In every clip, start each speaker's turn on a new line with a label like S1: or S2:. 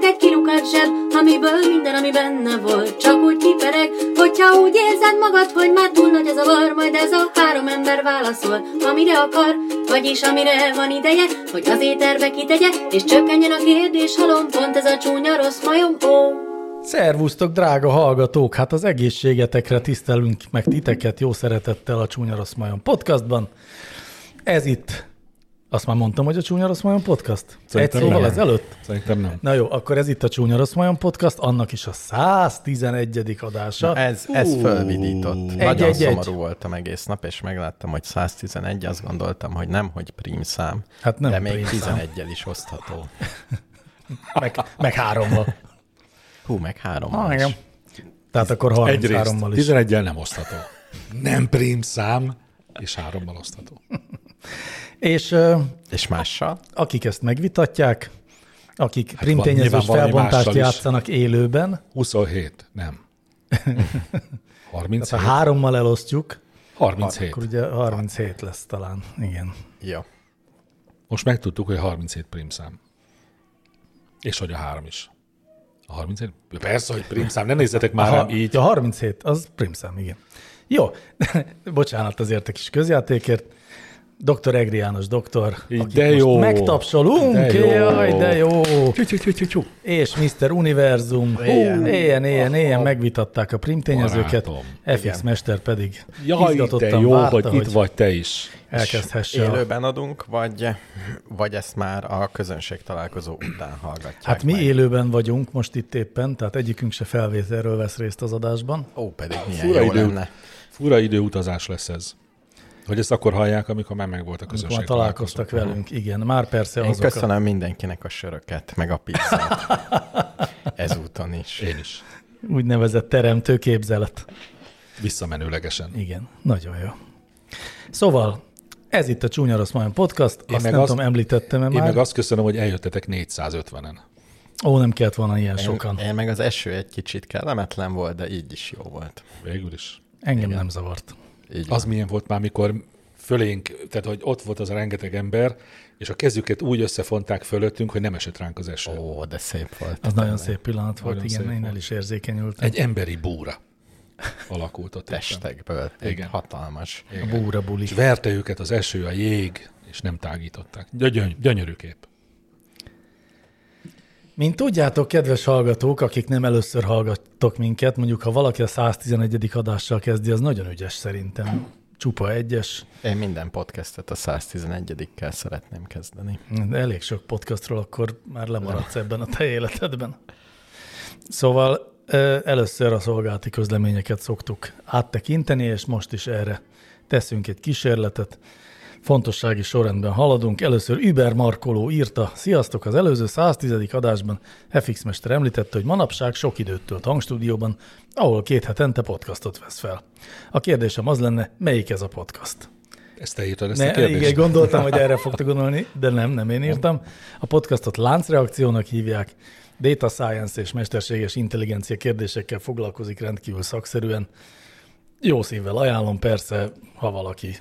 S1: egy kilukat zseb, amiből minden, ami benne volt, csak úgy kipereg, hogyha úgy érzed magad, hogy már túl nagy az a var, majd ez a három ember válaszol, amire akar, vagyis amire van ideje, hogy az éterbe kitegye, és csökkenjen a kérdés halom, pont ez a csúnya rossz majom, ó.
S2: Szervusztok, drága hallgatók! Hát az egészségetekre tisztelünk meg titeket jó szeretettel a Csúnya Rossz Majom podcastban. Ez itt, azt már mondtam, hogy a Csúnya Rossz Majom podcast?
S3: Szerintem
S2: Egy szóval
S3: nem.
S2: ezelőtt?
S3: Szerintem nem.
S2: Na jó, akkor ez itt a Csúnya Rossz Majom podcast, annak is a 111. adása. Na,
S4: Ez, ez fölvidított. Egy, Nagyon
S2: egy,
S4: egy,
S2: egy.
S4: szomorú egy. voltam egész nap, és megláttam, hogy 111, azt gondoltam, hogy nem, hogy prímszám,
S2: Hát nem
S4: de még
S2: prímszám.
S4: 11 el is osztható.
S2: meg, meg hárommal.
S4: Hú, meg három.
S2: Ah,
S4: is.
S2: igen. Tehát akkor
S3: Egyrészt
S2: 33-mal is.
S3: 11-el nem osztható. Nem prím szám, és hárommal osztható.
S2: És ö,
S4: És mással?
S2: akik ezt megvitatják, akik hát
S3: van,
S2: primtényezős
S3: nyilván valami
S2: felbontást
S3: mással is.
S2: játszanak élőben,
S3: 27, nem. 37?
S2: ha hárommal elosztjuk,
S3: 37.
S2: akkor ugye 37 lesz talán. Igen.
S4: Jó.
S3: Most megtudtuk, hogy 37 prím szám. És hogy a három is. A 37? Persze, hogy prím szám. Ne nézzetek már
S2: Ha,
S3: rám így.
S2: Ja, 37, az primszám, igen. Jó, bocsánat azért a kis közjátékért. Dr. Egri János doktor,
S3: Így,
S2: akit
S3: de
S2: most
S3: jó.
S2: megtapsolunk,
S3: De jó.
S2: jaj, de jó.
S3: Tyú-tyú-tyú-tyú-tyú.
S2: És Mr. Univerzum, éjjel, éjjel, éjjel, éjjel megvitatták a primtényezőket,
S3: Barátom.
S2: FX Mester pedig
S3: Jaj, de
S2: izgatottan
S3: jó,
S2: várta,
S3: hogy itt vagy te is.
S2: elkezdhesse a
S4: Élőben adunk, vagy, vagy ezt már a közönség találkozó után hallgatják
S2: Hát mi
S4: meg?
S2: élőben vagyunk most itt éppen, tehát egyikünk se felvételről vesz részt az adásban.
S4: Ó, pedig milyen
S3: Fura,
S4: jó
S3: idő,
S4: lenne.
S3: fura időutazás lesz ez. Hogy ezt akkor hallják, amikor már megvolt a
S2: Amikor
S3: közönség.
S2: már találkoztak
S3: találkozó.
S2: velünk, igen. Már persze
S4: Én
S2: azok a...
S4: köszönöm mindenkinek a söröket, meg a pizzát. Ezúton is.
S3: Én is.
S2: úgynevezett teremtő képzelet.
S3: Visszamenőlegesen.
S2: Igen, nagyon jó. Szóval, ez itt a Csúnya Rossz Majom Podcast, én azt
S3: meg
S2: nem
S3: azt-
S2: tudom, említettem-e
S3: Én
S2: már.
S3: meg azt köszönöm, hogy eljöttetek 450-en.
S2: Ó, nem kellett volna ilyen
S4: Én-
S2: sokan.
S4: Én meg az eső egy kicsit kellemetlen volt, de így is jó volt.
S3: Végül is.
S2: Engem nem zavart.
S4: Így
S3: Az milyen volt már, mikor fölénk, tehát hogy ott volt az a rengeteg ember, és a kezüket úgy összefonták fölöttünk, hogy nem esett ránk az eső.
S4: van. Ó, de szép volt.
S2: Az nagyon szép pillanat volt,
S3: Nagyon
S2: igen,
S3: szép
S2: én
S3: volt.
S2: el is érzékenyültem.
S3: Egy emberi búra alakult ott. éppen.
S4: Testekből.
S3: Igen.
S4: Igen. Hatalmas.
S2: A búra buli.
S3: És verte őket az eső, a jég, és nem tágították. Gyönyör, gyönyörű kép.
S2: Mint tudjátok, kedves hallgatók, akik nem először hallgattok minket, mondjuk ha valaki a 111. adással kezdi, az nagyon ügyes szerintem. Csupa egyes.
S4: Én minden podcastet a 111-kel szeretném kezdeni.
S2: De elég sok podcastról akkor már lemaradsz ebben a te életedben. Szóval ö, először a szolgálati közleményeket szoktuk áttekinteni, és most is erre teszünk egy kísérletet. Fontossági sorrendben haladunk. Először Über Markoló írta, sziasztok, az előző 110. adásban FX Mester említette, hogy manapság sok időt tölt hangstúdióban, ahol két hetente podcastot vesz fel. A kérdésem az lenne, melyik ez a podcast?
S3: Ezt te írtad, ezt ne, a
S2: Ne,
S3: kérdést?
S2: igen, gondoltam, hogy erre fogtok gondolni, de nem, nem én írtam. A podcastot láncreakciónak hívják. Data science és mesterséges intelligencia kérdésekkel foglalkozik rendkívül szakszerűen. Jó szívvel ajánlom, persze, ha valaki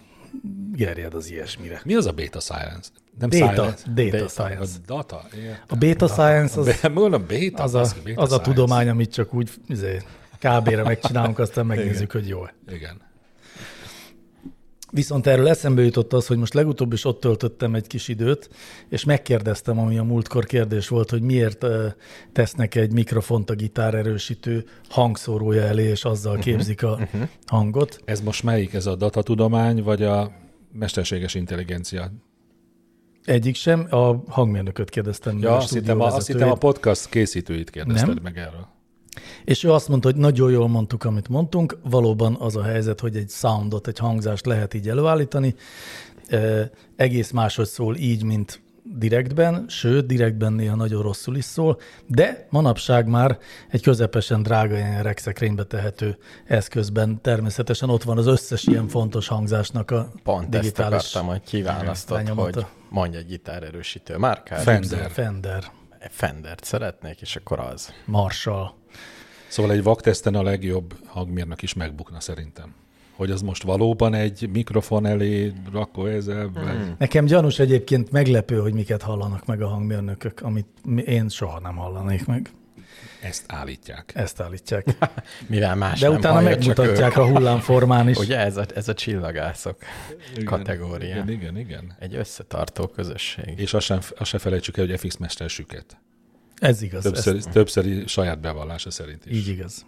S2: gerjed az ilyesmire.
S3: Mi az a beta science? Nem
S2: Data,
S3: science.
S2: data science.
S3: A data? Igen.
S2: A beta science az,
S3: Be- Mondom, beta,
S2: az, a,
S3: baszki, beta
S2: az a
S3: science.
S2: tudomány, amit csak úgy izé, kb-re megcsinálunk, aztán megnézzük, hogy jó-e.
S3: Igen.
S2: Viszont erről eszembe jutott az, hogy most legutóbb is ott töltöttem egy kis időt, és megkérdeztem, ami a múltkor kérdés volt, hogy miért ö, tesznek egy mikrofont a gitárerősítő hangszórója elé, és azzal
S3: Mhm.
S2: képzik a hangot.
S3: Ez most melyik? Ez a datatudomány, vagy a mesterséges intelligencia?
S2: Egyik sem, a hangmérnököt kérdeztem.
S3: Ja, azt hittem, a, azt hittem a
S2: stúdióvezetőjét,
S3: podcast készítőit kérdezted
S2: Nem.
S3: meg erről.
S2: És ő azt mondta, hogy nagyon jól mondtuk, amit mondtunk. Valóban az a helyzet, hogy egy soundot, egy hangzást lehet így előállítani. Ö, egész máshogy szól így, mint direktben, sőt, direktben néha nagyon rosszul is szól, de manapság már egy közepesen drága ilyen regszekrénybe tehető eszközben természetesen ott van az összes ilyen fontos hangzásnak a
S4: Pont Digitális. ezt
S2: digitális
S4: akartam, hogy kiválasztott,
S2: Lenyomata.
S4: hogy mondj egy gitárerősítő márkát.
S3: Fender.
S2: Fender,
S4: Fendert szeretnék, és akkor az.
S2: Marshall.
S3: Szóval egy vakteszten a legjobb hangmérnök is megbukna szerintem. hogy az most valóban egy mikrofon elé rakó ezzel, vagy...
S2: Nekem gyanús egyébként meglepő, hogy miket hallanak meg a hangmérnökök, amit mi- én soha nem hallanék meg.
S3: Ezt állítják.
S2: Ezt állítják.
S4: Mivel más
S2: De
S4: nem
S2: utána
S4: hallja, csak
S2: megmutatják
S4: ő.
S2: a hullámformán is.
S4: Ugye ez a, ez a csillagászok
S3: Igen,
S4: kategória.
S3: Igen, igen, igen.
S4: Egy összetartó közösség.
S3: És azt sem, azt se felejtsük el, hogy FX mester süket.
S2: Ez igaz. ez
S3: Többször, többszöri saját bevallása szerint is.
S2: Így igaz.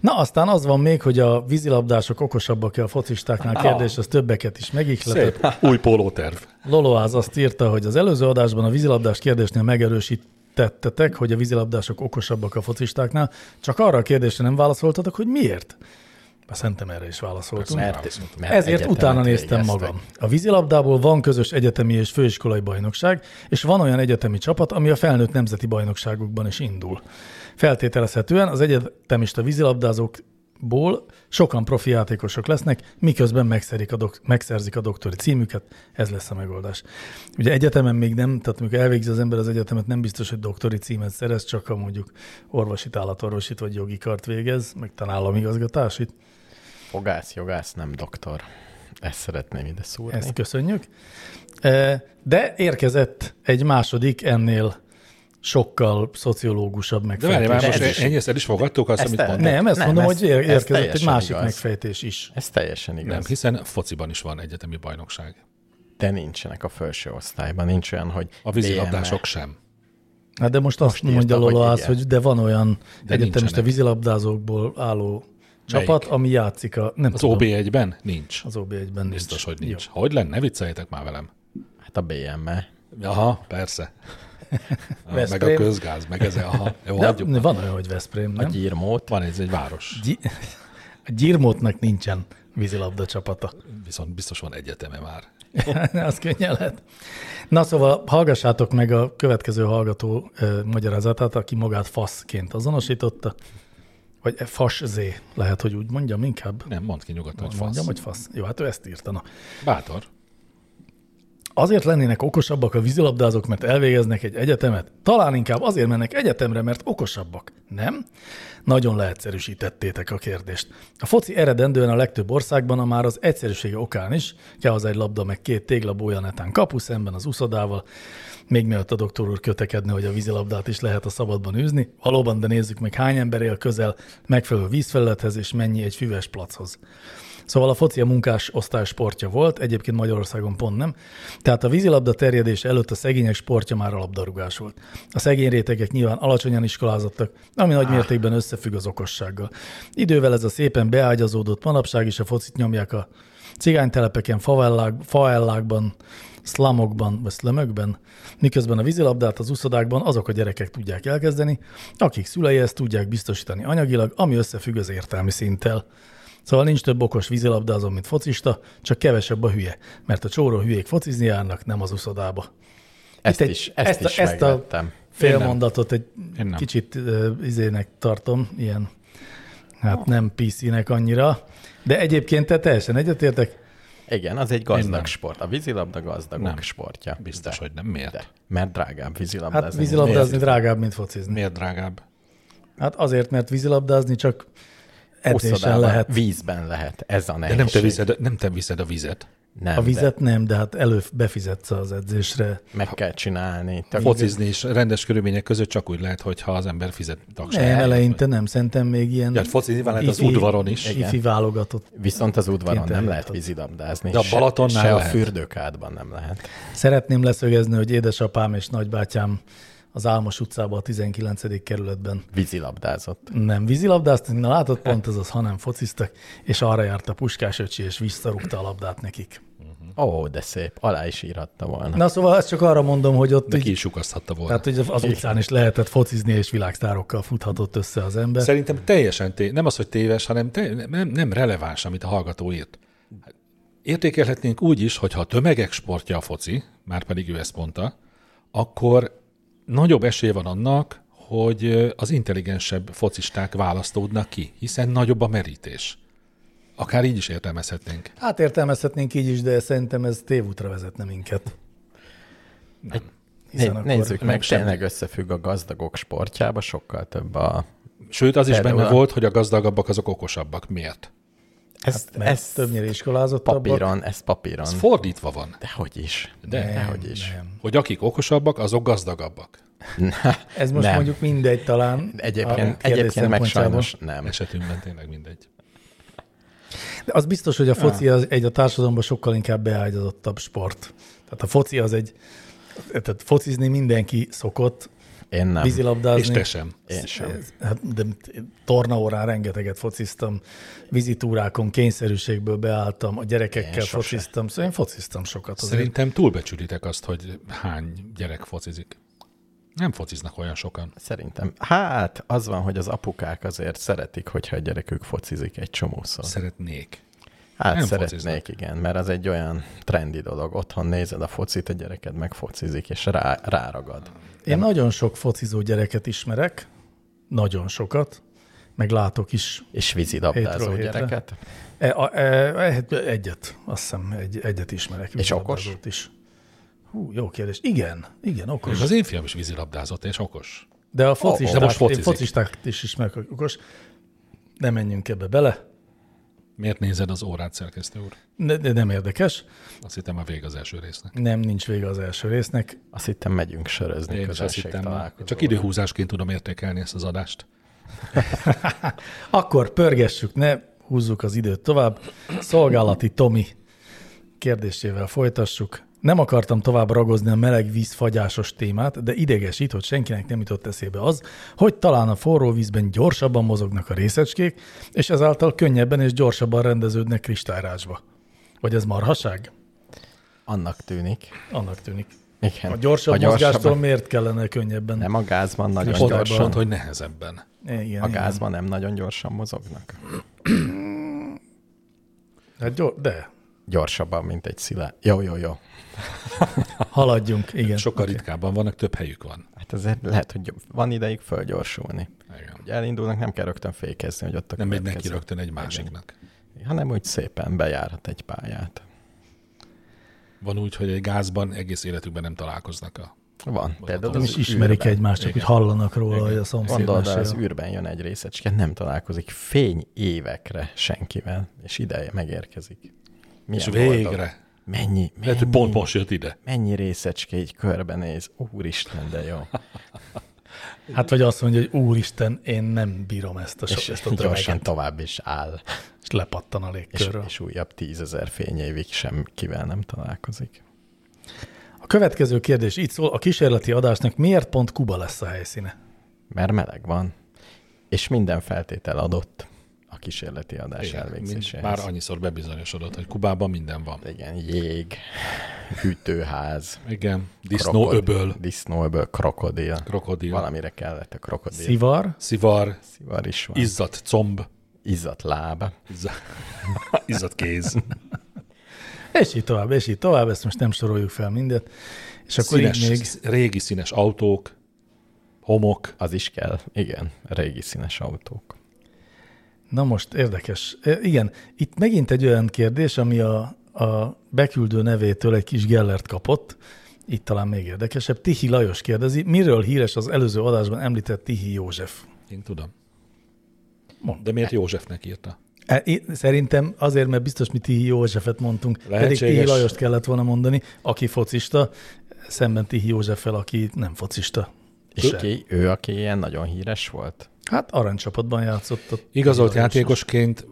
S2: Na aztán az van még, hogy a vízilabdások okosabbak a focistáknál kérdés, az többeket is megihletett.
S3: Szép. Új pólóterv.
S2: Loloáz azt írta, hogy az előző adásban a vízilabdás kérdésnél megerősítettetek, hogy a vízilabdások okosabbak a focistáknál, csak arra a kérdésre nem válaszoltatok, hogy miért? Hát Szerintem erre is válaszoltunk.
S4: Mert, mert
S2: Ezért
S4: egyetemet
S2: utána néztem
S4: végeztek.
S2: magam. A vízilabdából van közös egyetemi és főiskolai bajnokság, és van olyan egyetemi csapat, ami a felnőtt nemzeti bajnokságokban is indul. Feltételezhetően az egyetemista vízilabdázókból sokan profi játékosok lesznek, miközben megszerik a dok- megszerzik a doktori címüket, ez lesz a megoldás. Ugye egyetemen még nem, tehát amikor elvégzi az ember az egyetemet, nem biztos, hogy doktori címet szerez, csak ha mondjuk orvosit, állatorvosit vagy jogi kart végez, meg talán államigazgatásit.
S4: Fogász, jogász, nem doktor. Ezt szeretném ide szúrni.
S2: Ezt köszönjük. E, De érkezett egy második ennél sokkal szociológusabb
S3: De várj, már
S2: megfejtés.
S3: most
S4: ez is-
S3: ennyi, ezt el is fogadtuk azt,
S4: ezt
S3: amit
S4: el-
S3: mondtál.
S2: Nem, ezt
S4: Nem,
S2: mondom,
S4: ez-
S2: hogy ér-
S4: ez
S2: érkezett egy
S4: teljesen
S2: másik
S4: igaz.
S2: megfejtés is.
S4: Ez teljesen igaz.
S3: Nem, hiszen fociban is van egyetemi bajnokság.
S4: De nincsenek a felső osztályban. Nincs olyan, hogy E.
S3: A
S4: DME.
S3: vízilabdások sem.
S2: Hát de most azt
S4: írta,
S2: mondja
S4: hogy
S2: Loloász,
S4: igen.
S2: hogy de van olyan
S3: De
S2: egyetemista
S3: nincsenek.
S2: vízilabdázókból álló csapat, ami játszik a... Nem
S3: Az
S2: tudom,
S3: OB1-ben nincs.
S2: az OB1-ben nincs.
S3: Biztos, hogy nincs. Hogy lenne? Vicceljetek már velem.
S4: Hát a BME.
S3: Aha, persze. meg a
S2: Veszprém.
S3: közgáz, meg ez. Aha, jó,
S2: De
S3: hagyjuk.
S2: van olyan, hogy Veszprém,
S4: A
S2: nem?
S4: gyírmót.
S3: Van ez egy város.
S2: Gyi- A Gyirmótnak nincsen vízilabda csapata.
S3: Viszont biztos van egyeteme már.
S2: Az könnyen lehet. Na szóval hallgassátok meg a következő hallgató ö, magyarázatát, aki magát faszként azonosította, vagy e, faszé, lehet, hogy úgy mondjam inkább.
S3: Nem, mondd ki nyugodtan, hogy
S2: Fasz.
S3: fasz.
S2: Mondjam, hogy fasz. Jó, hát ő ezt írta. Na.
S3: Bátor.
S2: Azért lennének okosabbak a vízilabdázók, mert elvégeznek egy egyetemet? Talán inkább azért mennek egyetemre, mert okosabbak, nem? Nagyon leegyszerűsítettétek a kérdést. A foci eredendően a legtöbb országban a már az egyszerűsége okán is, kell az egy labda meg két tégla bója netán kapu szemben az uszodával, még mielőtt a doktor úr kötekedne, hogy a vízilabdát is lehet a szabadban űzni. Valóban, de nézzük meg hány ember él közel megfelelő vízfelülethez, és mennyi egy füves plachoz. Szóval a foci a munkás osztály sportja volt, egyébként Magyarországon pont nem. Tehát a vízilabda terjedése előtt a szegények sportja már a labdarúgás volt. A szegény rétegek nyilván alacsonyan iskolázottak, ami nagy mértékben összefügg az okossággal. Idővel ez a szépen beágyazódott manapság is a focit nyomják a cigánytelepeken, favellák, faellákban, szlamokban vagy szlömökben, miközben a vízilabdát az úszodákban azok a gyerekek tudják elkezdeni, akik szülei ezt tudják biztosítani anyagilag, ami összefügg az értelmi szinttel. Szóval nincs több okos vízilabdázó, mint focista, csak kevesebb a hülye, mert a csóró hülyék focizni járnak, nem az uszodába.
S4: Ezt
S2: egy-
S4: is, ezt,
S2: ezt a-
S4: is
S2: ezt a-
S4: megvettem.
S3: Én
S2: Fél
S3: nem.
S2: mondatot egy
S3: Én nem.
S2: kicsit ö, izének tartom, ilyen, hát
S3: Ah.
S2: nem PC-nek annyira, de egyébként te teljesen egyetértek,
S4: Igen, az egy
S3: Én nem.
S4: gazdag sport. A vízilabda gazdagok
S3: Nem.
S4: sportja.
S3: Biztos,
S4: de,
S3: hogy nem. Miért?
S4: de. Mert drágább vízilabdázni.
S2: hát
S4: mint
S2: vízilabdázni drágább, mint focizni.
S3: Miért drágább?
S2: Hát azért, mert vízilabdázni csak edzésen
S4: Úszodában,
S2: lehet.
S4: Vízben lehet, ez a
S3: De
S4: nehézség.
S3: nem te, viszed, nem te viszed a vizet.
S4: Nem,
S2: A vizet nem, de hát elő befizetsz az edzésre.
S4: de meg kell csinálni. Te
S3: Focizni is rendes körülmények között csak úgy lehet, hogyha az ember fizet tagságot.
S2: Nem, eleinte nem, szerintem még ilyen...
S3: Ja, hát focizni van lehet az
S2: ifi-
S3: udvaron is.
S2: Ifi válogatott.
S4: Viszont az udvaron
S2: Kint
S4: nem lehet
S2: eljutott.
S4: vízilabdázni.
S3: De a
S4: se-
S3: Balatonnál
S4: se,
S3: lehet.
S4: a fürdőkádban nem lehet.
S2: Szeretném leszögezni, hogy édesapám és nagybátyám az Álmos utcában a 19. kerületben
S4: Vízilabdázott.
S2: nem vízilabdáztak, na látod, pont ez az, hanem fociztak, és arra járt a puskás öcsi, és visszarúgta a labdát nekik.
S4: Ó, de szép, alá is írhatta volna.
S2: Na szóval ezt csak arra mondom, hogy ott
S3: De ki
S2: így,
S3: is lyukaszthatta volna.
S2: tehát, hogy az utcán is lehetett focizni, és világsztárokkal futhatott össze az ember.
S3: Szerintem teljesen té- nem az, hogy téves, hanem te- nem, nem releváns, amit a hallgató írt. Hát, Értékelhetnénk úgy is, hogy ha a tömegek sportja a foci, már pedig ő ezt mondta, akkor nagyobb esély van annak, hogy ö, az intelligensebb focisták választódnak ki, hiszen nagyobb a merítés. Akár így is értelmezhetnénk.
S2: Hát értelmezhetnénk így is, de szerintem ez tévútra vezetne minket.
S4: Né-
S2: hiszen akkor
S4: nézzük
S2: nem
S4: meg,
S2: semmi.
S4: tényleg összefügg a gazdagok sportjába, sokkal több a...
S3: Sőt, az is
S4: Például
S3: benne
S4: a-
S3: volt, hogy a gazdagabbak azok okosabbak. Miért?
S4: Ezt,
S2: Mert
S4: ezt
S2: többnyire iskolázottabbak.
S4: hát papíron, ez papíron.
S3: Ez fordítva van,
S4: Dehogy is.
S3: De.
S4: De. Dehogy is. Nem.
S3: hogy akik okosabbak, azok gazdagabbak.
S2: Ez most
S4: Nem.
S2: mondjuk mindegy talán. kérdés
S4: Egyébként, egyébként meg
S2: szempontjából.
S4: sajnos nem.
S3: Esetünkben tényleg mindegy.
S2: De az biztos, hogy a foci az egy a társadalomban sokkal inkább beágyazottabb sport. Tehát a foci az egy, tehát focizni mindenki szokott,
S4: Én nem.
S2: vízilabdázni.
S3: És te sem.
S4: Én sem.
S2: Hát, de tornaórán rengeteget fociztam, vizitúrákon kényszerűségből beálltam, a
S4: Én
S2: gyerekekkel
S4: sose.
S2: fociztam, szóval én fociztam sokat. Azért.
S3: Szerintem túlbecsülitek azt, hogy hány gyerek focizik. Nem fociznak olyan sokan.
S4: Szerintem. Hát, az van, hogy az apukák azért szeretik, hogyha a gyerekük focizik egy csomószor.
S3: Szeretnék.
S4: Hát
S3: nem
S4: szeretnék,
S3: fociznak.
S4: igen, mert az egy olyan trendi dolog. Otthon nézed a focit, a gyereked megfocizik, és rá, ráragad.
S2: Én nagyon sok focizó gyereket ismerek, nagyon sokat, meg látok is.
S4: És
S2: Hétről
S4: vízilabdázó
S2: hétre.
S4: gyereket.
S2: E, a, e, e, egyet, azt hiszem, egy, egyet ismerek. vízilabdázót
S4: okos?
S2: Is. Hú, jó kérdés. Igen, igen, okos.
S3: És az én fiam is vízilabdázott, és okos.
S2: De a
S3: De
S2: focisták,
S3: most
S2: oh, én
S3: focizik.
S2: focisták is ismerek, akik okos. Ne menjünk ebbe bele,
S3: Miért nézed az órát, szerkesztő úr?
S2: ne, de nem érdekes.
S3: Azt hittem a vég az első résznek.
S2: Nem, nincs vége az első résznek.
S4: Azt hittem, megyünk sörözni
S3: Én is azt
S4: közösség
S3: hittem,
S4: találkozóra.
S3: csak időhúzásként tudom értékelni ezt az adást.
S2: Akkor pörgessük, ne húzzuk az időt tovább. Szolgálati Tomi kérdésével folytassuk. Nem akartam tovább ragozni a meleg víz fagyásos témát, de idegesít, hogy senkinek nem jutott eszébe az, hogy talán a forró vízben gyorsabban mozognak a részecskék, és ezáltal könnyebben és gyorsabban rendeződnek kristályrásba. Vagy ez marhaság?
S4: Annak tűnik.
S2: Annak tűnik.
S4: Igen.
S2: A gyorsabb
S4: A
S2: a
S4: gyorsabban-
S2: mozgástól miért kellene könnyebben?
S4: Nem a gázban nagyon
S3: És ott
S4: gyorsan.
S3: pont, hogy nehezebben.
S2: Igen,
S4: A
S2: igen.
S4: gázban nem nagyon gyorsan mozognak.
S2: Hát gyor- de,
S4: Gyorsabban, mint egy szilá. Jó, jó, jó.
S2: haladjunk, igen.
S3: Sokkal ritkábban vannak, több helyük van.
S4: Hát azért lehet, hogy van ideig fölgyorsulni.
S3: Igen.
S4: Ugye elindulnak, nem kell rögtön fékezni, hogy ott a
S3: Nem megy neki
S4: következő-
S3: rögtön egy másiknak.
S4: Hanem úgy szépen bejárhat egy pályát.
S3: Van úgy, hogy egy gázban egész életükben nem találkoznak a...
S4: Van. Például
S2: Nem
S4: az
S2: is ismerik
S4: űrben.
S2: egymást, csak úgy hallanak róla, hogy a szomszéd
S4: Gondold el,
S2: mesél.
S4: az űrben jön egy részecske, nem találkozik fény évekre senkivel, és ideje megérkezik. Milyen
S3: És
S4: boldog.
S3: végre.
S4: Mennyi, mennyi,
S3: Lehet, hogy pont most jött ide.
S4: mennyi részecske így körbenéz. Úristen, de jó.
S2: Hát vagy azt mondja, hogy úristen, én nem bírom ezt a,
S4: és
S2: so, ezt a
S4: gyorsan
S2: drömeget,
S4: tovább is áll.
S2: és lepattan a
S4: És,
S2: légkörről.
S4: és újabb tízezer fényévig semmivel nem találkozik.
S2: A következő kérdés így szól, a kísérleti adásnak miért pont Kuba lesz a helyszíne?
S4: Mert meleg van, és minden feltétel adott a kísérleti adás
S3: Igen, mind-
S4: elvégzéséhez.
S3: Már annyiszor bebizonyosodott, hogy Kubában minden van.
S4: Igen, jég, hűtőház,
S3: Igen, disznóöböl,
S4: disznóöböl, krokodil.
S3: krokodil,
S4: Valamire kellett a krokodil. Szív.
S2: Szivar?
S3: szivar,
S4: Szivar is van. Iz...
S3: izzadt comb,
S4: Izzadt láb.
S3: izza- izzadt kéz,
S2: És így tovább, és így tovább, ezt most nem soroljuk fel mindet. És akkor
S3: színes,
S2: így még...
S3: még... régi színes autók, homok,
S4: Az is kell. Igen, régi színes autók.
S2: Na most érdekes. E, Igen, itt megint egy olyan kérdés, ami a, a beküldő nevétől egy kis gellert kapott, itt talán még érdekesebb. Tihi Lajos kérdezi, miről híres az előző adásban említett Tihi József?
S3: én tudom.
S2: Mondd.
S3: De miért Józsefnek írta?
S2: E, én- Szerintem azért, mert biztos mi Tihi Józsefet mondtunk, Lehetséges. pedig
S3: Lehetséges.
S2: Tihi Lajost kellett volna mondani, aki focista, szemben Tihi Józseffel, aki nem focista.
S4: És
S2: Se.
S4: ki, ő, aki ilyen nagyon híres volt?
S2: Hát aranycsapatban játszott ott.
S3: Igazolt
S2: Tihi Lajos is.
S3: játékosként,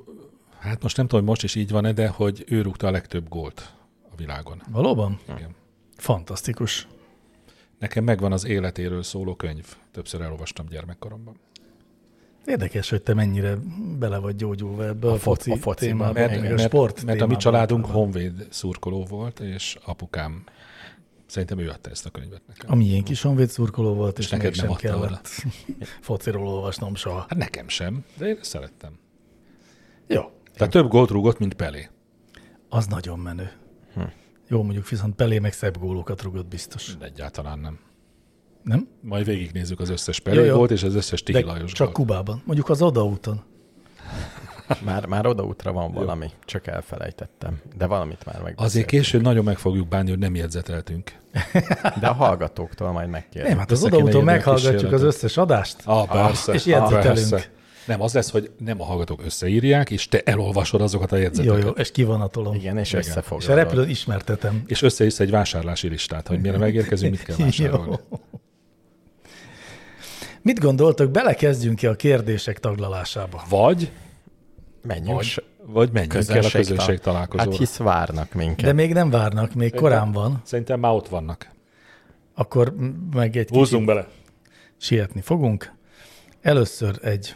S3: hát most nem tudom, hogy most is így van-e, de hogy ő rúgta a legtöbb gólt a világon.
S2: Valóban?
S3: Igen.
S2: Fantasztikus.
S3: Nekem megvan az életéről szóló könyv. Többször elolvastam gyermekkoromban.
S2: Érdekes, hogy te mennyire bele vagy gyógyulva ebbe a,
S4: A
S2: a
S4: fo-
S2: foci,
S4: a
S2: a
S4: fociba,
S2: témába,
S4: mert-
S2: meg
S3: mert,
S2: a sport
S3: mert a mi
S2: témában.
S3: családunk honvéd szurkoló volt, és apukám, szerintem ő adta ezt a könyvet nekem.
S2: A miénk is honvéd szurkoló volt, és, és
S3: neked
S2: neked sem
S3: nem adta oda.
S2: kellett fociról olvasnom soha.
S3: Hát nekem sem, de én szerettem.
S2: Jó,
S3: Tehát több gólt rúgott, mint Pelé.
S2: az nagyon menő.
S3: Hm.
S2: Jó, mondjuk viszont Pelé meg szebb gólokat rugott biztos.
S3: De egyáltalán nem.
S2: Nem?
S3: Majd végignézzük az összes
S2: Jó,
S3: Pelé
S2: jó.
S3: gólt, és az összes Tihi
S2: De
S3: Lajos
S2: csak
S3: gólt.
S2: Kubában. Mondjuk az odaúton.
S3: Hát.
S4: Már, már odaútra van valami, csak elfelejtettem. De valamit már meg.
S3: Azért később nagyon meg fogjuk bánni, hogy nem jegyzeteltünk.
S4: De a hallgatóktól majd megkérdezem.
S2: Nem, hát az
S3: össze kéne
S2: odaúton
S3: írni a
S2: meghallgatjuk az
S3: kísérletet.
S2: összes adást.
S3: Ah, persze.
S2: és jegyzetelünk.
S3: persze. Nem, az lesz, hogy nem a hallgatók összeírják, és te elolvasod azokat a
S2: Jó,
S3: jegyzeteket.
S2: jó, és kivonatolom.
S4: Igen, és
S3: Igen.
S2: És a repülőn
S4: összefoglalod.
S2: ismertetem.
S3: És összeírsz egy vásárlási listát, hogy mire megérkezünk, mit kell vásárolni.
S2: Jó. Mit gondoltok, belekezdjünk ki a kérdések taglalásába?
S3: Vagy,
S4: Menjünk s-
S3: vagy, vagy menjünk el a
S4: közönség-
S3: közönség találkozóra.
S4: Hát hisz várnak minket.
S2: De még nem várnak, még korán van,
S3: Szerintem már ott vannak.
S2: akkor m- meg egy kicsit
S3: Húzzunk bele.
S2: sietni fogunk. Először egy.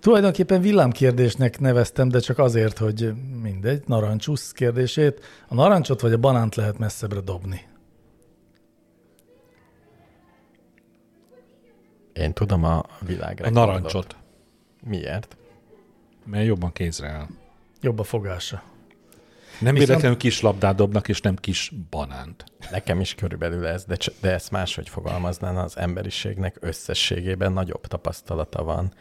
S2: Tulajdonképpen villámkérdésnek neveztem, de csak azért, hogy mindegy, narancsusz kérdését. A narancsot vagy a banánt lehet messzebbre dobni.
S4: Én tudom a világra.
S3: A narancsot.
S4: Miért?
S3: Mert jobban kézre áll.
S2: Jobb a fogása.
S3: Nem véletlenül kis labdát dobnak, és nem kis banánt.
S4: Nekem is körülbelül ez, de, cs- de ezt máshogy fogalmaznán, az emberiségnek összességében nagyobb tapasztalata van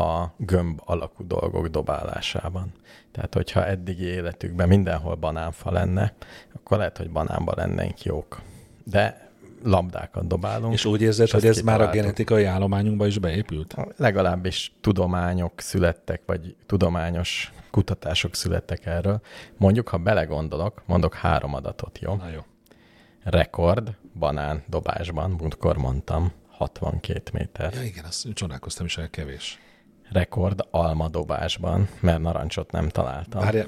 S4: a gömb alakú dolgok dobálásában. Tehát, hogyha eddigi életükben mindenhol banánfa lenne, akkor lehet, hogy banánba lennénk jók. De labdákat dobálunk.
S3: És úgy érzed, hogy
S4: azt
S3: ez már a
S4: kitaláltuk.
S3: genetikai állományunkba is beépült?
S4: legalábbis tudományok születtek, vagy tudományos kutatások születtek erről. Mondjuk, ha belegondolok, mondok három adatot, jó?
S3: Na jó.
S4: Rekord banán dobásban, múltkor mondtam, 62 méter.
S3: Ja, igen, azt csodálkoztam is, el kevés.
S4: Rekord alma dobásban, mert narancsot nem találtam.
S3: Várja,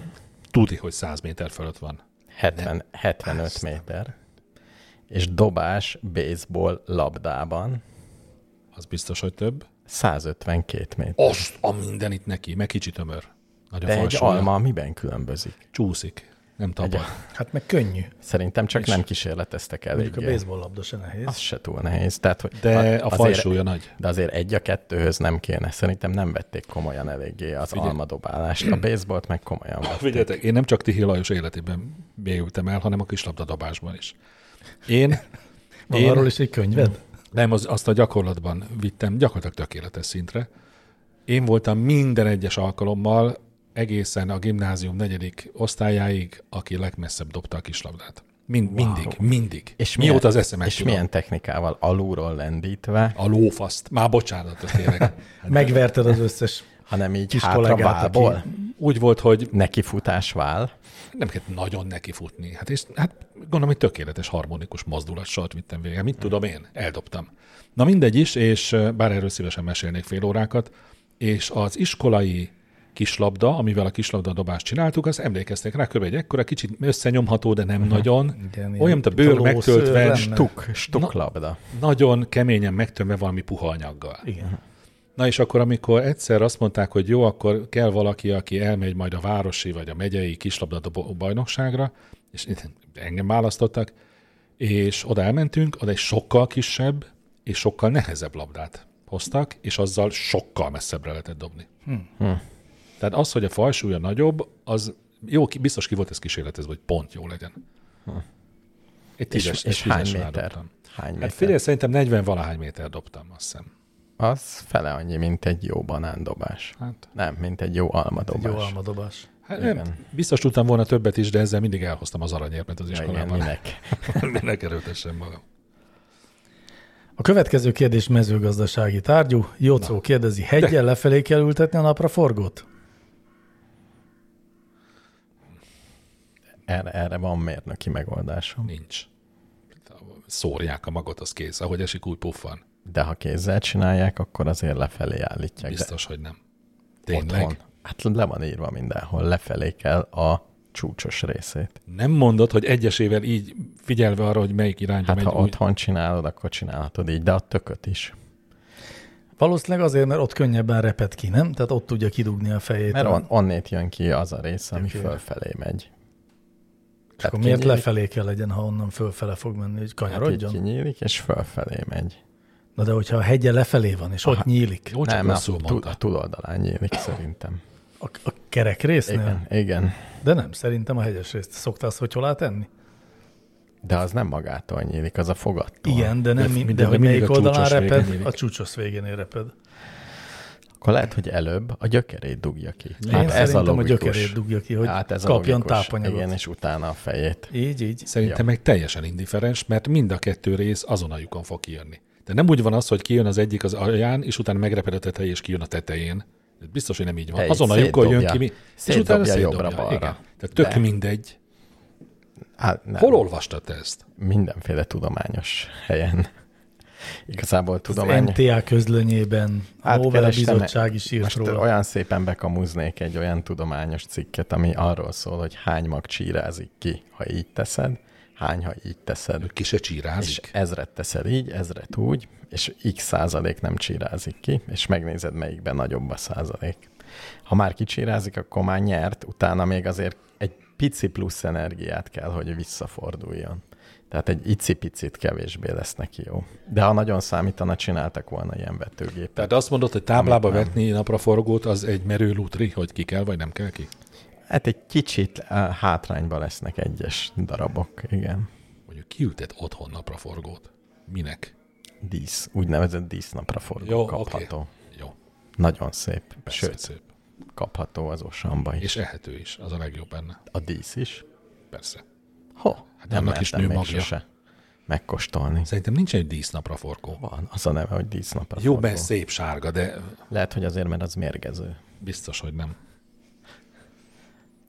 S3: tudni, hogy 100 méter fölött van.
S4: 70, 75 méter. És dobás baseball labdában
S3: Az biztos, hogy több.
S4: 152 méter.
S3: Azt a mindenit neki, meg kicsit ömör. Nagy a
S4: De egy
S3: falsúlya.
S4: alma miben különbözik?
S3: Csúszik. Nem tapad.
S2: Hát meg könnyű.
S4: Szerintem csak nem kísérleteztek
S2: Mondjuk a
S4: eléggé.
S2: baseball labda se nehéz.
S4: Az se túl nehéz. Tehát, hogy
S3: De a
S4: Hát azért-
S3: falsúlya nagy.
S4: De azért egy a kettőhöz nem kéne. Szerintem nem vették komolyan eléggé az Figyel. almadobálást. A baseballt meg komolyan vett.
S3: Figyeljetek, én nem csak Tihi Lajos életében végültem el, hanem a kislabdadobásban is. Én,
S2: Van
S3: én
S2: arról is egy könyved?
S3: nem az, azt a gyakorlatban vittem gyakorlatilag tökéletes szintre. Én voltam minden egyes alkalommal egészen a gimnázium negyedik osztályáig, aki legmesszebb dobta a kislabdát. Mind, wow. Mindig, mindig.
S4: És milyen,
S3: Mióta az eszemet
S4: És
S3: tudom.
S4: milyen technikával? Alulról lendítve,
S3: A lófaszt. Már bocsánatot kérek.
S2: Megverted az összes
S4: hanem így
S2: Kis
S4: Kis hátra
S2: kollégát,
S4: válból.
S2: aki-
S3: Úgy volt, hogy
S4: Nekifutás vál.
S3: nem kellett nagyon nekifutni. Hát, és, hát gondolom, hogy tökéletes harmonikus mozdulatsort vittem végre. Mit tudom én? Eldobtam. Na mindegy is, és eh, bár erről szívesen mesélnék fél órákat, és az iskolai kislabda, amivel a kislabda dobást csináltuk, az emlékeztek rá, kb. egy ekkora kicsit összenyomható, de nem nagyon.
S2: Mhm. Igen, ilyen
S3: Olyan, mint a bőr
S2: toló szőr
S3: megtöltve,
S2: lenne.
S4: Tuk, stuklabda.
S3: nagyon keményen megtömve valami puha anyaggal.
S2: Igen.
S3: Na és akkor, amikor egyszer azt mondták, hogy jó, akkor kell valaki, aki elmegy majd a városi vagy a megyei kislabdadobó bajnokságra, és engem választottak, és oda elmentünk, oda egy sokkal kisebb és sokkal nehezebb labdát hoztak, és azzal sokkal messzebbre lehetett dobni. Hmm.
S4: Hm.
S3: Tehát az, hogy a falsúlya nagyobb, az jó, ki- biztos ki volt ez kísérletezve, hogy pont jó legyen. Egy
S4: Hm. És,
S3: tízes,
S4: és
S3: egy
S4: hány
S3: tízesre
S4: méter?
S3: rádobtam.
S4: Hány méter?
S3: Hát figyelj, szerintem 40 valahány méter dobtam, azt hiszem.
S4: Az fele annyi, mint egy jó banándobás.
S3: Hát.
S4: Nem, mint egy jó almadobás.
S2: Jó almadobás.
S3: Hát nem, biztos tudtam volna többet is, de ezzel mindig elhoztam az aranyérmet az
S4: Ja, igen,
S3: iskolában.
S4: minek?
S3: minek erőltessem magam.
S2: A következő kérdés mezőgazdasági tárgyú. Jocó kérdezi, hegyen lefelé kell ültetni a napra forgót?
S4: Erre, Er-, erre van mérnöki megoldásom.
S3: Nincs. Szórják a magot, az kész. Ahogy esik, úgy puffan.
S4: De ha kézzel csinálják, akkor azért lefelé állítják. De
S3: Biztos, hogy nem.
S4: Tényleg?
S3: Tényleg?
S4: Otthon. Hát le van írva mindenhol, lefelé kell a csúcsos részét.
S3: Nem mondod, hogy egyesével így figyelve arra, hogy melyik irányba
S4: Hát
S3: megy.
S4: ha
S3: úgy-
S4: otthon csinálod, akkor csinálhatod így, de a tököt is.
S2: Valószínűleg azért, mert ott könnyebben reped ki, nem? Tehát ott tudja kidugni a fejét.
S4: Mert
S2: a-
S4: on, onnét jön ki az a rész, ami
S2: Tökéletes.
S4: fölfelé megy.
S2: És akkor miért lefelé kell legyen, ha onnan fölfele fog menni, hogy
S4: Hát így
S2: kanyarodjon?
S4: kinyílik, és fölfelé megy.
S2: Na de hogyha a hegye lefelé van, és ott nyílik,
S3: Jó, csak nem,
S4: a,
S3: rosszul
S4: túl,
S3: mondta.
S4: a túloldalán nyílik szerintem.
S2: a, a kerek résznél,
S4: Igen, igen.
S2: de nem, szerintem a hegyes részt szoktál szottyolá tenni?
S4: De az nem magától nyílik, az a fogattól.
S2: Igen, de, nem,
S3: De
S2: de,
S3: mindig-
S2: de hogy
S3: mindig
S2: melyik
S3: a
S2: oldalán
S3: csúcsos végén
S2: reped,
S3: nyílik.
S2: a csúcsos végén reped.
S4: Akkor lehet, hogy előbb a gyökerét dugja ki.
S2: Én
S4: Hát ez a
S2: szerintem a,
S4: logikus.
S2: gyökerét dugja ki, hogy
S4: hát ez
S2: kapjon
S4: a logikus.
S2: tápanyagot.
S4: Igen, és utána a fejét.
S2: Így, így.
S3: Szerintem meg teljesen indiferens, mert mind a kettő rész azon a lyukon fog kijönni. De nem úgy van az, hogy kijön az egyik az alján, és utána megreped a tetején, és kijön a tetején. Ez biztos, hogy nem így van.
S4: Egy
S3: Azon a lyukon jön
S4: szétdobja.
S3: ki, mi, és
S4: Szétdobja
S3: utána
S4: jobbra-balra.
S3: szétdobja. Igen. Tehát tök
S4: De-
S3: mindegy.
S4: Hát, nem.
S3: Hol olvastad te ezt?
S4: Mindenféle tudományos helyen. Igazából
S2: Az
S4: tudomány.
S2: NTA közlönyében a Nobel
S4: Átkerestem-
S2: Bizottság is írt
S4: Hát, Most
S2: róla.
S4: olyan szépen bekamuznék egy olyan tudományos cikket, ami arról szól, hogy hány mag csírázik ki, ha így teszed, hány, ha így teszed.
S3: Ki se
S4: És
S3: csírázik.
S4: ezret teszel így, ezret úgy, és x százalék nem csírázik ki, és megnézed, melyikben nagyobb a százalék. Ha már kicsírázik, akkor már nyert, utána még azért egy pici plusz energiát kell, hogy visszaforduljon. Tehát egy icipicit kevésbé lesz neki jó. De ha nagyon számítana, csináltak volna ilyen vetőgépet.
S3: Tehát azt mondod, hogy táblába
S4: Amit nem.
S3: vetni napraforgót, az egy merő lutri, hogy ki kell, vagy nem kell ki?
S4: Hát egy kicsit eh, hátrányba lesznek egyes darabok, igen.
S3: Mondjuk kiültet otthon napraforgót. Minek?
S4: Dísz, úgynevezett dísznapra forgó
S3: Jó,
S4: Jó,
S3: oké.
S4: kapható. Okay.
S3: Jó,
S4: Nagyon szép.
S3: persze, Sőt.
S4: Sőt,
S3: szép.
S4: kapható az osamba is.
S3: És ehető is, az a legjobb benne.
S4: A dísz is.
S3: Persze.
S4: Ho, hát
S3: annak is nő magja.
S4: megkóstolni.
S3: Szerintem nincs egy dísznapraforgó.
S4: Van, az a neve, hogy dísznapra
S3: Jó,
S4: forgó.
S3: benne szép sárga, de
S4: Lehet, hogy azért, mert az mérgező.
S3: biztos, hogy nem.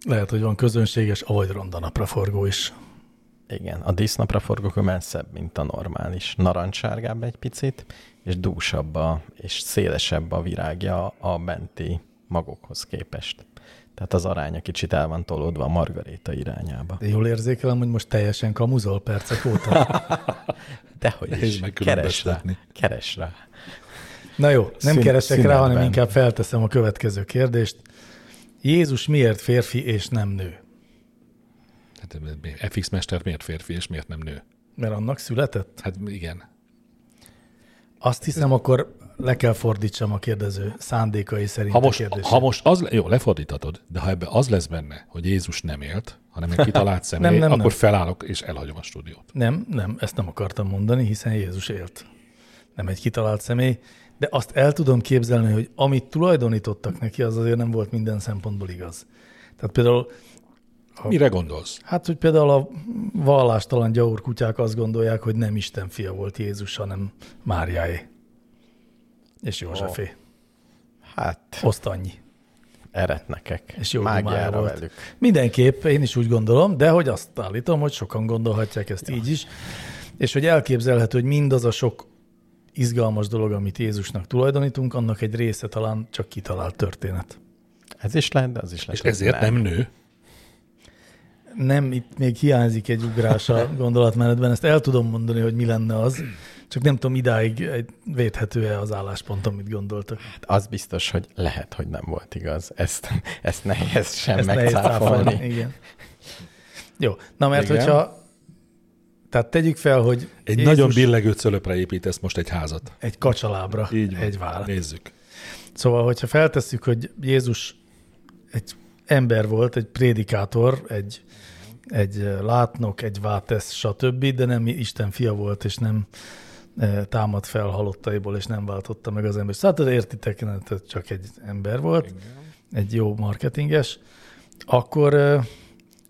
S2: Lehet, hogy van közönséges, avagy ronda napraforgó is.
S4: Igen, a dísznapra forgó kömen szebb, mint a normális. Narancssárgább egy picit, és dúsabb a, és szélesebb a virágja a benti magokhoz képest. Tehát az aránya kicsit el van tolódva a margaréta irányába.
S2: De jól érzékelem, hogy most teljesen kamuzol percek óta.
S4: Dehogy
S3: Nehéz
S4: is, keres rá,
S3: megkülönböztetni.
S4: keres rá.
S2: Na jó, nem
S4: Szín-
S2: keresek rá, hanem
S4: színekben.
S2: inkább felteszem a következő kérdést. Jézus miért férfi és nem nő?
S3: Hát eh, FX mester miért férfi, és miért nem nő?
S2: Mert annak született?
S3: Hát igen.
S2: Azt hiszem, akkor le kell fordítsam a kérdező szándékai szerint
S3: Ha most,
S2: a kérdést.
S3: ha most az, le- jó, lefordítatod, de ha ebbe az lesz benne, hogy Jézus nem élt, hanem egy kitalált személy,
S2: nem,
S3: akkor
S2: nem.
S3: felállok és elhagyom a stúdiót.
S2: Nem, nem, ezt nem akartam mondani, hiszen Jézus élt. Nem egy kitalált személy, de azt el tudom képzelni, hogy amit tulajdonítottak neki, az azért nem volt minden szempontból igaz. Tehát például
S3: Mire gondolsz?
S2: Hát, hogy például a vallástalan gyaur kutyák azt gondolják, hogy nem Isten fia volt Jézus, hanem Máriáé. És Józsefé.
S4: Hát,
S2: Oszt annyi.
S4: eretnekek.
S2: És jó dumája
S4: Mágiára
S2: volt.
S4: velük.
S2: Mindenképp, én is úgy gondolom, de hogy azt állítom, hogy sokan gondolhatják ezt így is, és hogy elképzelhető, hogy mindaz a sok izgalmas dolog, amit Jézusnak tulajdonítunk, annak egy része talán csak kitalált történet.
S4: Ez is lehet, de az is lehet.
S3: És
S4: hogy
S3: ezért nem nő?
S2: Nem, itt még hiányzik egy ugrás a gondolatmenetben, ezt el tudom mondani, hogy mi lenne az, csak nem tudom, idáig egy- védhető-e az álláspont, amit gondoltak.
S4: Hát az biztos, hogy lehet, hogy nem volt igaz. Ezt, ezt nehéz sem
S2: Ezt
S4: ezt
S2: nehéz cáfolni.
S4: megcáfolni.
S2: Igen. Jó, na mert
S3: Igen.
S2: Igen. hogyha, tehát tegyük fel, hogy
S3: Egy Jézus... nagyon billegő cölöpre építesz most egy házat.
S2: egy kacsalábra
S3: Így van.
S2: egy vállalat.
S3: Nézzük.
S2: Szóval, hogyha feltesszük, hogy Jézus egy ember volt, egy prédikátor, egy, egy látnok, egy vátesz, stb., de nem Isten fia volt, és nem eh, támadt fel halottaiból, és nem váltotta meg az ember. Szóval tudod, értitek, nem, tehát csak egy ember volt, egy jó marketinges, akkor, eh,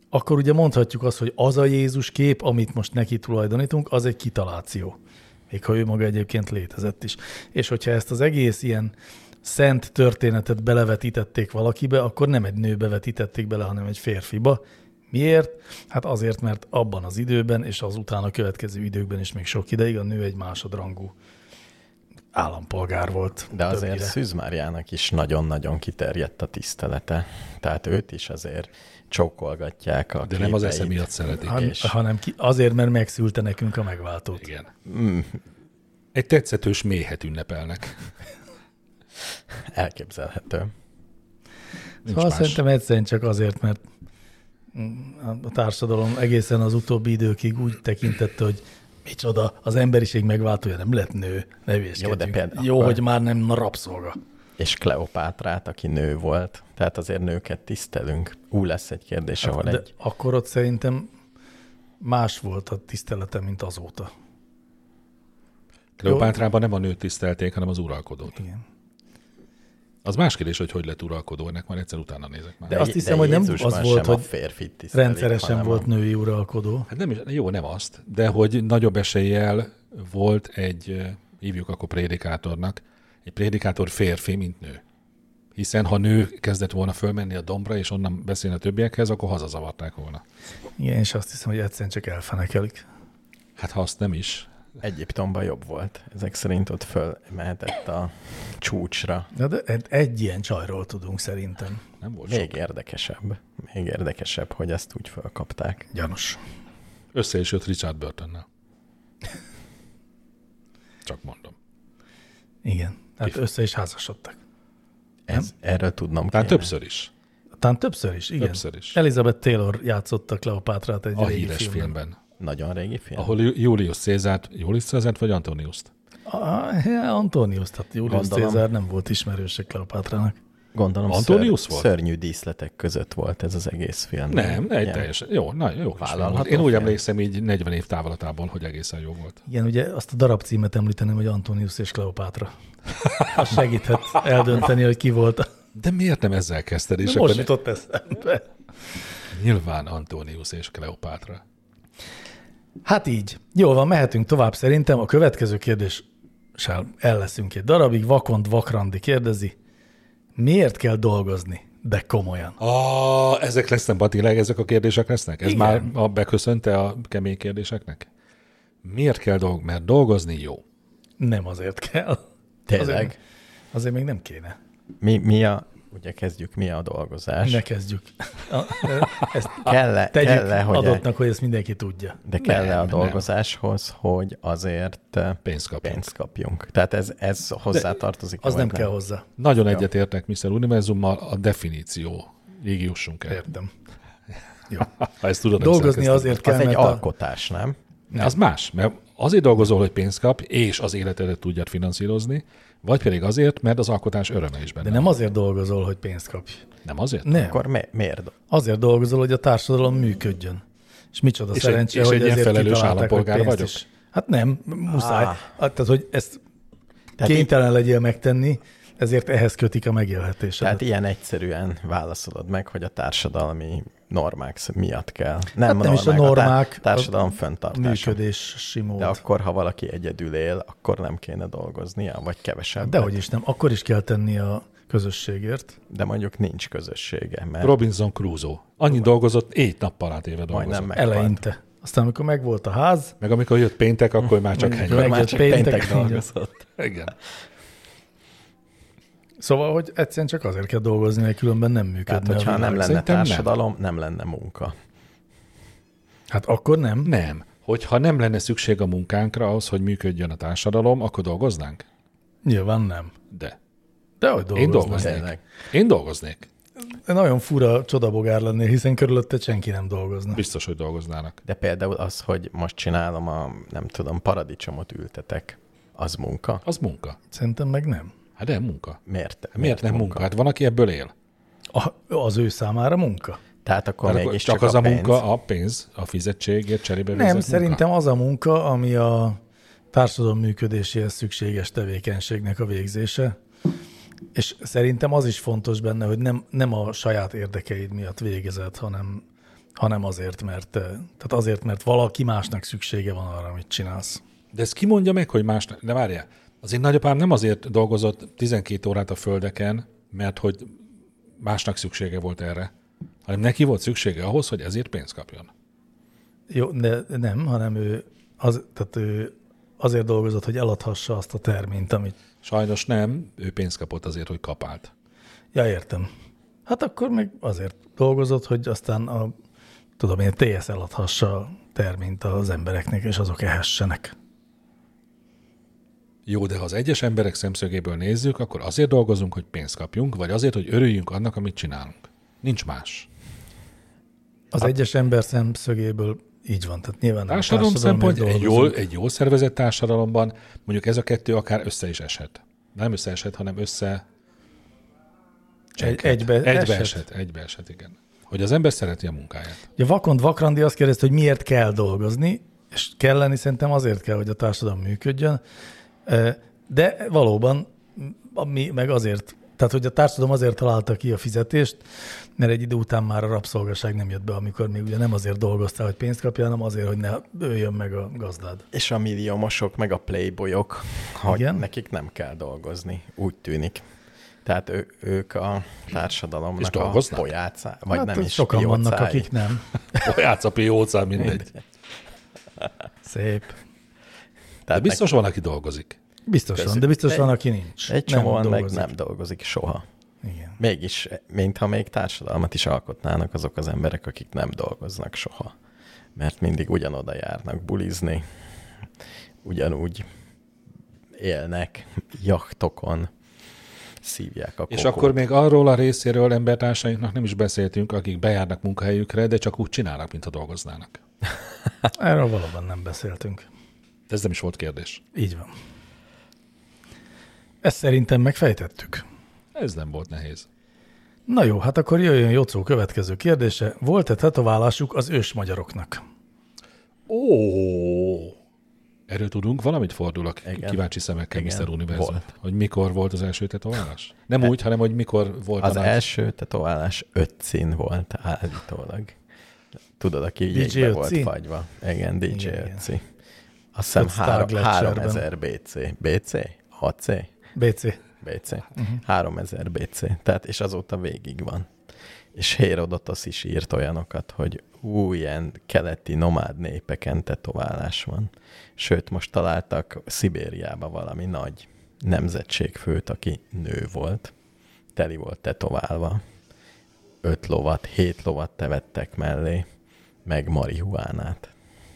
S2: akkor ugye mondhatjuk azt, hogy az a Jézus kép, amit most neki tulajdonítunk, az egy kitaláció. Még ha ő maga egyébként létezett is. És hogyha ezt az egész ilyen szent történetet belevetítették valakibe, akkor nem egy nőbe vetítették bele, hanem egy férfiba. Miért? Hát azért, mert abban az időben és az utána következő időkben is még sok ideig a nő egy másodrangú állampolgár volt.
S4: De azért
S2: többnyire.
S4: Szűz Máriának is nagyon-nagyon kiterjedt a tisztelete. Tehát őt is azért csókolgatják a
S3: De nem az esze
S4: képeit.
S3: miatt szeretik.
S2: Han,
S4: és-
S2: hanem ki, azért, mert megszülte nekünk a megváltót.
S3: Igen. Hmm. Egy tetszetős méhet ünnepelnek.
S4: Elképzelhető.
S3: Nincs
S2: Szóval
S3: más.
S2: szerintem egyszerűen csak azért, mert mm, a társadalom egészen az utóbbi időkig úgy tekintette, hogy micsoda, az emberiség megváltója nem lett nő, ne
S4: Jó, de
S2: hülyeskedjünk.
S4: például-
S2: Jó, hogy már nem rabszolga.
S4: És Kleopátrát, aki nő volt. Tehát azért nőket tisztelünk. Ú, lesz egy kérdés, ahol
S2: Hát, De
S4: egy...
S2: akkor ott szerintem más volt a tisztelete, mint azóta.
S3: Kleopátrában nem a nőt tisztelték, hanem az uralkodót.
S2: Igen.
S3: Az más kérdés, hogy hogy lett uralkodó, ennek már egyszer utána nézek már.
S4: De,
S2: azt hiszem, hogy nem
S4: Jézusban
S2: az volt,
S4: sem
S2: hogy
S4: a férfit tisztelik,
S2: Rendszeresen
S4: hanem a-
S2: volt női uralkodó.
S3: Hát nem is, jó, nem azt, de hogy nagyobb eséllyel volt egy ö, hívjuk akkor prédikátornak, egy prédikátor férfi, mint nő. Hiszen ha nő kezdett volna fölmenni a dombra, és onnan beszélni a többiekhez, akkor hazazavarták volna.
S2: Igen, és azt hiszem, hogy egyszerűen csak elfenekelik.
S3: Hát ha azt nem is.
S4: Egyiptomban jobb volt. Ezek szerint ott fölmehetett a csúcsra.
S2: Na de egy- egy ilyen csajról tudunk szerintem.
S3: Nem volt sok.
S4: Még érdekesebb. Még érdekesebb, hogy ezt úgy fölkapták.
S2: Gyanús.
S3: Össze is jött Richard Burtonnel. Csak mondom.
S2: Igen. Hát össze is házasodtak.
S4: Ez, erről tudnom
S3: Tehát
S4: kéne.
S3: többször is.
S2: Talán többször is, igen.
S3: Többször is.
S2: Elizabeth Taylor játszotta Kleopátrát egy
S3: A
S2: régi
S3: híres filmben.
S4: Nagyon régi film.
S3: Ahol Ju- Julius Cézárt, Julius Cézárt vagy Antoniuszt?
S2: Ah, ja, Antonius, tehát Julius
S4: Gondolom.
S2: Cézár nem volt ismerőse Kleopátrának.
S4: Gondolom
S3: Antonius
S4: ször,
S3: volt?
S4: szörnyű díszletek között volt ez az egész film.
S3: Nem, nem, egy
S4: Igen.
S3: teljesen. Jó, na, jó. kis film volt.
S4: Vállalható
S3: Én úgy
S4: film.
S3: emlékszem így 40 év távolatából, hogy egészen jó volt.
S2: Igen, ugye azt a darab címet említeném, hogy Antonius és Kleopátra. Az segíthet eldönteni, hogy ki volt.
S3: De miért nem ezzel kezdted? És
S2: És Most
S3: akkor
S2: jutott eszembe.
S3: nyilván Antonius és Kleopátra.
S2: Hát így. Jól van, mehetünk tovább szerintem. A következő kérdés el leszünk egy darabig. Vakond Vakrandi kérdezi, miért kell dolgozni, de komolyan?
S3: Ah, ezek lesznek, ma tényleg ezek a kérdések lesznek? Ez
S2: Igen.
S3: már a beköszönte a kemény kérdéseknek? Miért kell dolgozni? Mert dolgozni jó.
S2: Nem azért kell.
S4: Tényleg?
S2: Azért, azért még nem kéne.
S4: Mi, mi a, ugye kezdjük, mi a dolgozás?
S2: Ne kezdjük. A- Ezt
S4: Kell-e,
S2: tegyük
S4: kell-e, hogy
S2: adottnak, hogy ezt mindenki tudja.
S4: De kell
S3: Nem,
S4: a
S3: nem.
S4: dolgozáshoz, hogy azért eh,
S3: Pénzt kapjunk.
S4: pénzt kapjunk. Tehát ez, ez hozzátartozik.
S2: Az
S4: vagy
S2: nem kell hozzá.
S3: Nagyon egyetértek Mr. Univerzummal, a definíció. Így jussunk el.
S2: Értem.
S3: Ha ezt tudod, nem
S2: Dolgozni
S3: szerkesztem.
S2: azért kell,
S4: Az egy
S2: mert a,
S4: alkotás, nem?
S3: Nem. Az más, mert azért dolgozol, hogy pénzt kap, és az életedet tudjad finanszírozni, vagy pedig azért, mert az alkotás öröme is benne.
S2: de nem azért dolgozol, hogy pénzt kapj.
S3: van. nem azért?
S2: Nem.
S4: Akkor mi, miért? do-
S2: Azért dolgozol, hogy a társadalom működjön. És micsoda
S3: És
S2: szerencse,
S3: egy- és
S2: hogy
S3: egy ilyen
S2: ezért
S3: felelős
S2: kitalálták, hogy
S3: állampolgár
S2: pénzt
S3: vagyok?
S2: Is. Hát nem, m- muszáj.
S4: Ah.
S2: Ah. Hát, tehát, hogy ezt
S4: Tehát, így,
S2: kénytelen legyél megtenni, ezért ehhez kötik a megélhetésedet.
S4: tehát ilyen egyszerűen válaszolod meg, hogy a társadalmi normák sz- miatt kell. Nem,
S2: Hát nem is a normák,
S4: a tá- társadalom
S2: a
S4: fenntartása.
S2: működési mód.
S4: De akkor, ha valaki egyedül él, akkor nem kéne dolgoznia, vagy kevesebb.
S2: Dehogy is nem, akkor is kell tenni a közösségért.
S4: De mondjuk nincs közössége, mert
S3: Robinson Crusoe. Annyi dolgozott, égy nappal átéve dolgozott.
S4: majdnem meg.
S2: Eleinte. Aztán, amikor megvolt a ház,
S3: Meg amikor jött péntek, akkor már csak
S2: Meg
S3: henyeg.
S4: Már
S2: jött
S4: csak
S2: péntek,
S4: péntek
S2: igen.
S4: dolgozott.
S3: Igen.
S2: szóval, hogy egyszerűen csak azért kell dolgozni, mert különben nem
S4: Tehát,
S2: működne
S4: hogyha
S2: a világ.
S4: nem lenne
S3: Szerintem Hát, nem.
S4: társadalom, nem lenne munka.
S2: Hát akkor nem.
S3: Nem. Hogyha nem lenne szükség a munkánkra ahhoz, hogy működjön a társadalom, akkor dolgoznánk?
S2: Nyilván nem.
S3: De.
S2: De hogy
S3: Én
S2: dolgozni.
S3: dolgoznék.
S4: tényleg.
S3: Én dolgoznék.
S2: Nagyon fura csodabogár lennél, hiszen körülötte senki nem dolgozna.
S3: Biztos, hogy dolgoznának.
S4: De például az, hogy most csinálom a, nem tudom, paradicsomot ültetek, az munka?
S3: Az munka.
S2: Szerintem meg nem.
S3: Hát de munka.
S4: Miért?
S3: Miért nem munka? Hát van, aki ebből él.
S2: A, az ő számára munka?
S4: Tehát akkor
S3: Hát
S4: hát
S3: akkor
S4: mégis
S3: csak, az a,
S4: pénz.
S3: munka, a pénz, a fizetségért cserébe
S2: Nem,
S3: végzett
S2: szerintem az a munka, ami a társadalom működéséhez szükséges tevékenységnek a végzése. És szerintem az is fontos benne, hogy nem, nem a saját érdekeid miatt végezed, hanem, hanem azért, mert, eh, tehát azért, mert valaki másnak szüksége van arra, amit csinálsz.
S3: De ez kimondja meg, hogy más... De várjál, az én nagyapám nem azért dolgozott 12 órát a földeken, mert hogy másnak szüksége volt erre, hanem neki volt szüksége ahhoz, hogy ezért pénzt kapjon.
S2: Jó, de nem, hanem ő, az, tehát ő azért dolgozott, hogy eladhassa azt a terményt, amit...
S3: Sajnos nem, ő pénzt kapott azért, hogy kapált.
S2: Ja, értem. Hát akkor meg azért dolgozott, hogy aztán a, tudom én, TS eladhassa a terményt az embereknek, és azok ehessenek.
S3: Jó, de ha az egyes emberek szemszögéből nézzük, akkor azért dolgozunk, hogy pénzt kapjunk, vagy azért, hogy örüljünk annak, amit csinálunk. Nincs más.
S2: Az
S3: Hát-
S2: egyes ember szemszögéből így van, tehát nyilván nem a
S3: Társadalom
S2: társadalomért
S3: szempont egy
S2: dolgozunk.
S3: jól, egy jól szervezett társadalomban mondjuk ez a kettő akár össze is eshet. Nem összeeshet, hanem össze
S2: egy, egybe,
S3: Egybe esett, egybe esett, igen. Hogy az ember szereti a munkáját.
S2: Ugye Vakond Vakrandi azt kérdezte, hogy miért kell dolgozni, és kell lenni szerintem azért kell, hogy a társadalom működjön, de valóban mi meg azért Tehát, hogy a társadalom azért találta ki a fizetést, mert egy idő után már a rabszolgaság nem jött be, amikor még ugye nem azért dolgoztál, hogy pénzt kapjál, hanem azért, hogy ne öljön meg a gazdád.
S4: És a milliómosok, meg a playboyok, hogy
S2: Igen?
S4: nekik nem kell dolgozni, úgy tűnik. Tehát ő, ők a társadalomnak
S3: És
S4: a
S3: dolgoznak?
S4: pojácá, vagy hát nem is
S2: sokan vannak,
S4: piócái.
S2: akik nem.
S3: Játsz a piócán, mindegy.
S2: Szép.
S3: De
S4: Tehát biztos
S3: biztos van, aki dolgozik.
S2: Biztos van,
S4: Közül-
S2: de biztos
S4: egy-
S2: van, aki nincs.
S4: egy csomóan
S2: nem
S4: meg
S2: dolgozik.
S4: nem dolgozik soha.
S2: Igen.
S4: Mégis, mintha még társadalmat is alkotnának azok az emberek, akik nem dolgoznak soha. Mert mindig ugyanoda járnak bulizni, ugyanúgy élnek jachtokon, szívják a
S3: És
S4: kokót.
S3: akkor még arról a részéről embertársainknak nem is beszéltünk, akik bejárnak munkahelyükre, de csak úgy csinálnak, mintha dolgoznának.
S2: Erről valóban nem beszéltünk.
S3: De ez nem is volt kérdés.
S2: Így van. Ezt szerintem megfejtettük.
S3: Ez nem volt nehéz.
S2: Na jó, hát akkor jöjjön Jocó következő kérdése. Volt-e tetoválásuk az ős magyaroknak?
S3: Ó! Erről tudunk valamit fordulok
S4: Igen.
S3: kíváncsi szemekkel
S4: Igen,
S3: Mr. Univerzum.
S4: volt.
S3: Hogy mikor volt az első tetoválás? Nem úgy, hanem hogy mikor volt
S4: Az
S3: a nagy-
S4: első tetoválás öt szín volt állítólag. Tudod, aki
S2: DJ
S4: jégbe volt
S2: Ötzi?
S4: fagyva. Igen, DJ
S2: Igen,
S4: igen,
S2: igen.
S4: Ötzi. Azt hiszem
S2: Ott Star
S4: három-
S2: Gletscherben.
S4: 3000 BC. BC? 6C?
S2: BC.
S4: BC. Uh-huh. 3000 BC. Tehát, és azóta végig van. És Hérodotosz is írt olyanokat, hogy új ilyen keleti nomád népeken tetoválás van. Sőt, most találtak Szibériába valami nagy nemzetségfőt, aki nő volt. Teli volt tetoválva. Öt lovat, hét lovat tevettek mellé, meg marihuánát.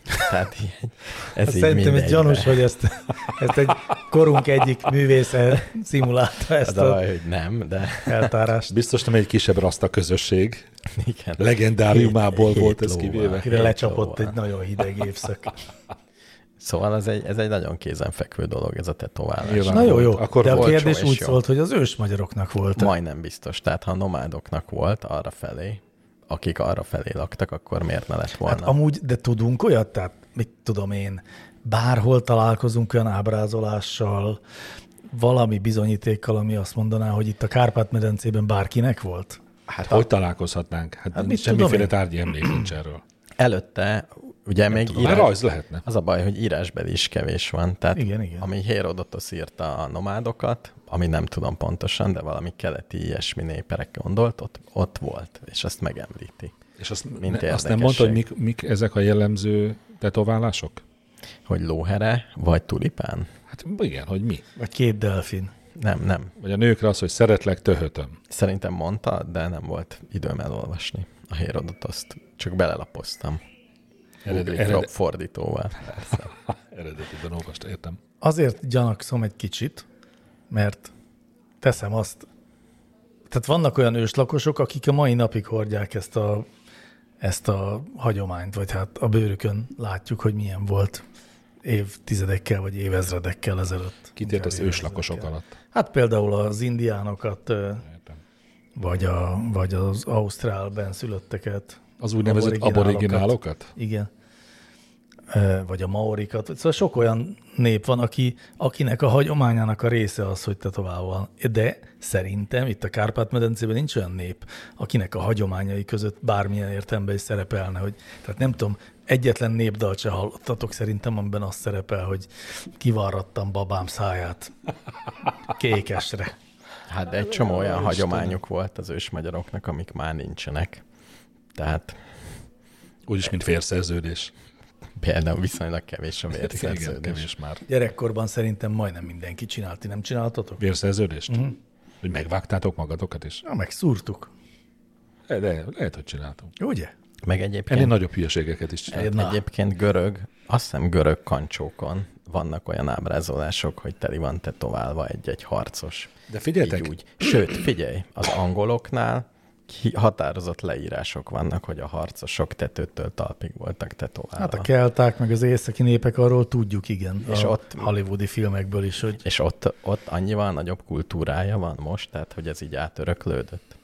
S4: Tehát ilyen, ez így
S2: Szerintem ez
S4: mindegybe.
S2: gyanús, hogy ezt, ezt egy korunk egyik művésze szimulálta
S4: Az
S2: ezt
S4: a
S2: a
S4: baj, hogy nem, de
S2: eltárást,
S3: Biztos nem egy kisebb rasta közösség.
S4: igen.
S3: Legendáriumából
S4: Hét-
S3: volt
S4: hét
S3: ez
S4: lóvá.
S3: kivéve.
S2: akire lecsapott
S4: Szóval.
S2: egy nagyon hideg évszak.
S4: Szóval ez egy, ez egy nagyon kézenfekvő dolog, ez a tetoválás.
S3: Nyilván.
S2: Na jó, jó,
S3: volt, akkor
S2: de a
S3: volt
S2: kérdés
S4: jó és
S2: úgy
S4: jó.
S2: szólt, hogy az ős magyaroknak volt.
S4: Majdnem biztos. Tehát ha a nomádoknak volt arra felé, akik arra felé laktak, akkor miért ne lett volna?
S2: Hát amúgy, de tudunk olyat, tehát mit tudom én, bárhol találkozunk olyan ábrázolással, valami bizonyítékkal, ami azt mondaná, hogy itt a Kárpát-medencében bárkinek volt?
S3: Hát hogy találkozhatnánk? Hát,
S2: Hát
S3: hát
S2: mit
S3: semmiféle
S2: tudom én?
S3: tárgyi emlék nincs erről.
S4: Előtte ugye még
S3: Tudom, már rajz lehetne.
S4: Az a baj, hogy írásbeli is kevés van. Tehát
S2: Igen, igen.
S4: ami Hérodotosz írta a nomádokat, ami nem tudom pontosan, de valami keleti ilyesmi néperek gondolt, ott, ott volt, és ezt megemlíti.
S3: És azt,
S4: Mint
S3: ne, azt nem mondta, hogy
S4: érdekesség.
S3: mik, mik ezek a jellemző tetoválások?
S4: Hogy lóhere vagy tulipán?
S3: Hát igen, hogy mi?
S2: Vagy két delfin?
S4: Nem, nem.
S3: Vagy a nőkre az, hogy szeretlek, töhötöm.
S4: Szerintem mondta, de nem volt időm elolvasni a Hérodotoszt. Csak belelapoztam.
S3: Ered-
S4: Eredet,
S3: ered-
S4: fordítóval.
S3: Eredetiben olvasta, értem.
S2: Azért gyanakszom egy kicsit, mert teszem azt. Tehát vannak olyan őslakosok, akik a mai napig hordják ezt a, ezt a hagyományt, vagy hát a bőrükön látjuk, hogy milyen volt évtizedekkel vagy évezredekkel ezelőtt.
S3: Kit ért az
S2: Inkább
S3: őslakosok
S2: évezredekkel.
S3: alatt?
S2: Hát például az indiánokat, ö,
S3: Értem.
S2: vagy, a, vagy az ausztrál benszülötteket.
S3: Az úgynevezett aboriginálokat?
S2: Igen. Ö, Vagy a maorikat. Szóval sok olyan nép van, aki, akinek a hagyományának a része az, hogy tetoválva van. De szerintem itt a Kárpát-medencében nincs olyan nép, akinek a hagyományai között bármilyen értelemben is szerepelne. Hogy, tehát nem tudom, egyetlen népdalt se hallottatok szerintem, amiben az szerepel, hogy kivarrattam babám száját kékesre.
S4: Hát de egy csomó olyan hagyományuk volt az ősmagyaroknak, amik már nincsenek. Tehát
S3: Úgyis, mint férszerződés.
S4: például viszonylag kevés a
S3: Igen,
S4: vérszerződés.
S3: kevés már.
S2: Gyerekkorban szerintem majdnem mindenki csinált. Ti nem csináltatok?
S3: Vérszerződést?
S4: Mhm.
S3: Uh-huh. Hogy megvágtátok magatokat is?
S2: Ja, meg szúrtuk.
S3: De, de lehet, hogy csináltunk.
S2: Ugye?
S4: Meg
S3: Ennél
S4: egyébként,
S3: nagyobb hülyeségeket is csináltunk.
S2: Na.
S4: egyébként görög, azt hiszem görög kancsókon vannak olyan ábrázolások, hogy teli van tetoválva egy-egy harcos.
S3: De
S4: Így
S3: figyeljetek,
S4: úgy. Sőt, figyelj, az angoloknál ki- határozott leírások vannak, hogy a harcosok tetőtől talpig voltak tetoválva.
S2: Hát a kelták, meg az északi népek arról tudjuk, igen.
S4: És
S2: a
S4: ott-
S2: hollywoodi filmekből is, hogy
S4: És ott, ott annyival nagyobb kultúrája van most, tehát hogy ez így átöröklődött.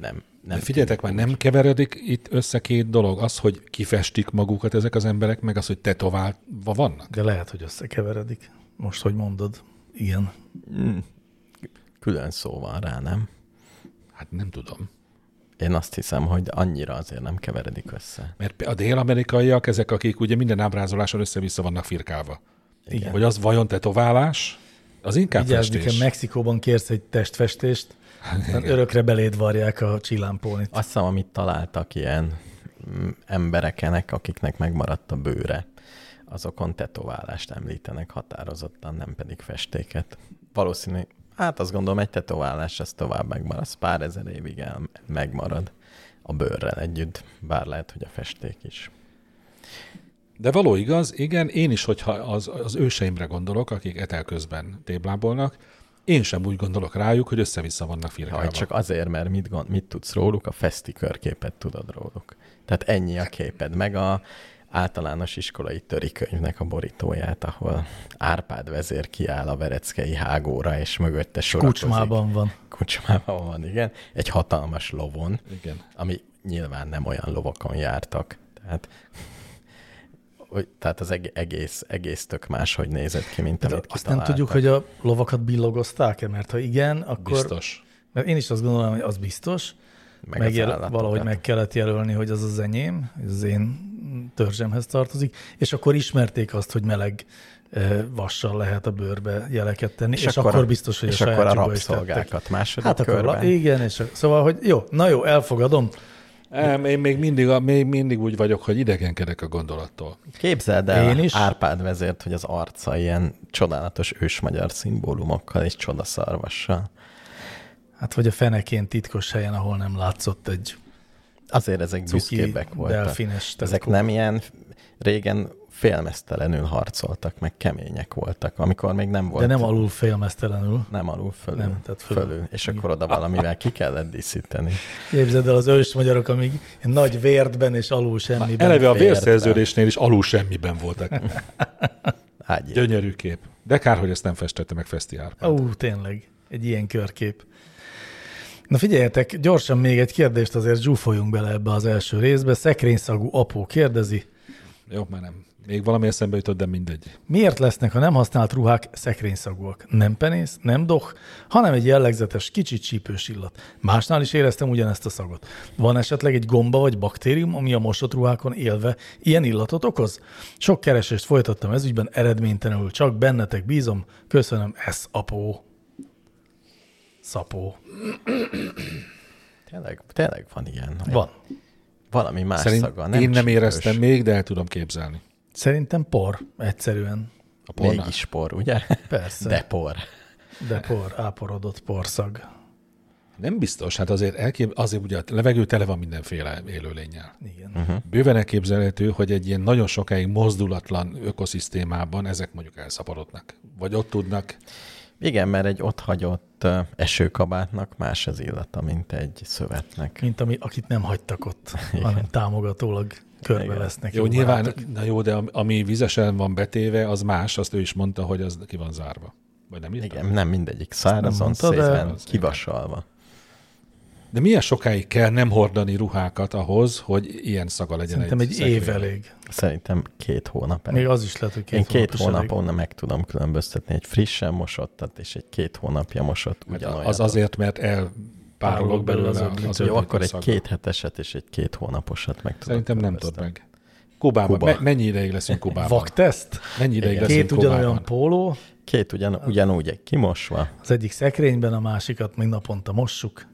S4: Nem, nem
S3: De figyeljetek már, nem keveredik itt össze két dolog? Az, hogy kifestik magukat ezek az emberek, meg az, hogy tetoválva vannak?
S2: de lehet, hogy összekeveredik. Most, hogy mondod. Igen.
S4: külön szó van rá, nem?
S3: Hát nem tudom.
S4: Én azt hiszem, hogy annyira azért nem keveredik össze.
S3: Mert a dél-amerikaiak, ezek, akik ugye minden ábrázoláson össze-vissza vannak firkálva.
S4: Igen.
S3: Hogy az vajon tetoválás, az inkább
S2: Vigyázz, nekem
S3: festés.
S2: Mexikóban kérsz egy testfestést, aztán örökre beléd varják a csillámpónit.
S4: Azt hiszem, amit találtak ilyen mm, emberekenek, akiknek megmaradt a bőre, azokon tetoválást említenek határozottan, nem pedig festéket. Valószínű, hát azt gondolom, egy tetoválás az tovább megmarad, az pár ezer évig el megmarad a bőrrel együtt, bár lehet, hogy a festék is.
S3: De való igaz, igen, én is, hogyha az, az őseimre gondolok, akik etel közben téblábolnak, én sem úgy gondolok rájuk, hogy össze-vissza vannak
S4: Ha
S3: firkálva.
S4: hogy csak azért, mert mit, gond, mit tudsz róluk, a feszti körképet tudod róluk. Tehát ennyi a képed, meg a általános iskolai törikönyvnek a borítóját, ahol Árpád vezér kiáll a vereckei hágóra, és mögötte sorakozik.
S2: Kucsmában van.
S4: Kocsmában van, igen. Egy hatalmas lovon,
S3: Igen.
S4: ami nyilván nem olyan lovakon jártak. Tehát, hogy- tehát az eg- egész, egész tök máshogy nézett ki, mint amit
S2: Hát Azt nem
S4: kitaláltak.
S2: tudjuk, hogy a lovakat billogozták-e, mert ha igen, akkor...
S3: Biztos.
S2: Mert én is azt gondolom, hogy az biztos.
S4: Meg
S2: Meg
S4: az
S2: Megjel,
S4: állatokat.
S2: valahogy meg kellett jelölni, hogy az az enyém, hogy az én törzsemhez tartozik, és akkor ismerték azt, hogy meleg eh, vassal lehet a bőrbe jeleket tenni, és, és akkor, akkor biztos, hogy
S4: és
S2: a
S4: akkor a
S2: sajátjukba is tettek.
S4: rabszolgákat második
S2: Hát akkor, la-
S4: körben.
S2: igen, és a, szóval, hogy jó, na jó, elfogadom.
S3: Nem, én még mindig, a- még mindig úgy vagyok, hogy idegenkedek a gondolattól.
S4: Képzeld el
S2: Én
S4: Én
S2: is.
S4: is? Árpád vezért, hogy az arca ilyen csodálatos ősmagyar szimbólumokkal és csodaszarvassal.
S2: Hát, vagy a fenekén titkos helyen, ahol nem látszott egy
S4: Azért ezek
S2: cuki
S4: büszkébbek voltak.
S2: delfines.
S4: Ezek
S2: tetkó.
S4: nem ilyen régen félmeztelenül harcoltak, meg kemények voltak, amikor még nem volt.
S2: De nem alul félmeztelenül.
S4: nem alul fölül.
S2: Nem, tehát fölül.
S4: És akkor oda valamivel ki kellett díszíteni.
S2: Képzeld el az ős magyarok, amíg nagy vértben és alul semmiben.
S3: Eleve a
S4: fért,
S3: vérszerződésnél is alul semmiben voltak.
S4: Ágyék.
S3: Gyönyörű kép. De kár, hogy ezt nem festette meg Feszti Árpád.
S2: Ó, uh, tényleg, egy ilyen körkép. Na figyeljetek, gyorsan még egy kérdést azért zsúfoljunk bele ebbe az első részbe. Szekrényszagú apó kérdezi,
S3: Jó, már nem. Még valami eszembe jutott, de mindegy.
S2: miért lesznek a nem használt ruhák szekrényszagúak? Nem penész, nem doh, hanem egy jellegzetes, kicsit csípős illat. Másnál is éreztem ugyanezt a szagot. Van esetleg egy gomba vagy baktérium, ami a mosott ruhákon élve ilyen illatot okoz? Sok keresést folytattam ezügyben, eredménytelenül csak bennetek bízom. Köszönöm, ez apó. Szapó.
S4: Tényleg, tényleg van ilyen.
S2: Van.
S4: Valami más
S3: Szerint
S4: szaga.
S3: nem én nem
S4: csípős.
S3: éreztem még, de el tudom képzelni.
S2: Szerintem por, egyszerűen.
S3: A pornát.
S4: Mégis por, ugye?
S2: Persze.
S4: De por.
S2: De por, áporodott porszag.
S3: Nem biztos, hát azért, elkép... azért ugye a levegő tele van mindenféle élőlényel.
S2: Igen.
S4: Mhm.
S2: Uh-huh.
S3: Bőven elképzelhető, hogy egy ilyen nagyon sokáig mozdulatlan ökoszisztémában ezek mondjuk elszaporodnak. Vagy ott tudnak.
S4: Igen, mert egy ott hagyott ö, esőkabátnak más az illata, mint egy szövetnek.
S2: Mint ami, akit nem hagytak ott, hanem támogatólag körbe
S4: Igen.
S2: vesznek.
S3: Jó,
S2: jó
S3: nyilván,
S2: barátok.
S3: na jó, de am- ami vizesen van betéve, az más, azt ő is mondta, hogy az ki van zárva. Vagy nem írta?
S4: Igen, nem mindegyik szárazon,
S2: mondta, de-
S4: szépen kivasalva.
S3: De milyen sokáig kell nem hordani ruhákat ahhoz, hogy ilyen szaga legyen
S2: Szerintem egy
S3: szekrénynek?
S2: év elég.
S4: Szerintem két hónap.
S2: Még az is lehet, hogy
S4: Két Én
S2: két,
S4: két
S2: hónap is elég.
S4: hónapon meg tudom különböztetni egy frissen mosottat és egy két hónapja mosott ugyanolyan.
S3: Hát Az azért, mert elpárolog
S2: Párolog belőle
S3: belőle
S2: az
S3: az,
S2: öblítő.
S3: az
S4: Jó,
S3: öblítő
S4: akkor egy
S3: szaga.
S4: két heteset és egy két hónaposat meg tudom
S3: Szerintem nem tudod
S4: különböztetni.
S3: meg. Kubában.
S4: Kuba.
S3: Me- mennyi ideig leszünk Kubában?
S2: Vakteszt,
S3: Mennyi ideig leszünk
S2: két ugyanolyan
S3: Kubában?
S2: póló,
S4: Két ugyan, ugyanúgy egy kimosva,
S2: az egyik szekrényben, a másikat még naponta mossuk.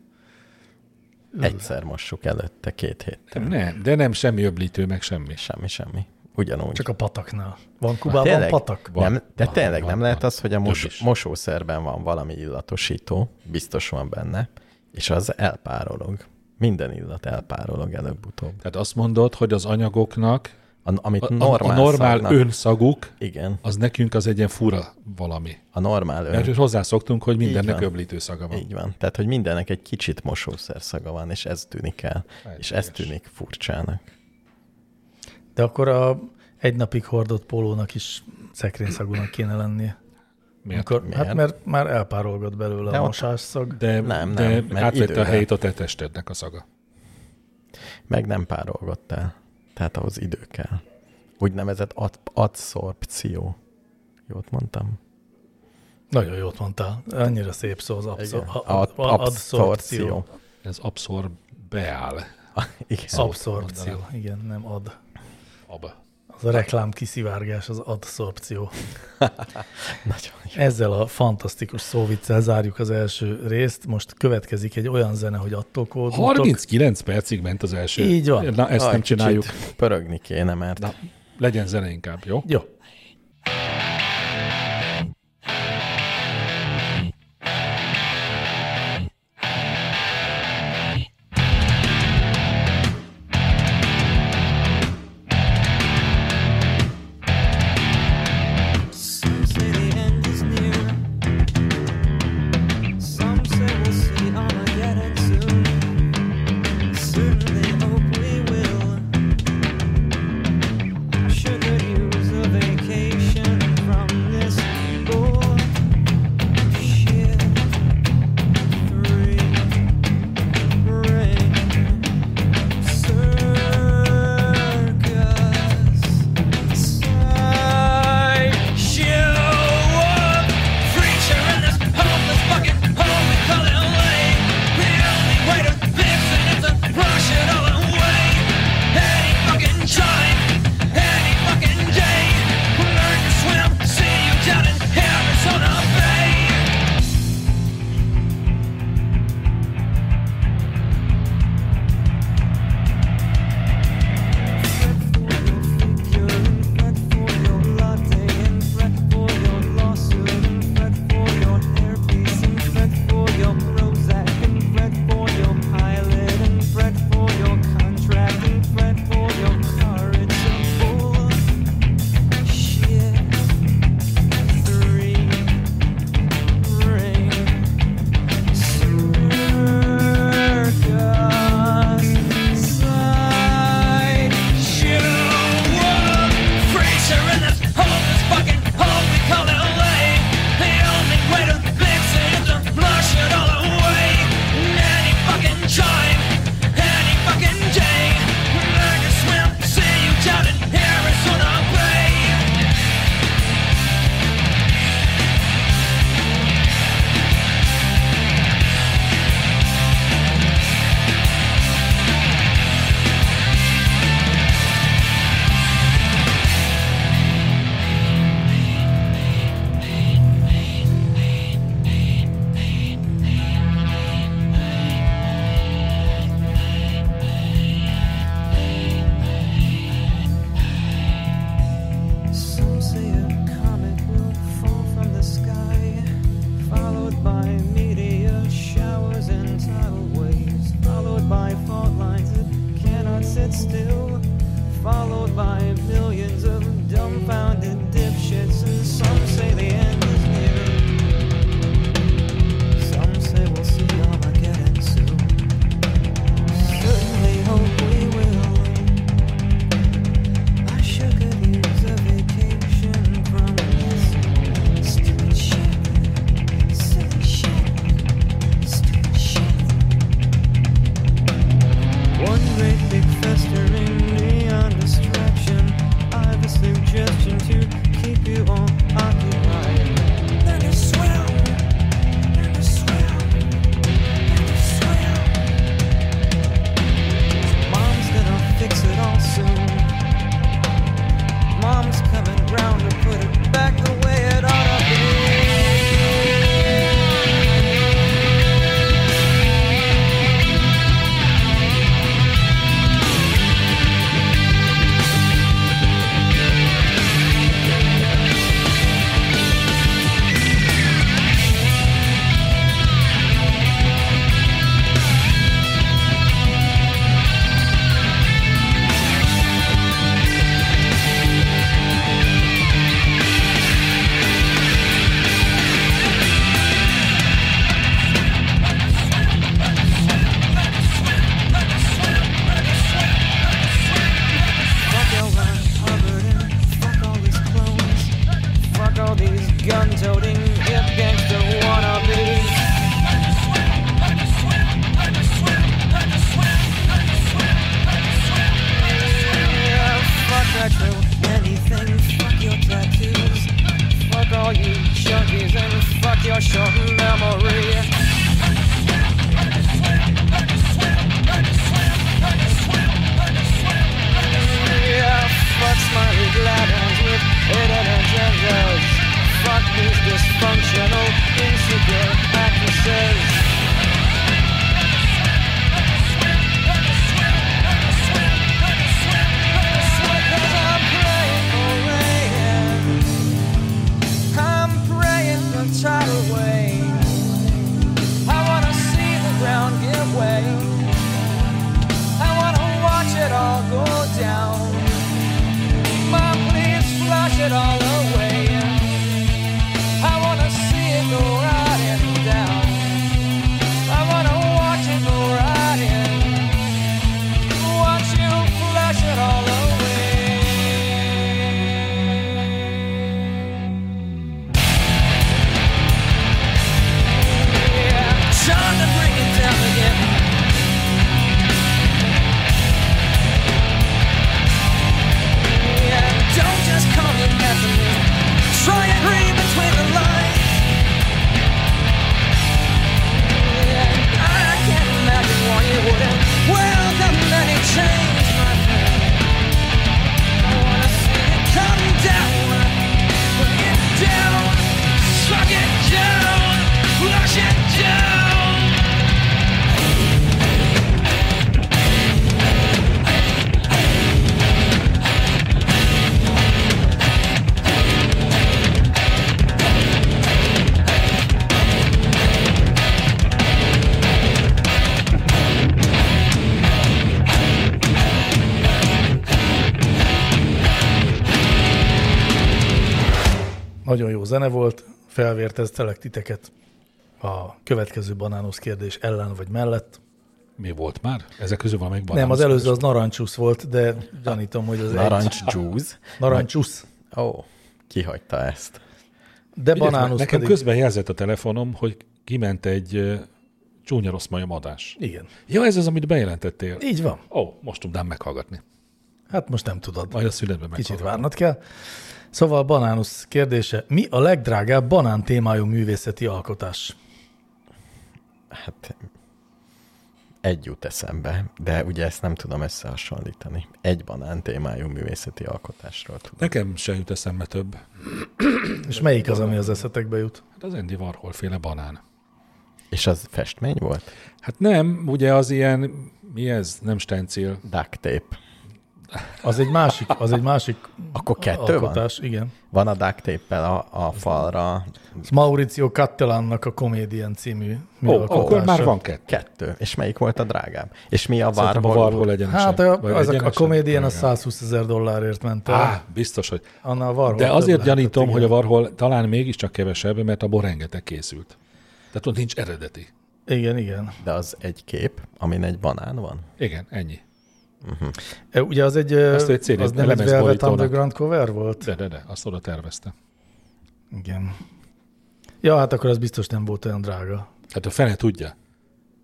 S4: egyszer mossuk előtte két hét.
S3: Nem, de nem semmi öblítő, meg semmi.
S4: Semmi, semmi. Ugyanúgy.
S2: Csak a pataknál.
S4: Ah,
S2: Van Kubában patak?
S4: Van, nem, de
S3: Van,
S4: tényleg
S3: van,
S4: nem
S3: van.
S4: lehet az, hogy a
S3: Több
S4: mos,
S3: is.
S4: mosószerben van valami illatosító, biztos van benne, és az elpárolog. Minden illat elpárolog előbb-utóbb.
S3: Tehát azt mondod, hogy az anyagoknak
S4: A, amit
S3: a,
S4: normál,
S3: normál a normál
S4: szagnak-
S3: önszaguk,
S4: Igen,
S3: az nekünk az egy ilyen fura valami.
S4: a normál ön.
S3: Mert hozzászoktunk, hogy mindennek
S4: van.
S3: öblítő szaga van.
S4: Így van. Tehát, hogy mindennek egy kicsit mosószer szaga van, és ez tűnik el.
S3: Lehetséges.
S4: És ez tűnik furcsának.
S2: De akkor a egy napig hordott pólónak is szekrényszagúnak kéne lennie.
S3: Miért?
S2: Amikor, Hát
S4: Miért?
S2: mert már elpárolgott belőle
S4: De
S2: a
S4: ott-
S2: mosásszag.
S3: De,
S4: Nem,
S3: de
S4: nem, mert
S3: átvette a
S4: idővel.
S3: helyét a te testednek a szaga.
S4: Meg nem párolgott el. Tehát ahhoz idő kell. Úgynevezett ad, adszorpció. Jót mondtam?
S2: Nagyon jót mondtál. Annyira szép szó az abszor-
S4: Igen.
S2: a- a-
S4: Ab-
S2: a-
S4: Abszorció.
S2: abszorció.
S3: Ez abszorbeál.
S4: Igen.
S2: Abszorció. Igen, nem ad.
S3: Ab.
S2: Az a reklám kiszivárgás, az adszorpció.
S4: Nagyon jó.
S2: Ezzel a fantasztikus szóviccel zárjuk az első részt. Most következik egy olyan zene, hogy attól koldultok.
S3: 39 percig ment az első.
S2: Így van.
S3: Na, ezt
S4: Aj,
S3: nem csináljuk.
S4: Kicsit pörögni kéne, mert
S3: Na, legyen zene inkább, jó?
S2: Jó.
S5: Some say the end is near. Some say we'll see Armageddon soon. Soon they hope we will. I Should good use a vacation.
S2: Nagyon jó zene volt, felvérteztelek titeket a következő banánusz kérdés ellen vagy mellett.
S3: Mi volt már? Ezek közül van még
S2: Nem, az előző az narancsusz volt, de gyanítom, hogy az egy.
S4: Narancs juice.
S2: Narancsusz.
S4: Ó, oh, kihagyta ezt.
S2: De
S3: Figyelj,
S2: banánusz
S3: Nekem
S2: pedig...
S3: közben jelzett a telefonom, hogy kiment egy ö, csúnya rossz majom adás.
S2: Igen.
S3: Ja, ez az, amit bejelentettél.
S2: Így van.
S3: Ó, oh, most tudnám meghallgatni.
S2: Hát most nem tudod.
S3: Majd a szünetben
S2: Kicsit
S3: meghallgatom.
S2: várnod kell. Szóval Banánusz kérdése. Mi a legdrágább banán témájú művészeti alkotás?
S4: Hát egy jut eszembe, de ugye ezt nem tudom összehasonlítani. Egy banán témájú művészeti alkotásról tudom.
S3: Nekem se jut eszembe több.
S2: És melyik az, ami az eszetekbe jut?
S3: Hát az Andy Warhol féle banán.
S4: És az festmény volt?
S3: Hát nem, ugye az ilyen, mi ez? Nem stencél.
S4: Duct tape.
S2: Az egy másik, az egy másik
S4: Akkor kettő van?
S2: alkotás, igen.
S4: Van a duct tape a, a falra
S2: Ez Mauricio Cattelannak a Komédien című
S3: Ó, oh,
S2: műalkotása.
S3: akkor már van kettő.
S4: kettő. És melyik volt a drágább? És mi a
S3: Szerintem a
S4: várhol?
S3: Warhol egyenesen.
S2: Hát a,
S3: Vagy
S2: az a, a
S3: egyenesen?
S2: Komédien az
S3: Igen.
S2: 120 ezer dollárért ment el.
S3: Á, biztos, hogy.
S2: Annál Warhol
S3: De
S2: több
S3: azért
S2: lehetett,
S3: gyanítom,
S2: igen.
S3: hogy a Warhol talán mégiscsak kevesebb, mert abból rengeteg készült. Tehát ott nincs eredeti.
S2: Igen, igen.
S4: De az egy kép, amin egy banán van?
S3: Igen, ennyi.
S2: E, Ugye az egy, ö,
S3: Azt egy CD
S2: az nem egy Velvet
S3: lemezborítónak.
S2: Underground cover volt?
S3: De, de, de, azt oda tervezte.
S2: Igen. Ja, hát akkor az biztos nem volt olyan drága.
S3: Hát a fene tudja,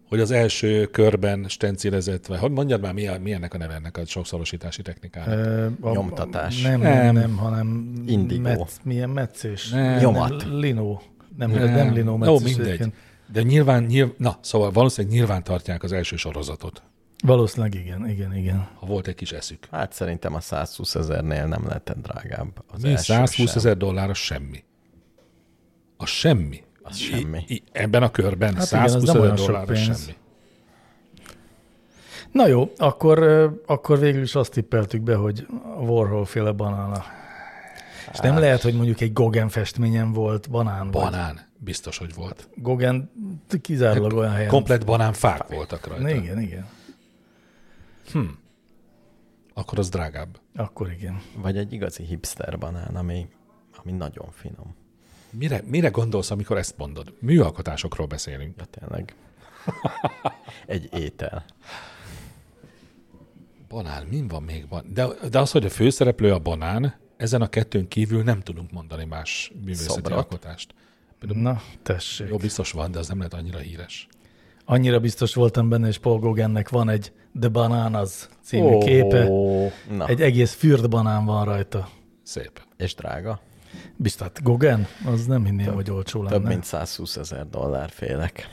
S3: hogy az első körben stencilezett, vagy hogy mondjad már, mi, a, mi ennek a neve ennek a sokszorosítási technikának?
S2: Ö, a-
S4: Nyomtatás.
S2: Nem, nem,
S3: Nem.
S2: nem, hanem
S4: Indigo.
S2: Metz, milyen meccés.
S3: Nem.
S4: Nyomat.
S2: Linó. Nem, nem, nem Linó
S3: Ó,
S2: meccés.
S3: mindegy.
S2: egyébként.
S3: De nyilván, nyilván, na, szóval valószínűleg nyilván tartják az első sorozatot,
S2: Valószínűleg igen, igen, igen.
S3: ha volt egy kis eszük.
S4: Hát szerintem a 120 ezernél nem lehetett drágább. Az
S3: Mi
S4: első
S3: 120
S4: sem.
S3: ezer dollár az semmi. A semmi.
S4: Az semmi.
S3: I, ebben a körben hát
S2: Hát igen, az
S3: 120
S2: nem
S3: ezer
S2: olyan sok
S3: dollár az
S2: pénz.
S3: semmi.
S2: Na jó, akkor, ö, akkor végül is azt tippeltük be, hogy a Warhol féle banána. És
S4: Hát.
S2: nem lehet, hogy mondjuk egy Gauguin festményen volt banán. vagy-
S3: Banán biztos, hogy volt.
S2: Gauguin kizárólag
S4: Hát,
S2: olyan helyen.
S3: Komplett banánfák voltak rajta.
S2: Igen, igen.
S3: Akkor az drágább.
S2: Akkor igen.
S4: Vagy egy igazi hipster banán, ami, ami nagyon finom.
S3: Mire, mire gondolsz, amikor ezt mondod? Műalkotásokról beszélünk.
S4: Ja, tényleg. egy étel.
S3: Banán, min van még? Ban- de, de az, hogy a főszereplő a banán, ezen a kettőn kívül nem tudunk mondani más művészeti
S4: Szobrot.
S3: alkotást.
S2: Na, tessék.
S3: Jó, biztos van, de az nem lehet annyira híres.
S2: Annyira biztos voltam benne, és Paul Gauguinnek van egy The Bananas című oh. képe.
S4: Na,
S2: Egy egész fürdbanán van rajta.
S3: Szép.
S4: és drága.
S2: Biztat, Gauguin? Az nem hinném, hogy olcsó lenne.
S4: Több mint 120 ezer dollár félek.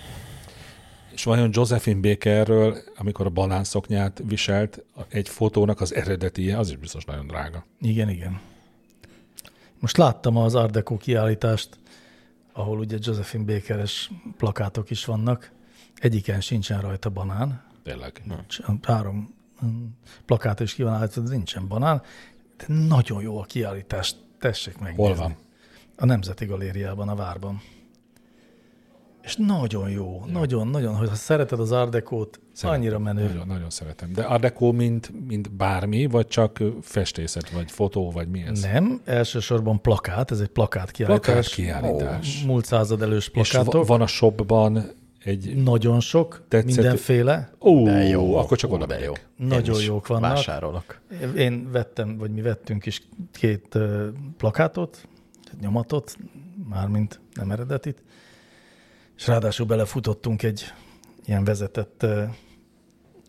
S3: És vajon Josephine Bakerről, amikor a banán szoknyát viselt, a- egy fotónak az eredetie, az is biztos nagyon drága.
S2: Igen, igen. Most láttam az Art Deco kiállítást, ahol ugye Josephine Bakeres plakátok is vannak. Egyiken sincsen rajta banán.
S3: Tényleg.
S4: Hm.
S2: Cs- Három mm, plakát is ki van állítva, de nincsen banán. De nagyon jó a kiállítás. Tessék meg.
S3: Hol van?
S2: A Nemzeti Galériában, a Várban. És nagyon jó, nagyon-nagyon, hogyha szereted az árdekót,
S3: Szeretem.
S2: annyira menő.
S3: Nagyon, nagyon szeretem. De Art Deco mint, mint bármi, vagy csak festészet, vagy fotó, vagy mi ez?
S2: Nem, elsősorban plakát, ez egy plakát kiállítás.
S3: Plakát kiállítás.
S2: Ó, múlt század elős
S3: És va-
S2: plakátok.
S3: van a shopban egy...
S2: Nagyon sok,
S3: Tetszett-
S2: mindenféle.
S3: Ó,
S4: De jó,
S3: akkor csak
S4: ú,
S3: oda
S4: de jó.
S3: megyek.
S4: Én
S2: Nagyon
S4: is
S2: jók vannak.
S4: Vásárolok.
S2: Én vettem, vagy mi vettünk is két ö, plakátot, tehát nyomatot, mármint nem eredetit, és ráadásul belefutottunk egy ilyen vezetett, ö,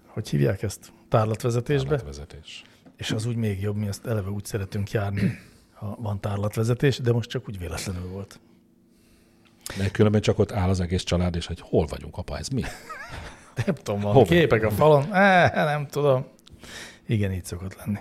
S2: hogy hívják ezt, tárlatvezetésbe,
S3: Vezetés.
S2: és az úgy még jobb, mi ezt eleve úgy szeretünk járni, ha van tárlatvezetés, de most csak úgy véletlenül volt.
S3: Mert különben csak ott áll az egész család, és hogy hol vagyunk, apa, ez mi?
S2: Nem tudom, van
S3: Hova?
S2: képek a falon, eh, nem tudom. Igen, így szokott lenni.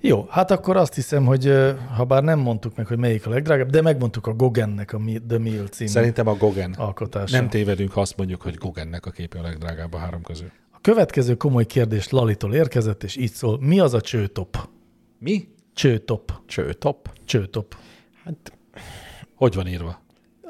S2: Jó, hát akkor azt hiszem, hogy ö, ha bár nem mondtuk meg, hogy melyik a legdrágább, de megmondtuk a Gogennek a Mi- The Meal című
S3: Szerintem a Gogen.
S2: alkotása.
S3: Nem tévedünk, ha azt mondjuk, hogy Gogennek a képe a legdrágább a három közül.
S2: a következő komoly kérdés Lalitól érkezett, és így szól, mi az a csőtop?
S3: Mi?
S2: Csőtop,
S4: Csőtop.
S2: csőtop.
S4: Hát
S3: Hogy van írva?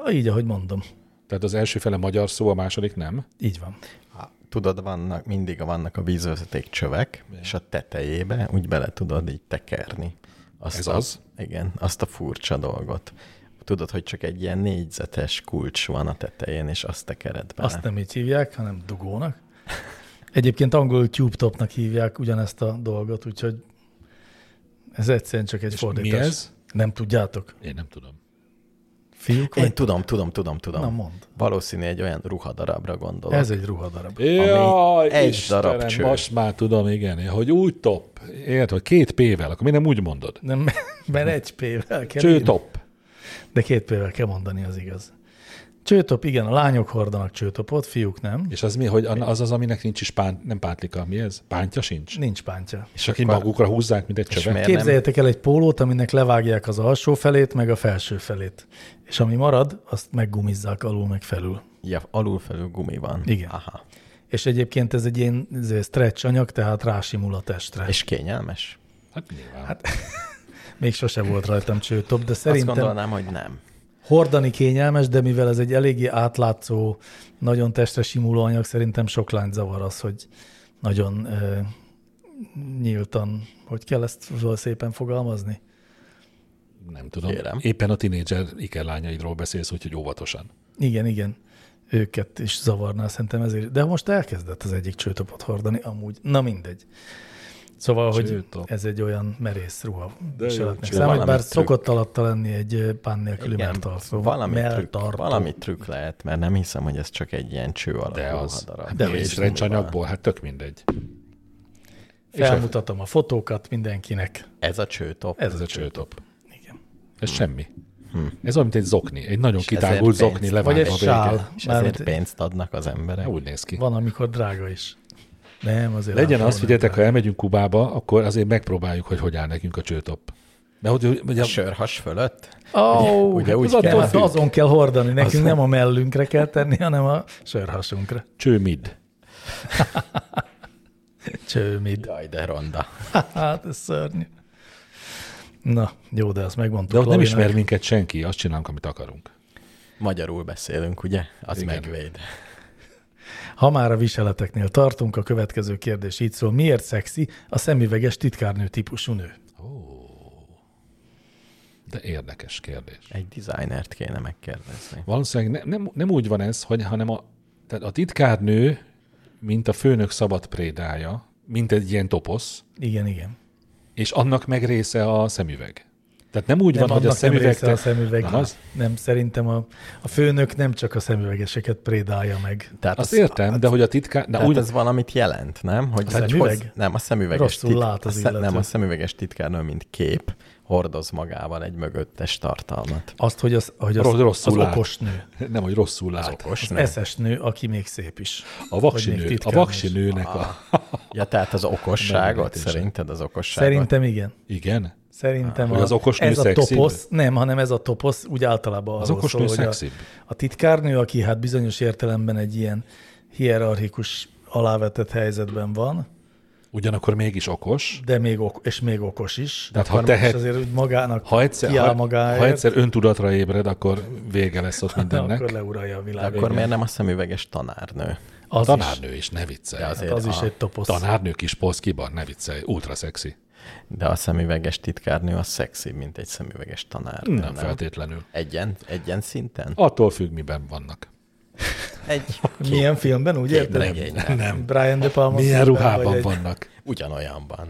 S2: Ah, Így, ahogy mondom.
S3: Tehát az első fele magyar szó, a második nem.
S2: Így van.
S4: Há, tudod, vannak, mindig vannak a vízvezeték csövek, és a tetejébe úgy bele tudod így tekerni. Azt
S3: Ez
S4: a,
S3: az?
S4: Igen, azt a furcsa dolgot. Tudod, hogy csak egy ilyen négyzetes kulcs van a tetején, és azt tekered bele.
S2: Azt nem így hívják, hanem dugónak. Egyébként angolul tube topnak hívják ugyanezt a dolgot, úgyhogy ez egyszerűen csak egy
S3: És
S2: fordítás.
S3: mi ez?
S2: Nem tudjátok.
S3: Én nem tudom.
S2: Fiúk
S4: Én
S2: vagy?
S4: tudom, tudom, tudom, tudom.
S2: Na mondd.
S4: Valószínű egy olyan ruhadarabra gondolok.
S2: Ez egy ruhadarab.
S3: Jaj,
S4: egy
S3: Istenem,
S4: darab cső.
S3: most már tudom, igen, hogy úgy top, érted, hogy két P-vel, akkor mi nem úgy mondod?
S2: Nem, mert egy P-vel kell
S3: Cső
S2: írni.
S3: top.
S2: De két P-vel kell mondani, az igaz. Csőtop, igen, a lányok hordanak csőtopot, fiúk nem.
S3: És az mi, hogy an- az az, aminek nincs is pánt, nem pántlika, mi ez? Pántja sincs?
S2: Nincs pántja.
S3: És aki magukra húzzák, mint egy csövet.
S4: miért? nem?
S2: Képzeljétek el egy pólót, aminek levágják az alsó felét, meg a felső felét. És ami marad, azt meggumizzák alul, meg felül.
S4: Ja, alulfelül gumi van.
S2: Igen.
S4: Aha.
S2: És egyébként ez egy ilyen izé, stretch anyag, tehát rásimul a testre. És
S4: És kényelmes?
S3: Hát nyilván.
S2: még sose volt rajtam csőtop, de
S4: Szerintem...
S2: szerintem
S4: Azt gondolnám, hogy nem.
S2: hordani kényelmes, de mivel ez egy eléggé átlátszó, nagyon testre simuló anyag, szerintem sok lány zavar az, hogy nagyon ö, nyíltan, hogy kell ezt szépen fogalmazni?
S3: Nem tudom.
S4: Kérem.
S3: Éppen a tinédzser ikerlányaidról beszélsz, úgyhogy óvatosan.
S2: Igen, igen. Őket is zavarná szerintem ezért. De most elkezdett az egyik csőtopot hordani, amúgy. Na mindegy. Szóval, hogy
S3: Csőtop.
S2: ez egy olyan merész ruha viseletnek
S4: cső.
S2: számít,
S4: Valami
S2: bár
S4: trükk.
S2: szokott alatta lenni egy ö, pán nélküli melltartó.
S4: valami, trükk,
S2: melltartó.
S4: valami trükk lehet, mert nem hiszem, hogy ez csak egy ilyen cső alakú
S3: De az. Hát
S4: ruhadarab.
S3: De
S4: És
S3: és
S4: gumi van.
S3: rendsanyagból, hát tök mindegy.
S2: Felmutatom a fotókat mindenkinek.
S4: Ez a csőtop.
S2: Ez
S3: Ez
S2: a
S3: a
S2: cső.
S3: csőtop.
S2: Igen.
S3: Ez semmi. Ez olyan, mint egy zokni. Egy nagyon kitágult
S4: ezért
S3: zokni
S2: Vagy
S4: pénzt-
S3: levágva
S2: egy
S3: végig.
S2: sál.
S4: És ezért
S2: Mármint
S4: pénzt adnak az emberek.
S3: Úgy néz ki.
S2: van, amikor drága is. Nem, azért
S3: Legyen
S2: általában
S3: az, figyeljetek, ha
S2: drága.
S3: elmegyünk Kubába, akkor azért megpróbáljuk, hogy hogy áll nekünk a csőtop. Mert hogy, ugye,
S4: A sörhas fölött?
S2: Ó,
S4: ugye
S2: ugye,
S4: úgy
S2: ugye, az
S4: kell.
S2: kell, kell, azon kell hordani, nekünk azon. nem a mellünkre kell tenni, hanem a sörhasunkra.
S3: csőmid.
S2: Csőmid.
S4: Jaj, de ronda.
S2: Hát, ez szörnyű. Na, jó, de ezt megmondtuk.
S3: De ott nem
S2: Lavinak.
S3: ismer minket senki, azt csinálunk, amit akarunk.
S4: Magyarul beszélünk, ugye? Az
S3: Igen.
S4: megvéd.
S2: Ha már a viseleteknél tartunk, a következő kérdés így szól. Miért szexi a szemüveges titkárnő típusú nő?
S3: De érdekes kérdés.
S4: Egy designert kéne megkérdezni.
S3: Valószínűleg ne, nem, nem úgy van ez, hogy, hanem a, tehát a titkárnő, mint a főnök szabad prédája, mint egy ilyen toposz,
S2: Igen, igen.
S3: és annak meg része a szemüveg. Tehát nem úgy
S2: Nem,
S3: van, hogy a
S2: annak nem
S3: szemüveg...
S2: része a szemüveg.
S3: Nem, az,
S2: nem, szerintem a, a főnök nem csak a szemüvegeseket prédálja meg.
S4: Tehát
S3: azt
S4: az-
S3: értem,
S2: hát
S3: de hogy a titkár... De
S4: Tehát
S3: úgy,
S4: úgy, ez valamit jelent, nem? Hogy
S2: A
S4: hogy
S2: szemüveg?
S4: nem, a szemüveges
S2: Rosszul lát az
S4: a szem- Nem,
S2: illető.
S4: a szemüveges titkárnő, mint kép, hordoz magával egy mögöttes tartalmat.
S2: Azt, hogy az, hogy az,
S3: Rossz-
S2: az
S3: rosszul lát.
S2: okos nő.
S3: nem, hogy rosszul lát.
S4: Okos,
S2: Az
S4: nem?
S2: eszes nő, aki még szép is.
S3: A vaksi,
S2: Vagy Hát, még Ah.
S3: nő, a
S2: titkárnő
S3: vaksi
S2: is.
S3: nőnek a...
S4: Ja, tehát az okosságot,
S3: Meglehetősen.
S4: szerinted az okosságot?
S2: Szerintem igen.
S3: Igen?
S2: Szerintem
S3: Hogy
S2: a,
S3: az okos nő
S2: ez a
S3: szexibb?
S2: toposz, nem, hanem ez a toposz úgy általában arról
S3: Az okos
S2: szól,
S3: nő
S2: hogy a,
S3: szexibb?
S2: a titkárnő, aki hát bizonyos értelemben egy ilyen hierarchikus alávetett helyzetben van,
S3: Ugyanakkor mégis okos.
S2: de még ok- és még okos is.
S3: Tehát ha
S2: Akkor most
S3: tehet-
S2: azért úgy magának
S3: Ha egyszer,
S2: kiáll
S3: ha,
S2: magáért,
S3: ha egyszer öntudatra ébred, akkor vége lesz ott mindennek.
S2: akkor leuralja a világot.
S4: Akkor miért nem a szemüveges tanárnő?
S2: Az is, hát
S3: Tanárnő is, ne viccelj.
S4: De azért
S2: az is
S4: a-
S2: egy toposz.
S3: Tanárnő kis polszkiban, ne viccelj, ultra szexi.
S4: De a szemüveges titkárnő az szexi, mint egy szemüveges tanár.
S3: Nem, nem feltétlenül.
S4: Egyen, egyen szinten?
S3: Attól függ, miben vannak.
S4: Egy,
S2: Milyen filmben, úgy érted?
S4: regényben.
S3: Nem.
S2: Brian De Palma
S3: Milyen
S2: filmben, vagy
S3: ruhában
S2: egy-
S3: vannak.
S4: Ugyanolyanban.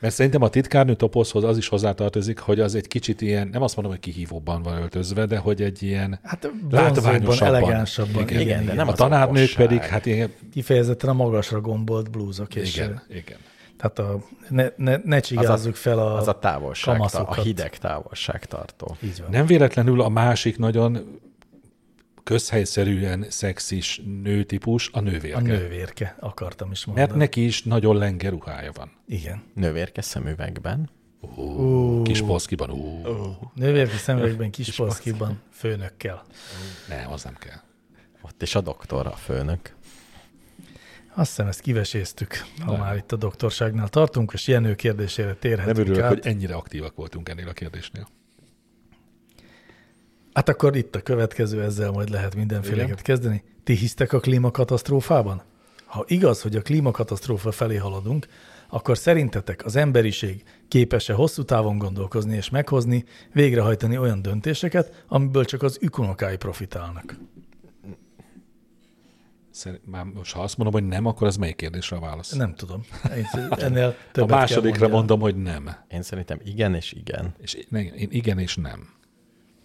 S3: Mert szerintem a titkárnő toposzhoz az is hozzátartozik, hogy az egy kicsit ilyen, nem azt mondom, hogy kihívóbban van öltözve, de hogy egy ilyen
S2: Hát vonzóbban,
S3: látványosabban.
S2: elegánsabban. Igen,
S3: Igen,
S2: igen,
S4: de
S2: igen.
S4: nem
S3: a
S4: az
S3: tanárnők
S4: okosság.
S3: pedig, hát igen,
S2: Kifejezetten a magasra gombolt blúzok. És
S3: igen, igen.
S2: Tehát a, ne, ne, ne csigázzuk fel a
S4: Az a távolság, a
S2: kamaszokat.
S4: hideg távolságtartó.
S2: Így van.
S3: Nem véletlenül a másik nagyon közhelyszerűen szexis nőtípus a nővérke.
S2: A nővérke, akartam is mondani.
S3: Mert neki is nagyon lenge ruhája van.
S2: Igen.
S4: Nővérke szemüvegben.
S3: Uh. Kis polszkiban, ú, uh.
S2: Nővérke szemüvegben, kispolszkiban, főnökkel.
S3: nem, az nem kell.
S2: Hát
S4: Ott is a doktor, a főnök.
S2: Azt hiszem, ezt kiveséztük, ha már itt a doktorságnál tartunk, és Jenő kérdésére
S3: Nem
S2: térhetünk
S3: örülök,
S2: át.
S3: hogy ennyire aktívak voltunk ennél a kérdésnél.
S2: Hát akkor itt a következő, ezzel majd lehet mindenféleket Igen. kezdeni. Ti hisztek a klímakatasztrófában? Ha igaz, hogy a klímakatasztrófa felé haladunk, akkor szerintetek az emberiség képes-e hosszú távon gondolkozni és meghozni, végrehajtani olyan döntéseket, amiből csak az ükunokái profitálnak?
S3: Szer- Már most, ha azt mondom, hogy nem, akkor az melyik kérdésre a válasz?
S2: Nem tudom. Én Ennél többet
S3: a
S2: kell
S3: másodikra
S2: mondjam.
S3: mondom, hogy nem.
S4: Én szerintem igen és igen.
S3: És én, én igen és nem.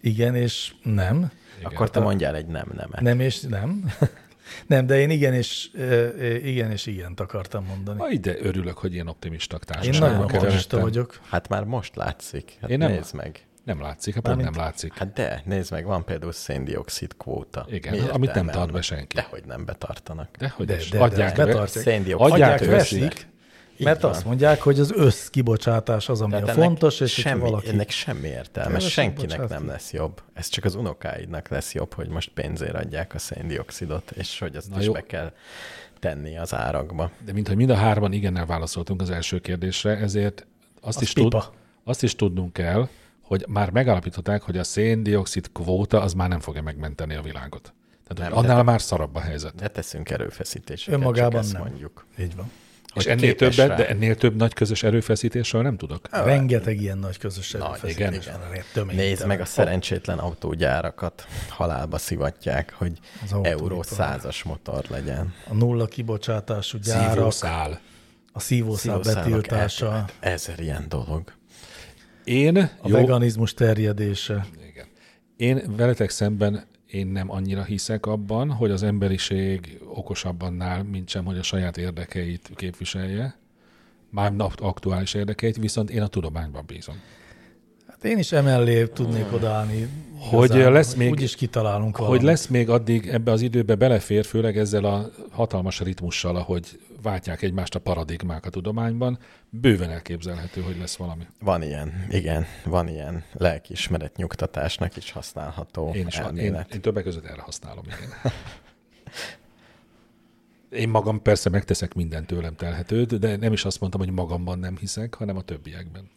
S2: Igen és nem.
S4: igen.
S3: Hát
S4: Akkor te mondjál egy nem nemet.
S2: Nem és nem. Nem, de én igen és, ö, ö, igen és igent akartam mondani.
S3: Ha ide örülök, hogy ilyen optimistak
S2: Én
S3: társaságban
S2: nagyon optimista
S3: keveredtem.
S2: vagyok.
S4: Hát már most látszik.
S3: Én
S4: Hát Én
S3: nem-
S4: nem nézd meg.
S3: Nem látszik, hát pont nem
S2: Mármint-
S3: látszik.
S4: Hát de, nézd meg, van például széndiokszid kvóta.
S3: Igen, amit nem tart
S4: emelnek?
S3: be senki.
S4: Dehogy nem betartanak.
S3: De hogy
S2: De,
S3: is,
S2: de, de,
S3: adják,
S2: de
S3: be,
S2: betartják.
S4: Széndiokszid
S3: adják,
S2: Adják,
S4: Adják,
S2: veszik, mert
S4: van.
S2: azt mondják, hogy az összkibocsátás az, ami a
S4: Tehát
S2: fontos,
S4: ennek
S2: és
S4: semmi,
S2: semmi, valaki...
S4: ennek semmi értelme,
S2: Keveset
S4: senkinek
S2: bocsát ki.
S4: nem lesz jobb. Ez csak az unokáidnak lesz jobb, hogy most pénzért adják a széndiokszidot, és hogy azt
S3: Na
S4: Na is
S3: jó.
S4: jó. be kell tenni az árakba.
S3: De mintha mind a hárman igennel válaszoltunk az első kérdésre, ezért azt,
S2: Az
S3: is, tud,
S2: pipa.
S3: azt is tudnunk kell, hogy már megállapították, hogy a széndiokszid kvóta az már nem fogja megmenteni a világot. Tehát nem,
S4: Nem,
S3: annál
S4: de-
S3: már szarabb a helyzet.
S4: De teszünk erőfeszítéseket,
S2: Önmagában
S4: csak ezt
S2: nem.
S4: mondjuk.
S2: Így van.
S3: És
S4: Hogy
S3: ennél
S4: képes
S3: többet,
S4: rá.
S3: de ennél több nagy közös erőfeszítéssel nem tudok.
S2: Rengeteg ilyen nagy közös erőfeszítés
S3: igen.
S2: van. erre töménytelen.
S4: Nézd meg a szerencsétlen autógyárakat, halálba szivatják, hogy
S2: Az autóipar.
S4: euró százas motor legyen.
S2: A nulla kibocsátású gyárak,
S3: Szívószál.
S2: a szívószál
S4: Szívószálak
S2: betiltása,
S4: eltölt. Ezer ilyen dolog.
S3: Én,
S2: a
S3: jó,
S2: veganizmus terjedése.
S3: Igen. Én veletek szemben én nem annyira hiszek abban, hogy az emberiség okosabb annál, mint sem, hogy a saját érdekeit képviselje, már nap aktuális érdekeit, viszont én a tudományban bízom.
S2: Hát én is emellé
S4: Hmm.
S2: tudnék odaállni.
S3: Hogy lesz még-
S2: Úgy is kitalálunk valamit.
S3: Hogy lesz még addig ebbe az időbe belefér, főleg ezzel a hatalmas ritmussal, ahogy váltják egymást a paradigmák a tudományban, bőven elképzelhető, hogy lesz valami.
S4: Van ilyen, igen, van ilyen lelkiismeret nyugtatásnak is használható
S3: Én is, én,
S4: elmélet.
S3: én többek között erre használom, igen. Én magam persze megteszek minden tőlem telhetőt, de nem is azt mondtam, hogy magamban nem hiszek, hanem a többiekben.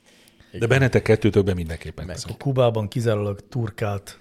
S3: Igen. De bennetek kettőtökben mindenképpen
S4: Meg-
S3: hiszek.
S2: Kubában kizárólag turkált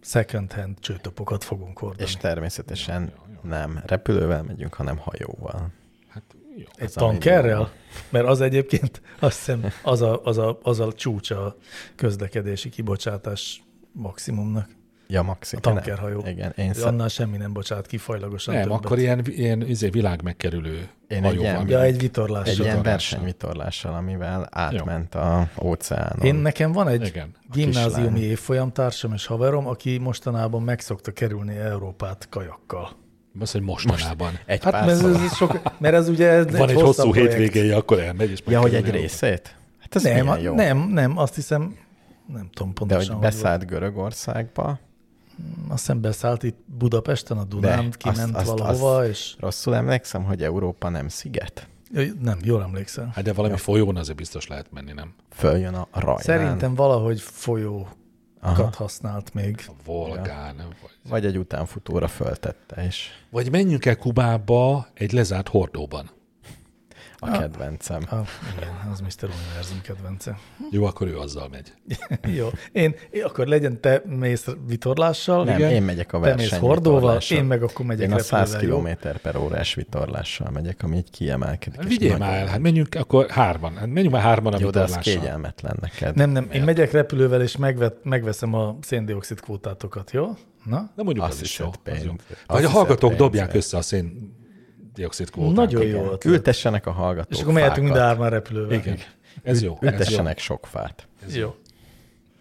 S2: second hand csőtopokat fogunk hordani.
S4: És természetesen nem repülővel megyünk, hanem hajóval.
S3: Hát jó.
S2: Egy
S4: az, ami
S2: tankerrel?
S4: durva.
S2: Mert az egyébként azt hiszem az a, az a, az a csúcsa a közlekedési kibocsátás maximumnak.
S4: Ja, Maxi.
S2: A tankerhajó.
S4: Igen, én,
S2: De
S4: szem,
S2: annál semmi nem bocsát ki fajlagosan
S3: Nem,
S2: többet.
S3: akkor ilyen, ilyen izé, világ megkerülő
S4: Én
S3: hajó
S4: egy
S3: van.
S2: Ja,
S3: aminek-
S2: egy vitorlás.
S4: egy ilyen
S3: vitorlással.
S4: versenyvitorlással, amivel átment a óceánon.
S2: Én nekem van egy
S3: Igen,
S2: Igen,
S3: a
S2: gimnáziumi
S4: kislány.
S2: évfolyam társam és haverom, aki mostanában megszokta kerülni Európát kajakkal.
S3: Azt, hogy mostanában. Most
S4: Egy
S2: Hát
S4: pár
S2: mert ez,
S4: szóval.
S2: ez sok, mert ez ugye ez
S3: van egy hosszú
S2: hosszabb projekt.
S3: hétvégéje, akkor elmegy és
S4: Ja, hogy egy
S3: megkerüli.
S4: részét? Hát ez
S2: Nem,
S4: milyen
S2: hát
S4: jó.
S2: nem, nem, azt hiszem, nem tudom
S4: De
S2: pontosan.
S4: hogy
S2: volt.
S4: beszállt Görögországba,
S2: Azt hiszem beszállt itt Budapesten, a Dunán,
S4: De,
S2: kiment
S4: azt- azt-
S2: valahova, és
S4: rosszul emlékszem, hogy Európa nem sziget.
S2: Ö, nem, jól emlékszem.
S3: Hát de valami folyón azért biztos lehet menni, nem?
S4: Följön a rajnán.
S2: Szerintem valahogy folyókat
S4: Aha.
S2: használt még.
S3: A Volgán. Vagy.
S4: Vagy egy utánfutóra föltette, és
S3: vagy menjünk el Kubába egy lezárt hordóban.
S4: a kedvencem.
S2: Ah, igen, az Mr. Univerzum kedvence.
S3: Jó, akkor ő azzal megy.
S2: Jó, én, én, akkor legyen te mész vitorlással,
S4: Nem,
S2: igen,
S4: én megyek a
S2: te mész
S4: verseny
S2: hordóval,
S4: vitorlással.
S2: én meg akkor megyek
S4: Én a 100
S2: repülővel, jó?
S4: km per órás vitorlással megyek, ami így kiemelkedik.
S3: Hát
S4: és
S3: Vigyél
S4: nagy-
S3: már el, hát menjünk akkor hárman. Hát menjünk már hárman a
S4: Jó, de az
S3: vitorlással.
S4: kényelmetlen neked.
S2: Nem, nem, én megyek repülővel, és megvet, megveszem a széndiokszid kvótátokat, jó? Na?
S3: Na mondjuk
S4: Azt
S3: az is jó.
S4: hiszed
S3: Az
S4: pénz.
S3: jó.
S4: Azt
S3: Vagy a
S4: hiszed
S3: hallgatók
S4: pénz,
S3: dobják
S4: mert-
S3: össze a széndiokszid kvótát.
S2: Nagyon jó ötlet.
S4: Ültessenek a hallgatók
S2: És akkor mehetünk mind a
S4: fákat.
S2: hárman repülővel.
S3: Igen. Ez jó. Ez jó.
S4: Ültessenek sok fát.
S2: Jó.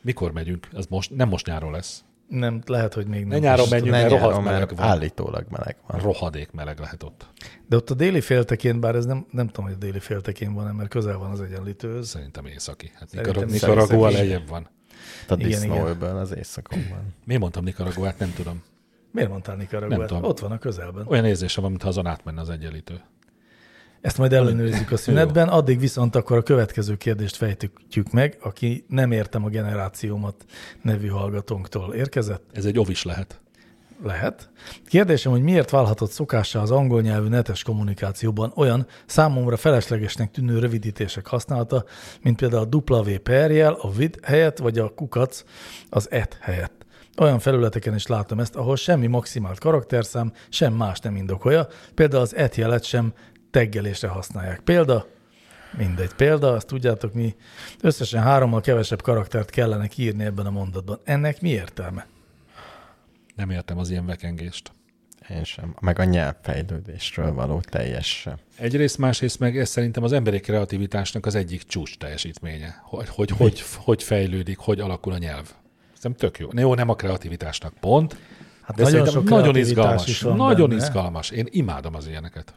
S3: Mikor megyünk? Ez most, nem most nyáron lesz.
S2: Nem, lehet, hogy még nem.
S3: Ne nyáron
S2: is.
S3: menjünk,
S4: Ne
S3: mert rohadt
S4: nyáron,
S3: meleg
S4: mert
S3: van.
S4: állítólag meleg van.
S3: Rohadék meleg lehet ott.
S2: De ott a déli féltekén, bár ez nem, nem tudom, hogy a déli féltekén van, mert közel van az egyenlítőhöz.
S3: Szerintem északi. Hát
S2: Szerintem
S3: Nicarag-
S2: északi.
S3: Nicaragua lejjebb van.
S4: A
S2: Igen, igen.
S4: disznóöböl az éjszakokban.
S3: Miért mondtam Nicaraguát? Nem tudom.
S2: Miért mondtál
S3: Nem
S2: Nicaraguát?
S3: tudom.
S2: Ott van a közelben.
S3: Olyan érzése van, mintha azon átmenne az egyenlítő.
S2: Ezt majd ellenőrizzük a szünetben, addig viszont akkor a következő kérdést fejtjük meg, aki nem értem a generációmat nevű hallgatónktól érkezett.
S3: Ez egy ovis lehet.
S2: Lehet. Kérdésem, hogy miért válhatott szokássá az angol nyelvű netes kommunikációban olyan számomra feleslegesnek tűnő rövidítések használata, mint például a W perjel, a vid helyett, vagy a kukac az et helyett. Olyan felületeken is látom ezt, ahol semmi maximált karakterszám, sem más nem indokolja, például az et jelet sem teggelésre használják. Példa, Mindegy. Példa, azt tudjátok mi, összesen hárommal kevesebb karaktert kellene kiírni ebben a mondatban. Ennek mi értelme?
S3: Nem értem az ilyen vekengést.
S4: Én sem. Meg a nyelvfejlődésről való teljes sem.
S3: Egyrészt, másrészt meg ez szerintem az emberi kreativitásnak az egyik csúcs teljesítménye. Hogy hogy, hogy, hogy fejlődik, hogy alakul a nyelv. Szerintem tök jó. Jó, nem a kreativitásnak pont,
S2: Hát
S3: de nagyon, sok nagyon
S2: kreativitás
S3: izgalmas.
S2: is van
S3: Nagyon
S2: benne.
S3: izgalmas. Én imádom az ilyeneket.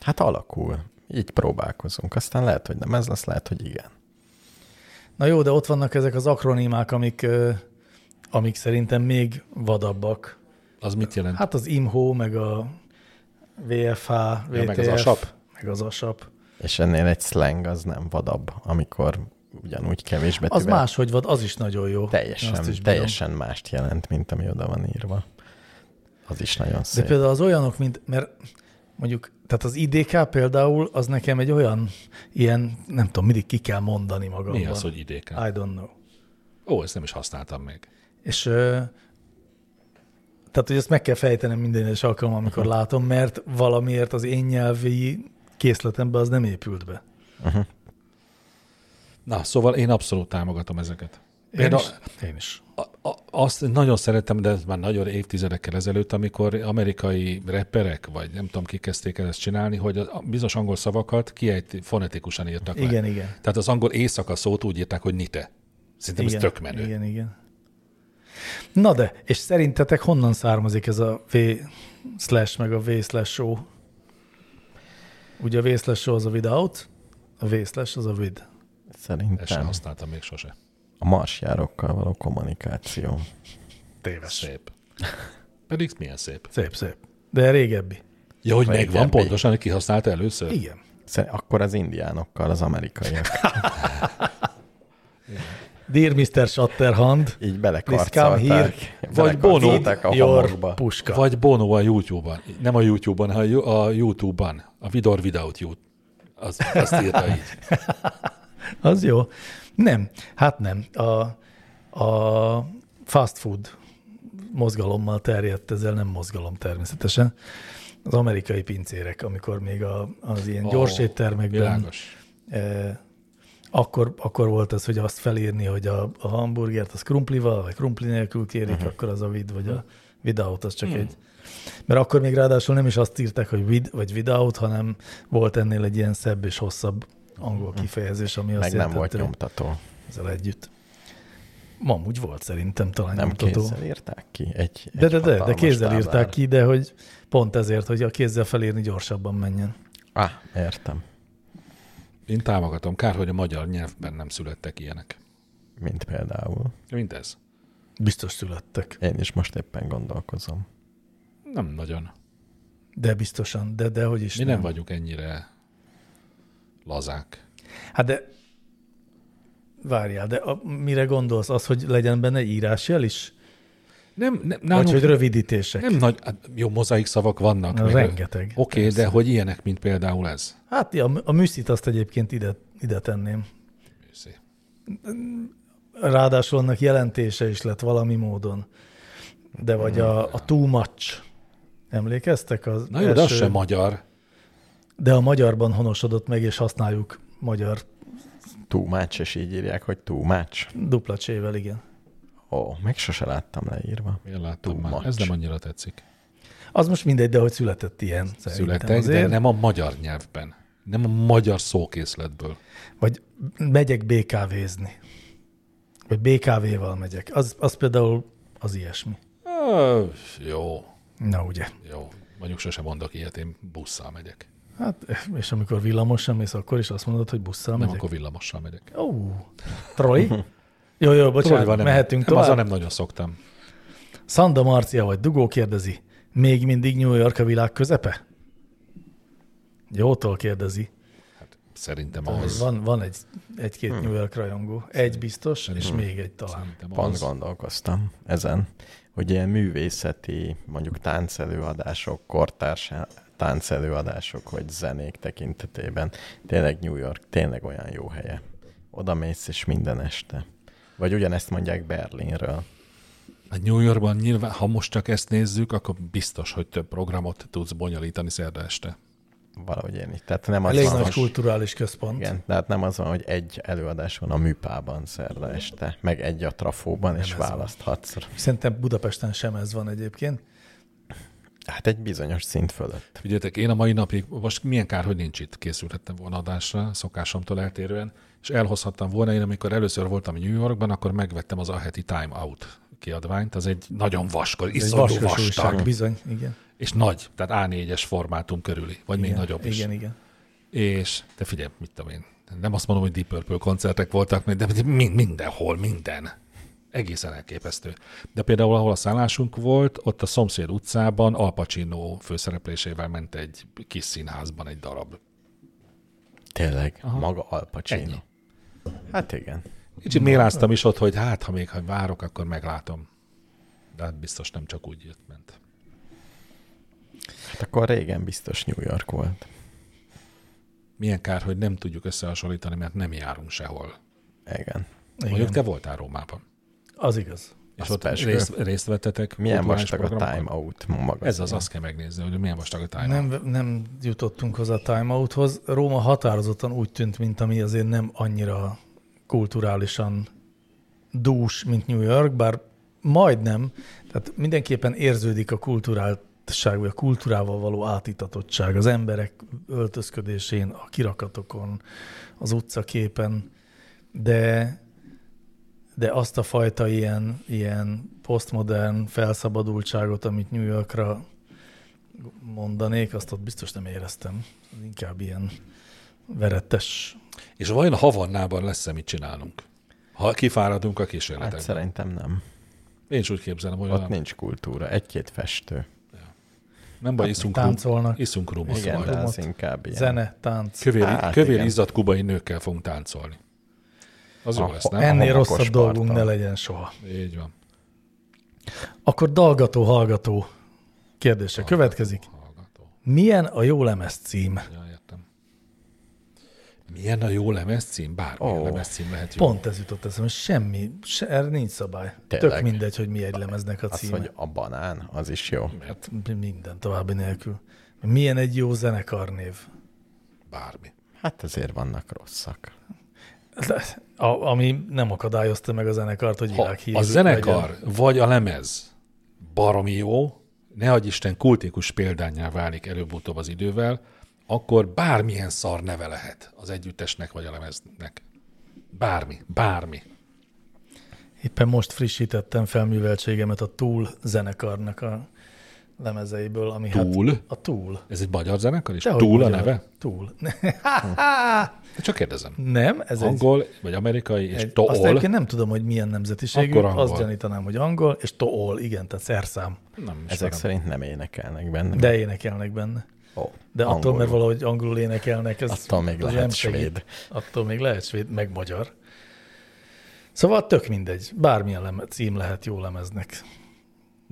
S4: Hát alakul. Így próbálkozunk. Aztán lehet, hogy nem ez lesz, lehet, hogy igen.
S2: Na jó, de ott vannak ezek az akronimák, amik, ö, amik szerintem még vadabbak.
S3: Az mit jelent? Hát,
S2: Hát az IMHO, meg a VFH, VTF,
S3: meg az ASAP.
S2: Meg az ASAP.
S4: És ennél egy slang az nem vadabb, amikor ugyanúgy kevés
S2: Az
S4: betűvel.
S2: máshogy vad, az is nagyon jó. Azt
S4: Teljesen,
S2: is bírom.
S4: teljesen mást jelent, mint ami oda van írva. Az is nagyon
S2: De
S4: szép.
S2: például az olyanok, mint, mert mondjuk, tehát az IDK például, az nekem egy olyan, ilyen, nem tudom, mindig ki kell mondani magamban.
S3: Mi az, hogy idéken?
S2: I don't know.
S3: Ó, ezt nem is használtam még.
S2: És ö, tehát, hogy ezt meg kell fejtenem minden egyes alkalommal, amikor látom, mert valamiért az én nyelvi készletembe az nem épült be.
S3: Na, szóval én abszolút támogatom ezeket.
S2: Én
S3: Például
S2: is. Én is.
S3: a, a, azt nagyon szeretem, de ez már nagyon évtizedekkel ezelőtt, amikor amerikai reperek, vagy nem tudom, kik kezdték el ezt csinálni, hogy a a bizonyos angol szavakat kiejt, fonetikusan írtak le.
S2: Igen, igen.
S3: Tehát az angol éjszaka szót úgy írták, hogy nite. Szerintem
S2: igen,
S3: ez tök menő.
S2: Igen, igen. Na de, és szerintetek honnan származik ez a V slash meg a V slash show? Ugye a V slash show az a without, a V slash az a with.
S3: Ezt sem
S4: Szerintem
S3: használtam még sose.
S4: a marsjárokkal való kommunikáció.
S3: Téves. Szép. Pedig milyen szép.
S2: Szép, szép. De régebbi.
S3: Ja, hogy
S4: Vagy
S3: megvan
S4: ebbi.
S3: pontosan, hogy ki használta először?
S2: Igen.
S4: Szerint, akkor az indiánokkal, az amerikaiak.
S2: Dear Mr. Shatterhand,
S4: Így
S2: please come here,
S4: belekarcolták.
S3: Vagy
S4: belekarcolták a
S2: your
S4: homokba.
S2: puska.
S3: Vagy Bono a YouTube-ban. Nem a YouTube-ban, hanem a YouTube-ban. A Vidor Without You. Az, azt írta így.
S2: Az jó. Nem, hát nem. A, a fast food mozgalommal terjedt, ezzel nem mozgalom természetesen. Az amerikai pincérek, amikor még a, az ilyen
S3: Ó,
S2: gyors éttermekben,
S3: Világos.
S2: eh, akkor, akkor volt ez, hogy azt felírni, hogy a, a hamburgert az krumplival, vagy krumpli nélkül kérik,
S4: Mhm.
S2: uh-huh. akkor az a vid, vagy a without, az csak hmm. egy. Mert akkor még ráadásul nem is azt írták, hogy with vagy without, hanem volt ennél egy ilyen szebb és hosszabb angol kifejezés, ami azt
S4: Mhm. Meg nem volt
S2: jelentette, hogy-
S4: nyomtató.
S2: ezzel együtt. Ma úgy volt szerintem talán
S4: Nem
S2: nyomtató.
S4: kézzel írták ki. Egy,
S2: De,
S4: egy
S2: de, de, de
S4: hatalmas
S2: kézzel
S4: táblán.
S2: írták ki, de hogy pont ezért, hogy a kézzel felírni gyorsabban menjen.
S4: Ah, értem.
S3: Én támogatom. Kár, hogy a magyar nyelvben nem születtek ilyenek.
S4: Mint például.
S3: Mint ez.
S2: Biztos születtek.
S4: Én is most éppen gondolkozom.
S3: Nem nagyon.
S2: De biztosan, de, de hogy is
S3: Mi nem vagyunk ennyire lazák.
S2: Hát de várjál, de a, mire gondolsz? Az, hogy legyen benne írásjel is?
S3: Nem, nem,
S2: Nálunk Vagy
S3: nálunk,
S2: hogy rövidítések?
S3: nem nagy, hát jó mozaik szavak vannak.
S2: Na,
S3: meg-
S2: rengeteg.
S3: Oké, okay, de hogy ilyenek, mint például ez.
S2: Hát ja, a műszit azt egyébként ide, ide tenném.
S3: Őszi.
S2: Ráadásul annak jelentése is lett valami módon. De vagy a, a too much. Emlékeztek? Az
S3: Na jó, de az sem magyar.
S2: De a magyarban honosodott meg, és használjuk magyar
S4: Túmács, és így írják, hogy túmács.
S2: dupla csével, igen.
S4: Ó, még sose láttam leírva.
S3: Én láttam
S4: Too
S3: már.
S4: much.
S3: Ez nem annyira tetszik.
S2: Az most mindegy, de hogy született ilyen. szerintem
S3: Születtek, de
S2: azért.
S3: nem a magyar nyelvben. Nem a magyar szókészletből.
S2: Vagy megyek BKV-zni. Vagy BKV-val megyek. Az, az például az ilyesmi.
S3: Ö, jó,
S2: Na ugye.
S3: jó. Mondjuk sosem mondok ilyet, én busszal megyek.
S2: Hát, és amikor villamosan mész, akkor is azt mondod, hogy busszal
S3: Nem,
S2: megyek.
S3: akkor villamossal megyek.
S2: Ó, troli? Jó, jó, bocsánat,
S3: Trollival nem
S2: mehetünk
S3: nem,
S2: tovább.
S3: Azon nem nagyon szoktam.
S2: Szanda Marcia vagy Dugó kérdezi, még mindig New York a világ közepe? Jótól kérdezi.
S3: Szerintem
S2: Az.
S3: az. Hm.
S2: Van, van egy, egy-két hmm. New York rajongó. Egy biztos, és még egy talán.
S3: Szerintem
S4: Pont
S3: az.
S4: gondolkoztam ezen, hogy ilyen művészeti, mondjuk táncelőadások, kortárs táncelőadások, vagy zenék tekintetében tényleg New York tényleg olyan jó helye. Oda mész és minden este. Vagy ugyanezt mondják Berlinről.
S3: A Hát New Yorkban nyilván, ha most csak ezt nézzük, akkor biztos, hogy több programot tudsz bonyolítani szerda este.
S4: valahogy élni. Tehát nem az
S2: Elég
S4: van,
S2: nagy
S4: hogy-
S2: kulturális központ.
S4: igen, tehát nem az van, hogy egy előadás van a műpában szerda este, meg egy a trafóban, és
S2: ez van.
S4: választhatsz.
S2: Szerintem Budapesten sem ez van egyébként.
S4: Hát egy bizonyos szint fölött.
S3: Figyeljetek, én a mai napig, most milyen kár, hogy nincs itt, készülhettem volna adásra, szokásomtól eltérően, és elhozhattam volna, én amikor először voltam New Yorkban, akkor megvettem az Aheti Time Out kiadványt, az egy nagyon vaskor,
S2: Ez egy
S3: iszonyú
S2: vaskos újság,
S3: vastag,
S2: bizony. Igen,
S3: és nagy, tehát A4-es formátum körüli, vagy még
S2: igen,
S3: nagyobb is.
S2: igen, igen.
S3: És te figyelj, mit tudom én, nem azt mondom, hogy Deep Purple koncertek voltak, de min- mindenhol, minden. Egészen elképesztő. De például, ahol a szállásunk volt, ott a szomszéd utcában Al Pacino főszereplésével ment egy kis színházban egy darab.
S4: Tényleg, Aha. maga Al Pacino.
S3: Ennyi.
S4: Hát igen.
S3: Kicsit méláztam is ott, hogy hát, ha még ha várok, akkor meglátom. De hát biztos nem csak úgy jött, ment.
S4: Hát akkor régen biztos New York volt.
S3: Milyen kár, hogy nem tudjuk összehasonlítani, mert nem járunk sehol.
S4: Igen.
S2: igen.
S3: Mondjuk te voltál Rómában.
S2: Az igaz.
S3: És
S4: Az
S3: ott
S4: persze.
S3: részt, részt vettetek.
S4: Milyen
S3: kulturális
S4: vastag a
S3: programokon?
S4: Time Out maga.
S3: Ez az, azt kell megnézni, hogy milyen vastag a time nem.
S2: Nem, nem jutottunk hozzá a Time Outhoz. Róma határozottan úgy tűnt, mint ami azért nem annyira kulturálisan dús, mint New York, bár majdnem, tehát mindenképpen érződik a kulturáltság, vagy a kultúrával való átitatottság az emberek öltözködésén, a kirakatokon, az utcaképen, de de azt a fajta ilyen, ilyen posztmodern felszabadultságot, amit New Yorkra mondanék, azt ott biztos nem éreztem. Az inkább ilyen verettes.
S3: És vajon a Havannában lesz-e mit csinálunk? Ha kifáradunk a kísérletekben.
S4: Hát szerintem nem.
S3: Én is úgy képzelem, hogy
S4: Ott
S3: nem,
S4: nincs kultúra. Egy-két festő.
S3: nem baj, iszunk, rum,
S2: Táncolnak,
S3: iszunk rumot.
S4: Hát, Igen,
S3: Igen,
S4: de
S3: majd.
S4: az
S2: Tomot.
S4: inkább ilyen.
S2: zene, tánc.
S3: Kövér,
S4: Hát
S3: hát, kövér
S4: igen.
S3: izzadt kubai nőkkel fogunk táncolni. Az jó
S4: Aha.
S3: lesz, nem?
S4: En-
S2: Ennél
S4: homokos
S2: rosszabb dolgunk ne
S4: parton.
S2: legyen soha.
S3: Így van.
S2: Akkor dalgató, hallgató kérdése következik.
S3: Hallgató.
S2: Milyen a jó lemez cím?
S3: Ja, értem. Milyen a jó lemez cím? Bármilyen
S4: Ó.
S3: oh. lemez cím lehet jó.
S2: Pont ez jutott eszembe, hogy semmi, se, erre nincs szabály.
S4: Tényleg.
S2: Tök mindegy, hogy mi egy lemeznek a
S4: Az,
S2: címe.
S4: hogy a banán, az is jó.
S3: Mert
S2: Minden további nélkül. Milyen egy jó zenekarnév?
S3: bármi.
S4: Hát azért vannak rosszak.
S2: A, ami nem akadályozta meg a zenekart, hogy
S3: Ha
S2: világhírű
S3: a zenekar
S2: legyen.
S3: vagy a lemez baromi jó, ne adj Isten kultikus példányá válik előbb-utóbb az idővel, akkor bármilyen szar neve lehet az együttesnek vagy a lemeznek. Bármi, bármi.
S2: Éppen most frissítettem felműveltségemet a Tool zenekarnak a lemezeiből, ami
S3: Tool?
S2: hát a Tool.
S3: Ez egy magyar zenekar, és
S2: Dehogy
S3: túl a
S2: magyar.
S3: neve?
S2: Tool.
S3: De Csak kérdezem.
S2: nem, ez
S3: Angol, vagy amerikai,
S2: egy,
S3: és
S2: egy azt
S3: tool.
S2: egyébként nem tudom, hogy milyen nemzetiségű,
S3: Akkor angol.
S2: azt gyanítanám, hogy angol, és tool, igen, tehát szerszám,
S3: Nem is
S4: Ezek
S3: Ezek
S4: szerint nem énekelnek benne.
S2: de énekelnek benne.
S4: oh,
S2: De angolul. attól, mert valahogy angolul énekelnek, ez
S4: Attól még
S2: az
S4: lehet
S2: nem segít.
S4: svéd.
S2: Attól még lehet svéd, meg magyar. Szóval tök mindegy, bármilyen leme, cím lehet jó lemeznek.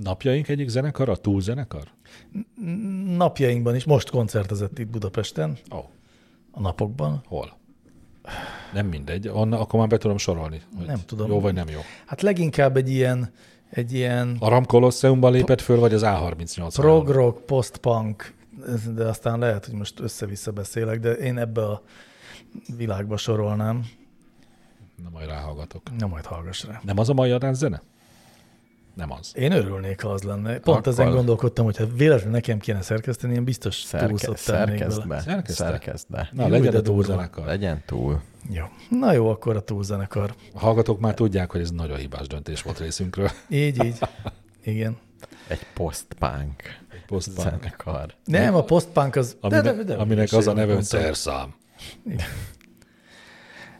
S3: Napjaink egyik zenekar, a túl zenekar?
S2: Napjainkban is, most koncertezett itt Budapesten,
S3: Ó, oh,
S2: a napokban,
S3: hol? Nem mindegy. Onna, akkor már be tudom sorolni. hogy
S2: Nem tudom.
S3: Jó vagy nem jó.
S2: Hát leginkább egy ilyen, egy ilyen
S3: A Ram Colosseumban lépett föl, vagy az A38?
S2: prog rock, post-punk, ez- de aztán lehet, hogy most össze-vissza beszélek, de én ebbe a világba sorolnám.
S3: Na majd ráhallgatok.
S2: Na majd hallgass rá.
S3: Nem az a mai adás zene? Nem az.
S2: Én örülnék, ha az lenne. Pont
S4: Akkor-
S2: Akkor... ezen gondolkodtam, hogy ha véletlenül nekem kéne szerkeszteni, én biztos
S4: Szerke,
S2: túlszott tennék
S4: szerkezd
S2: bele.
S4: be.
S3: Szerkeszte?
S4: Szerkezd be.
S3: Na,
S2: Jó,
S3: legyen
S2: de
S3: a túl
S2: durva.
S3: zenekar.
S4: Legyen túl.
S2: Jó. Na jó, akkor a túlzenekar.
S3: A hallgatók már tudják, hogy ez nagyon hibás döntés volt részünkről.
S2: Így, így. Igen.
S4: Egy post-punk
S3: Posztban.
S4: zenekar.
S2: Nem, a postpunk az...
S3: Aminek,
S2: de, de, de, de,
S3: aminek az a neve, hogy
S2: mondtam.
S3: szerszám.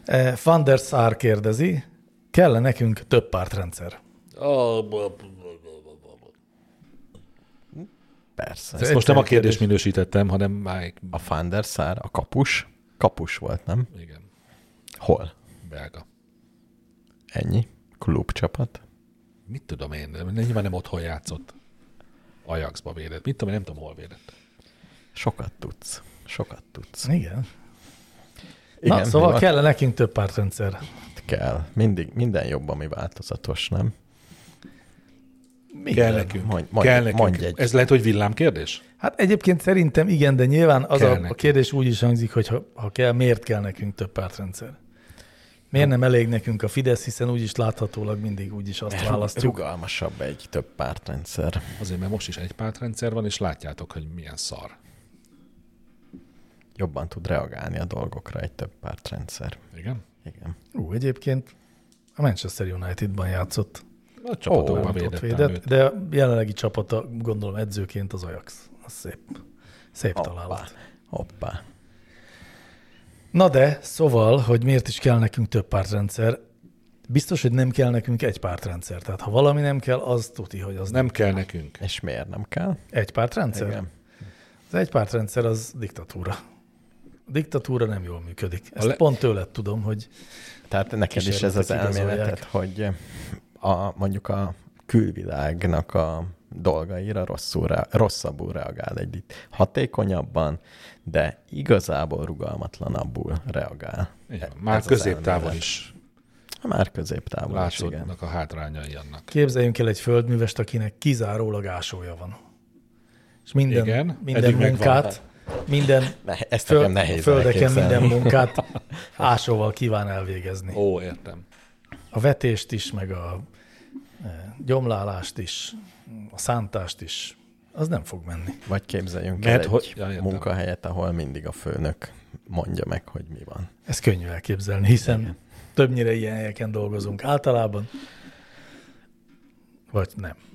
S2: Eh, Van der Sar kérdezi, kell -e nekünk több pártrendszer?
S4: Persze.
S3: Ezt most nem a kérdés minősítettem, hanem már...
S4: A Fandersár, a kapus. Kapus volt, nem?
S3: Igen,
S4: Hol?
S3: belga.
S4: Ennyi. Klubcsapat.
S3: Mit tudom én, de nyilván nem otthon játszott. Ajaxba védett. Mit tudom én, nem tudom, hol védett.
S4: Sokat tudsz. Sokat tudsz.
S2: Igen. Igen, Na, szóval
S4: mi
S2: kell -e nekünk több pártrendszer?
S4: van? Kell. Mindig, minden jobb, ami változatos, nem?
S3: Kell nekünk.
S4: Mondj,
S3: Mondj,
S4: mondj,
S3: kell nekünk.
S4: mondj egy.
S3: Ez lehet, hogy villámkérdés?
S2: Hát egyébként szerintem igen, de nyilván az
S3: Kell
S2: a, a
S3: nekünk.
S2: kérdés úgy is hangzik, hogy ha, ha kell, miért kell nekünk több pártrendszer? Miért nem elég nekünk a Fidesz, hiszen úgyis láthatólag mindig úgyis azt választjuk.
S4: Rugalmasabb egy több pártrendszer.
S3: Azért, mert most is egy pártrendszer van, és látjátok, hogy milyen szar.
S4: Jobban tud reagálni a dolgokra egy több pártrendszer.
S3: Igen?
S4: Igen.
S2: Ú, egyébként a Manchester Unitedban játszott,
S3: A csapatokban
S4: Ó,
S2: hát
S3: oh,
S2: ott
S3: védettem
S2: védett,
S3: védett, őt.
S2: de a jelenlegi csapata, gondolom edzőként az Ajax. Az szép, szép
S4: Hoppá.
S2: találat.
S4: Hoppá.
S2: Na de, szóval, hogy miért is kell nekünk több pártrendszer, biztos, hogy nem kell nekünk egy pártrendszer. Tehát ha valami nem kell, az tuti, hogy az nem
S3: Nem kell nekünk.
S4: És miért nem kell?
S2: egy pártrendszer.
S4: Igen.
S2: Az egypártrendszer az diktatúra. A diktatúra nem jól működik. Ezt
S3: le-
S2: le... pont tőled tudom, hogy
S4: Tehát neked is ez az
S2: Kísérletek
S4: elméleted, hogy a, mondjuk a külvilágnak a dolgaira rosszul rá, rosszabbul reagál egy itt hatékonyabban, de igazából rugalmatlanabbul reagál.
S3: Így van.
S4: Ez
S3: Már
S4: az
S3: középtávon
S4: elmélet.
S3: is
S4: Már középtávon is, igen.
S3: látszódnak a hátrányai annak.
S2: képzeljünk el egy földművest, akinek kizárólag ásója van. És minden,
S3: Igen,
S2: minden
S3: eddig megvan.
S2: munkát, minden
S4: Ne, ezt Föl, nekem
S2: föl,
S4: nehéz
S2: földeken
S4: elképzelni.
S2: minden munkát ásóval kíván elvégezni.
S3: Ó, értem.
S2: A vetést is, meg a e, gyomlálást is, a szántást is. Az nem fog menni.
S4: Vagy képzeljünk
S3: Mert
S4: el egy
S3: hogy- Ja, értem.
S4: munkahelyet, ahol mindig a főnök mondja meg, hogy mi van.
S2: Ez könnyű elképzelni, hiszen többnyire ilyen helyeken dolgozunk általában, vagy nem.
S3: Szóval...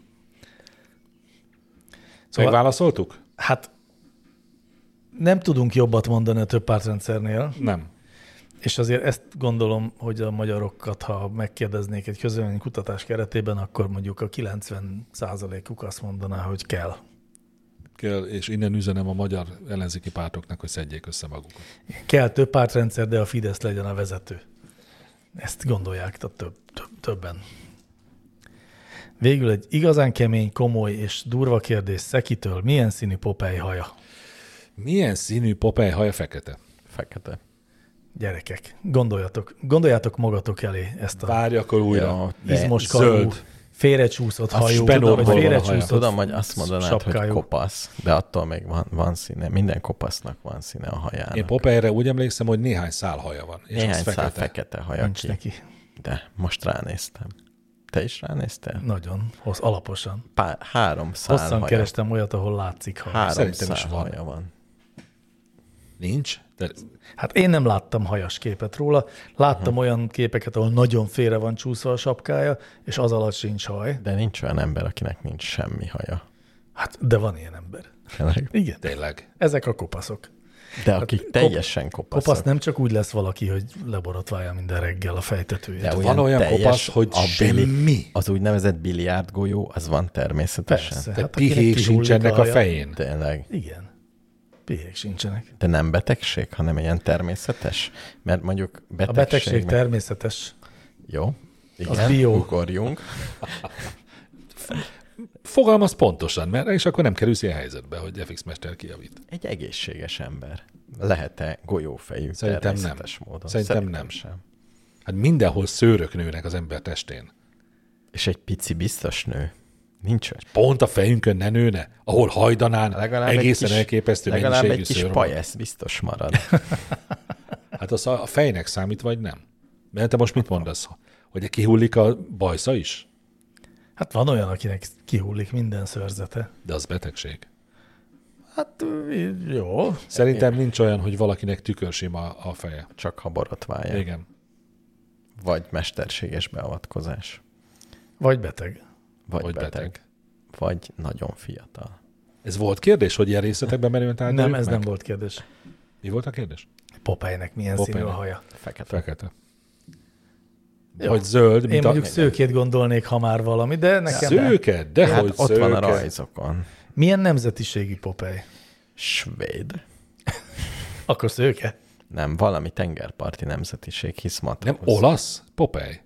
S2: Szóval-
S3: Megválaszoltuk?
S2: Hát nem tudunk jobbat mondani a több pártrendszernél,
S3: Nem.
S2: és azért ezt gondolom, hogy a magyarokat, ha megkérdeznék egy közvélemény kutatás keretében, akkor mondjuk a 90 uk azt mondaná, hogy kell.
S3: Kell, és innen üzenem a magyar ellenzéki pártoknak, hogy szedjék össze magukat.
S2: Kell több pártrendszer, de a Fidesz legyen a vezető. Ezt gondolják a több, több, többen. Végül egy igazán kemény, komoly és durva kérdés Szekitől. Milyen színű Popeye haja?
S3: Milyen színű Popeye haja fekete?
S4: Fekete.
S2: Gyerekek, gondoljatok, gondoljátok magatok elé ezt a
S3: Várj akkor újra.
S4: Ja,
S3: Ja,
S4: de
S2: izmos karú,
S3: zöld.
S2: félrecsúszott
S3: Az
S2: hajó,
S3: spenóból
S2: vagy
S3: van a haja.
S2: félrecsúszott
S4: Tudom, hogy azt mondanád, hogy
S2: sapkájú.
S4: kopasz, de attól még van, van színe. Minden kopasznak van színe a hajának.
S3: Én Popeye-re úgy emlékszem, hogy néhány szál haja van. És
S4: Néhány
S3: az
S4: szál
S3: fekete.
S4: fekete haja
S2: Nincs
S4: ki.
S2: neki.
S4: De most ránéztem. Te is ránéztél?
S2: Nagyon, hossz, alaposan.
S4: Pá- három szál
S2: Hm. Hosszan
S4: haja.
S2: kerestem olyat, ahol látszik haj.
S4: Három
S3: Szerintem
S4: szál
S3: is van.
S4: haja van.
S3: Nincs? De
S2: Hát én nem láttam hajas képet róla, láttam Aha. olyan képeket, ahol nagyon félre van csúszva a sapkája, és az alatt sincs haj.
S4: De nincs olyan ember, akinek nincs semmi haja.
S2: Hát, de van ilyen ember.
S4: Tényleg.
S2: Igen,
S3: tényleg.
S2: ezek a kopaszok.
S4: De akik teljesen kopaszok.
S2: Hát, Kopasz nem csak úgy lesz valaki, hogy leborotválja minden reggel a fejtetőjét.
S4: De
S2: De,
S3: Van olyan
S4: teljes
S3: kopasz, hogy
S4: a Billy-
S3: semmi.
S4: Az úgynevezett biliárd golyó, az van természetesen.
S2: Persze.
S3: Tehát
S2: Hát akinek
S3: pihék
S2: kihullik
S3: sincsenek
S2: a
S3: a
S2: haja.
S3: fején.
S4: Tényleg.
S2: Igen. Pihék sincsenek.
S4: De nem betegség, hanem ilyen természetes? Mert mondjuk
S2: A
S4: betegség...
S2: betegség természetes.
S4: Jó. Igen,
S2: bio.
S4: ugorjunk.
S3: Fogalmaz pontosan, mert és akkor nem kerülsz ilyen helyzetbe, hogy FX Mester kijavít.
S4: Egy egészséges ember. Lehet-e golyófejű
S3: Szerintem nem.
S4: természetes módon?
S3: Szerintem nem.
S4: sem.
S3: Hát mindenhol szőrök nőnek az ember testén.
S4: És egy pici biztos nő. Nincs olyan.
S3: Pont a fejünkön ne nőne, ahol hajdanán
S4: Legalább
S3: legalább egészen
S4: egy kis,
S3: elképesztő
S4: legalább
S3: mennyiségű
S4: egy kis
S3: szőr van.
S4: pajesz biztos marad.
S3: Hát az a a fejnek számít, vagy nem? Mert te most mit mondasz? Hogy kihullik a bajsza is?
S2: Hát van olyan, akinek kihullik minden szörzete.
S3: De az betegség.
S2: Hát jó.
S3: Szerintem nincs olyan, hogy valakinek tükörsima a feje.
S4: Csak ha borotválja.
S3: Igen.
S4: Vagy mesterséges beavatkozás.
S2: Vagy beteg.
S3: Vagy
S4: Vagy, vagy beteg.
S3: beteg.
S4: beteg. Vagy nagyon fiatal.
S3: Ez volt kérdés, hogy ilyen részletekben merjünk
S2: Hát,
S3: tárgyalni?
S2: nem, ez nem volt kérdés.
S3: Mi volt a kérdés?
S2: Popeye-nek milyen
S3: Popeye-nek.
S2: Popeye. színű a haja.
S4: Fekete.
S3: Fekete. Vagy zöld,
S2: Én
S3: mint
S2: mondjuk
S3: a...
S2: szőkét gondolnék, ha már valami, de nekem Szők?
S3: Szőke? De
S4: Hát
S3: hogy
S4: ott van a rajzokon.
S2: Milyen nemzetiségű Popeye?
S4: Svéd.
S2: Akkor szőke?
S4: Nem, valami tengerparti nemzetiség, hisz
S3: Nem
S4: matróz.
S3: olasz? Popeye?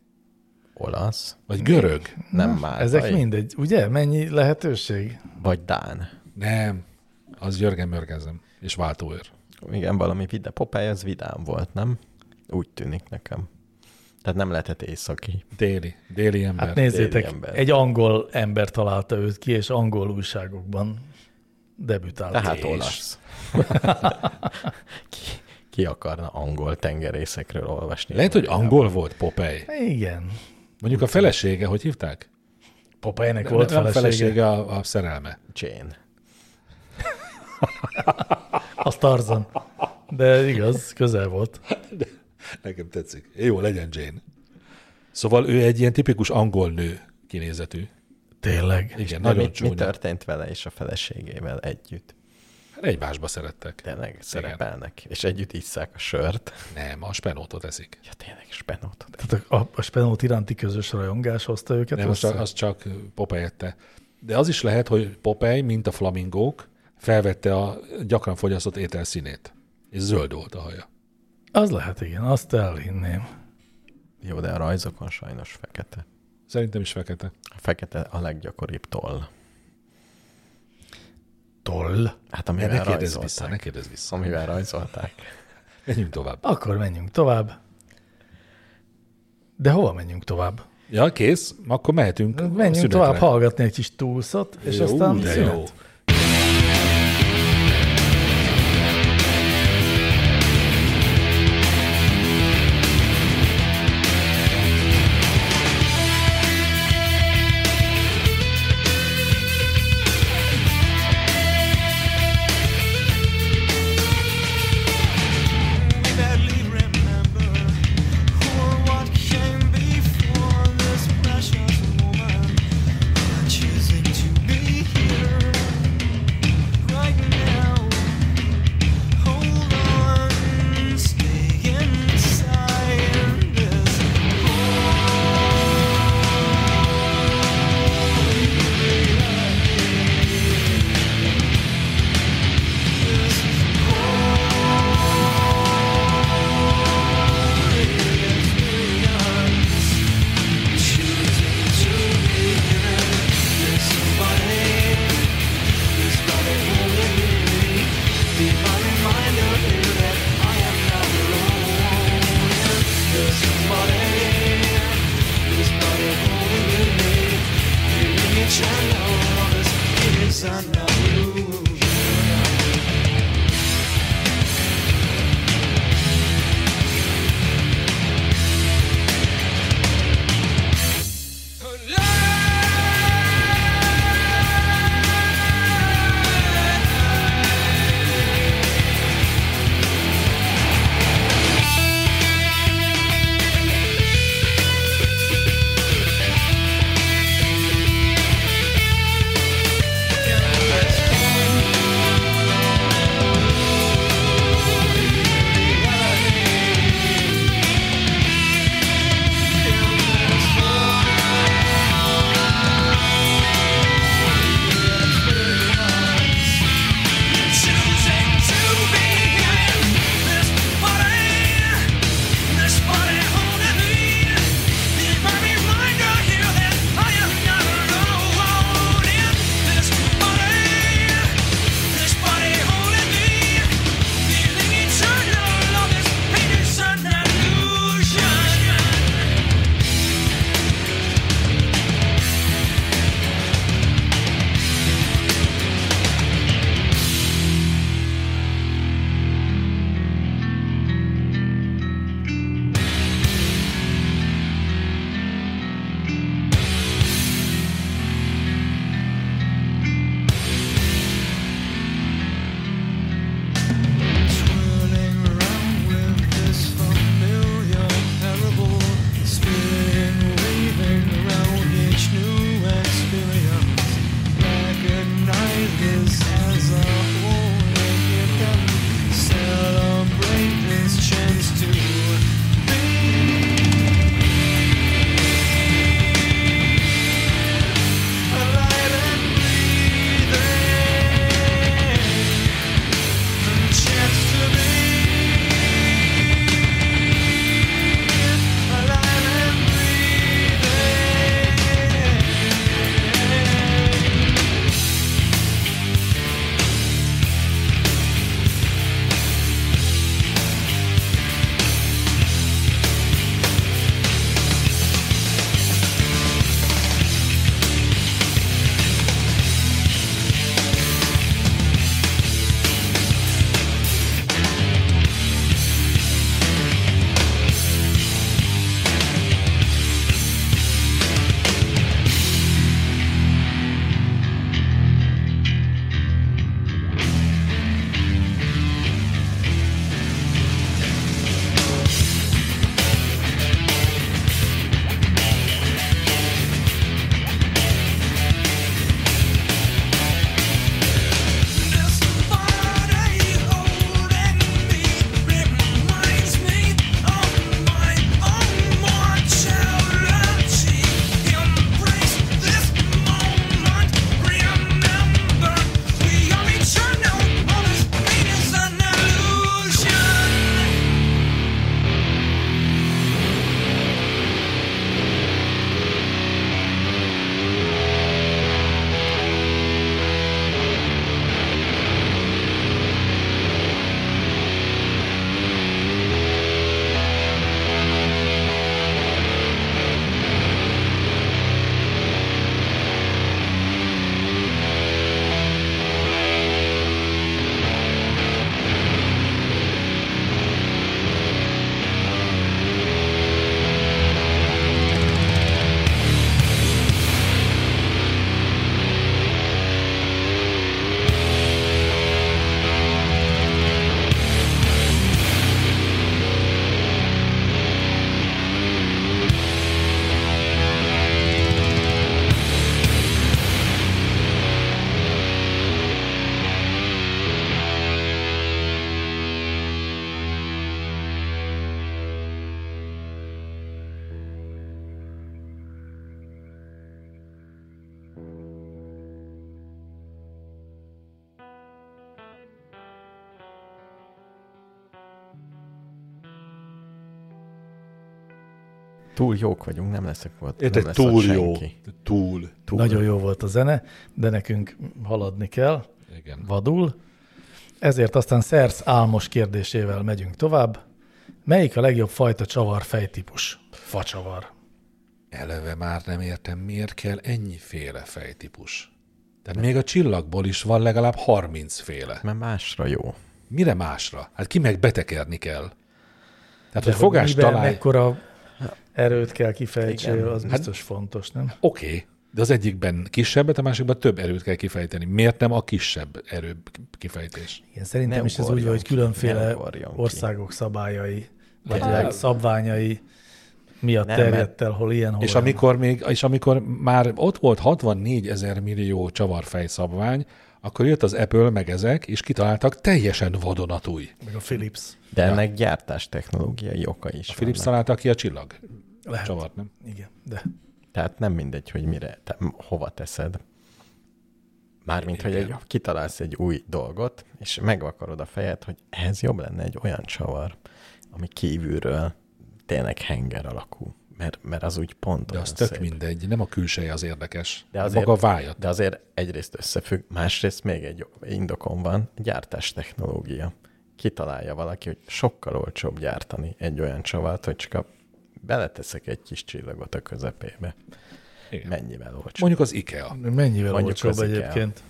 S4: olasz.
S3: Vagy görög?
S4: Nem már.
S2: Ezek mindegy, ugye? Mennyi lehetőség? Hát
S4: Vagy Dán.
S3: Nem. Az Jörgen Mörgezem. És váltóőr.
S4: Igen, valami vidám. Popeye az vidám volt, nem? Úgy tűnik nekem. Tehát nem lehetett északi.
S3: Déli, déli ember.
S2: Hát nézzétek,
S4: Déli ember.
S2: egy angol ember találta őt ki, és angol újságokban debütált.
S4: Tehát
S2: És-
S4: olasz. ki, ki akarna angol tengerészekről olvasni?
S3: Lehet, hogy angol volt Popeye.
S2: Igen.
S3: Mondjuk a felesége, hogy hívták?
S2: Popeye-nek volt felesége. felesége.
S3: felesége a, a szerelme.
S4: Jane.
S2: Az Tarzan. De igaz, közel volt.
S3: Nekem tetszik. Jó, legyen Jane. Szóval ő egy ilyen tipikus angol nő kinézetű.
S2: Tényleg.
S3: Igen,
S4: De
S3: nagyon
S4: mi, mi
S3: csúnya.
S4: történt vele és a feleségével együtt?
S3: Hát Egymásba szerettek.
S4: Tényleg
S3: Igen.
S4: szerepelnek, és együtt isszák a sört.
S3: Nem, a spenótot eszik.
S4: Ja, tényleg spenótot.
S2: Tehát a, a Spenót iránti közös rajongás hozta őket.
S3: Nem, az csak, az csak Popeye-ette. De az is lehet, hogy Popeye, mint a flamingók, felvette a gyakran fogyasztott étel színét. És zöld volt a haja.
S2: az lehet, igen, azt elhinném.
S4: Jó, de a rajzokon sajnos fekete.
S3: Szerintem is fekete.
S4: A fekete a leggyakoribb toll.
S2: Toll.
S4: Hát
S3: Ne, ne
S4: amivel
S3: kérdezz vissza, ne
S4: rajzolták.
S3: kérdezz vissza.
S4: Amivel rajzolták.
S3: Menjünk tovább.
S2: Akkor menjünk tovább. De hova menjünk tovább?
S3: Ja, kész, akkor mehetünk
S2: Menjünk
S3: szünetre.
S2: tovább hallgatni egy kis túlszot, és
S3: Jó,
S2: aztán
S3: de
S2: szünet.
S3: jó.
S5: Barely remember who or what came before this precious moment. Choosing to be here.
S4: Túl jók vagyunk, nem leszek ott. nem
S3: Érted?
S4: lesz ott
S3: Túl jó.
S4: senki.
S3: Túl.
S4: Túl.
S2: Nagyon jó volt a zene, de nekünk haladni kell,
S3: Igen.
S2: vadul. Ezért aztán Szersz álmos kérdésével megyünk tovább. Melyik a legjobb fajta csavar fejtípus? Facsavar.
S3: Eleve már nem értem, miért kell ennyiféle fejtípus. Tehát még a csillagból is van legalább 30 féle.
S4: Mert másra jó.
S3: Mire másra? Hát ki meg betekerni kell. Tehát, hogy
S2: De
S3: fogás
S2: mivel
S3: találj... Hát
S2: mekkora erőt kell kifejtsél,
S4: Igen.
S2: az biztos fontos, nem?
S3: Oké, de az egyikben kisebbet, a másikban több erőt kell kifejteni. Miért nem a kisebb erő kifejtés?
S2: Igen, szerintem
S4: Ne
S2: is ez úgy
S4: ugorjon
S2: van, hogy
S4: ki, ne
S2: különféle
S4: ugorjon ki.
S2: országok szabályai, vagy
S4: Tényleg.
S2: leg- szabványai miatt
S4: Nem,
S2: terjedt el, hol ilyen, hol
S3: És
S2: olyan.
S3: amikor, még, és amikor már ott volt 64 ezer millió csavarfejszabvány, akkor jött az Apple, meg ezek, és kitaláltak teljesen vadonatúj.
S2: Meg a Philips.
S4: De ennek gyártás technológiai oka is
S3: A Philips
S4: vannak.
S3: találta ki a csillag
S2: Lehet.
S3: csavart, nem?
S2: Igen, de
S4: Tehát nem mindegy, hogy mire, te, hova teszed. Mármint, hogy egy, kitalálsz egy új dolgot, és megvakarod a fejed, hogy ehhez jobb lenne egy olyan csavar, ami kívülről tényleg henger alakú. Mert, mert az úgy pont
S3: De
S4: olyan
S3: az tök
S4: szép.
S3: mindegy, nem a külseje az érdekes.
S4: De
S3: De
S4: azért-
S3: azért... Maga vája.
S4: De azért egyrészt összefügg, másrészt még egy indokon van, gyártás technológia. Kitalálja valaki, hogy sokkal olcsóbb gyártani egy olyan csavart, hogy csak a, beleteszek egy kis csillagot a közepébe.
S3: Igen.
S4: Mennyivel olcsóbb?
S3: Mondjuk az IKEA.
S2: mennyivel
S4: Mondjuk
S2: olcsóbb
S4: az IKEA.
S2: egyébként?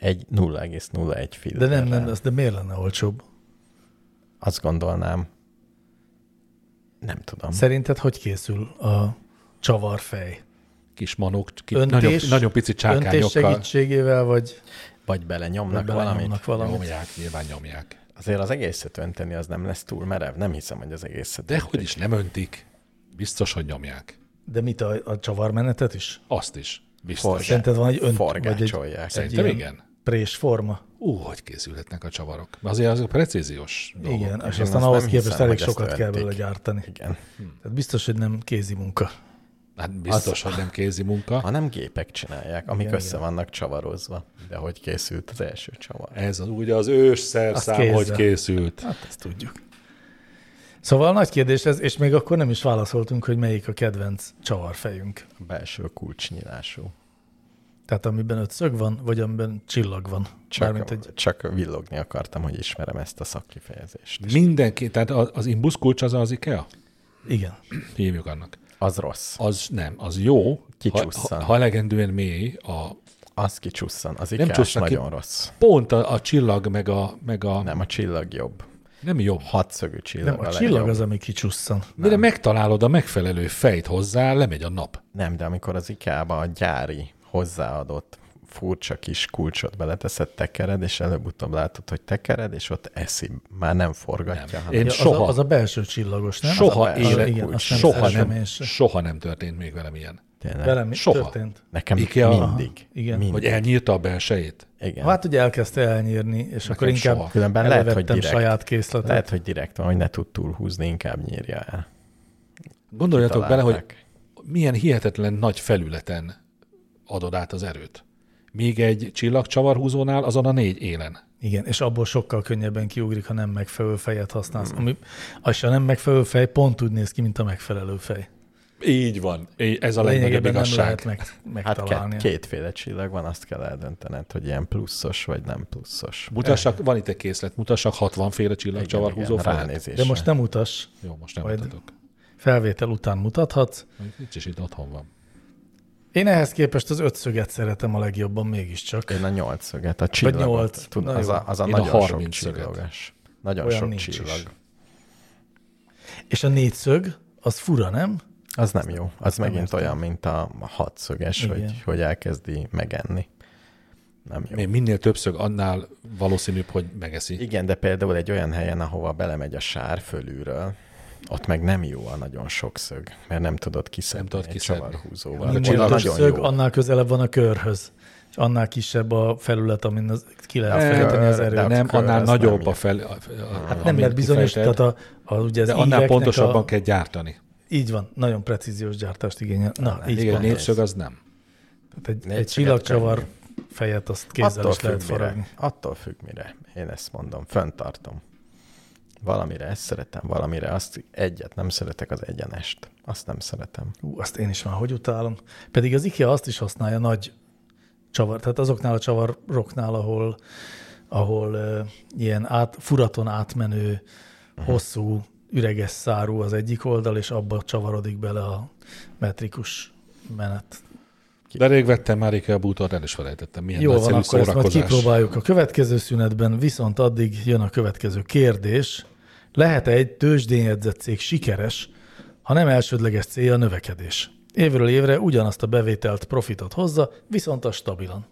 S4: Egy 0,01
S2: De
S4: filter.
S2: nem, nem, az, de miért lenne olcsóbb?
S4: Azt gondolnám, nem tudom.
S2: Szerinted hogy készül a csavarfej?
S3: Kis manók, ki,
S2: Öntés,
S3: nagyon, nagyon pici
S2: öntés
S3: csákányokkal
S2: segítségével, vagy
S4: Vagy belenyomnak valamit.
S2: belenyomnak valamit?
S3: nyomják, nyilván nyomják.
S4: Azért az egészet önteni az nem lesz túl merev. Nem hiszem, hogy az egészet.
S3: De hogy is nem öntik, biztos, hogy nyomják.
S2: De mit a, a csavarmenetet is?
S3: Azt is. Biztos.
S4: Forgás.
S2: Szerinted van egy önt, vagy egy
S4: forgácsolják.
S3: Szerintem
S2: ilyen-
S3: igen.
S2: prés forma?
S3: Ú, hogy készülhetnek a csavarok. Mert azért azok precíziós dolgok.
S2: Igen, és
S4: Én
S2: aztán
S4: azt
S2: ahhoz
S4: nem
S2: képest
S4: hiszem,
S2: elég
S4: hogy ezt
S2: sokat kell
S4: öntik.
S2: belőle gyártani.
S4: Igen.
S2: Tehát biztos, hogy nem kézi munka.
S3: Hát biztos, hogy nem kézi munka.
S2: Hát-
S4: hanem gépek csinálják, amik igen, össze igen. vannak csavarozva. De hogy készült az első csavar?
S3: Ez az, ugye az ős szerszám,
S2: Azt
S3: hogy
S2: kézzel.
S3: készült.
S2: Hát ezt tudjuk. Szóval nagy kérdés ez, és még akkor nem is válaszoltunk, hogy melyik a kedvenc csavarfejünk.
S4: A belső kulcsnyilású.
S2: Tehát amiben öt szög van, vagy amiben csillag van.
S4: Csak,
S2: Mármint
S4: egy...
S2: egy,
S4: csak villogni akartam, hogy ismerem ezt a szakkifejezést.
S3: Mindenki, tehát a- az imbusz kulcs az az IKEA?
S2: igen.
S3: Hívjuk annak.
S4: Az rossz.
S3: Az nem, az jó, ha,
S4: Kicsusszan.
S3: ha, ha elegendően mély, a,
S4: Az kicsusszan. Az
S3: Nem
S4: ikás
S3: csusszan ki-
S4: nagyon ki... rossz.
S3: pont a, a csillag meg a, meg a nem.
S4: Nem, a csillag jobb.
S3: nem jobb.
S4: Hatszögű
S2: Nem,
S4: csillag
S2: a
S4: a
S2: csillag
S4: legjobb.
S2: az, ami kicsusszan.
S3: Mire megtalálod a megfelelő fejt hozzá, lemegy a nap.
S4: Nem, de amikor az ikába a gyári hozzáadott furcsa kis kulcsot beleteszed tekered, és előbb-utóbb látod, hogy tekered, és ott eszi. Már nem forgatja, nem. hanem
S3: Én
S2: Ja,
S3: soha,
S2: Hát Az a, az a belső csillagos, nem?
S3: soha,
S4: az a-
S3: élet,
S2: igen, azt nem
S3: soha,
S2: szeretem
S3: nem,
S2: én se.
S3: soha nem történt még velem ilyen.
S4: tényleg.
S2: Velem mi
S3: Soha.
S2: történt.
S4: Nekem
S3: Ikea-
S4: mindig.
S2: igen.
S4: mindig.
S3: Hogy elnyírta a belsejét?
S4: Igen.
S2: Hát ugye elkezdte elnyírni, és akkor inkább
S3: soha.
S4: Különben lehet, hogy
S2: elővettem
S4: direkt.
S2: saját készletet.
S4: Lehet, hogy direkt van, hogy ne tud túlhúzni, inkább nyírja el.
S3: Gondoljatok bele, hogy
S4: Kitalálták.
S3: milyen hihetetlen nagy felületen adod át az erőt. Míg egy csillagcsavarhúzónál azon a négy élen.
S2: Igen, és abból sokkal könnyebben kiugrik, ha nem megfelelő fejet használsz. Ami, az, ha nem megfelelő fej, pont úgy néz ki, mint a megfelelő fej.
S3: Így van. Ez a legnagyobb
S2: Lényegében nem
S3: igazság.
S2: lehet meg,
S4: Hát
S2: megtalálni.
S4: két, kétféle csillag van, azt kell eldöntened, hogy ilyen pluszos vagy nem pluszos.
S3: Mutassak, van itt egy készlet, mutassak 60 féle
S4: Igen,
S3: csillagcsavarhúzó
S4: igen,
S3: fejet.
S4: ránézésre.
S2: De most nem utas,
S3: Jó, most nem
S2: Majd-
S3: mutatok.
S2: felvétel után mutathatsz.
S3: Nincs is itt otthon van.
S2: Én ehhez képest az ötszöget szeretem a legjobban mégiscsak.
S4: Én a nyolc szöget, a csillagot.
S2: nyolc.
S4: Tud,
S2: Na
S4: az,
S2: jó.
S4: a, az a
S3: Én a
S4: nagyon sok
S3: 30 szöget.
S4: csillagos. Nagyon
S2: Olyan
S4: sok
S2: nincs is.
S4: csillag.
S2: És a négyszög, az fura, nem?
S4: Az nem jó. Az
S2: nem
S4: megint
S2: értem.
S4: olyan, mint a hatszöges,
S2: Igen.
S4: hogy, hogy elkezdi megenni. Nem jó.
S3: Még minél több szög, annál valószínűbb, hogy megeszi.
S4: Igen, de például egy olyan helyen, ahova belemegy a sár fölülről, ott meg nem jó a nagyon sok szög, mert nem tudod kiszedni
S3: Nem tudod
S4: egy
S3: kiszedni.
S4: csavarhúzóval.
S2: Minél
S4: De csillag
S2: több
S4: nagyon
S2: szög,
S4: jó.
S2: annál közelebb van a körhöz. És annál kisebb a felület, amin az, ki lehet
S4: Nem,
S2: fejteni az
S4: de-
S2: erőt.
S4: de-
S3: Nem,
S4: akkor
S3: annál
S4: ez nem
S3: nagyobb
S4: jó.
S3: a fel... A, a,
S2: Hát nem,
S3: amit
S2: mert bizonyos,
S3: kifejted,
S2: tehát a, a, ugye az
S3: de annál
S2: íveknek
S3: pontosabban
S2: a,
S3: kell gyártani.
S2: Így van, nagyon precíziós gyártást igényel. Na, így
S3: Igen,
S2: van.
S3: népszög az nem.
S2: Tehát egy, egy
S4: népszöget
S2: csillagcsavar
S4: könnyű.
S2: fejet azt kézzel is lehet
S4: függ,
S2: faragni.
S4: mire. Attól függ, mire. Én ezt mondom, föntartom. Valamire ezt szeretem, valamire azt egyet nem szeretek, az egyenest. Azt nem szeretem.
S2: Ú, azt én is már hogy utálom. Pedig az IKEA azt is használja nagy csavar, tehát azoknál a csavaroknál, ahol, ahol uh, ilyen át, furaton átmenő, uh-huh. hosszú, üreges szárú az egyik oldal, és abba csavarodik bele a metrikus menet.
S3: De rég vettem már IKEA bútort, el is felejtettem. Milyen
S2: Jó van,
S3: nagyszerű
S2: akkor ezt majd
S3: szórakozás.
S2: kipróbáljuk a következő szünetben, viszont addig jön a következő kérdés. lehet -e egy tőzsdényedzett cég sikeres, ha nem elsődleges célja a növekedés? Évről évre ugyanazt a bevételt, profitot hozza, viszont a stabilan.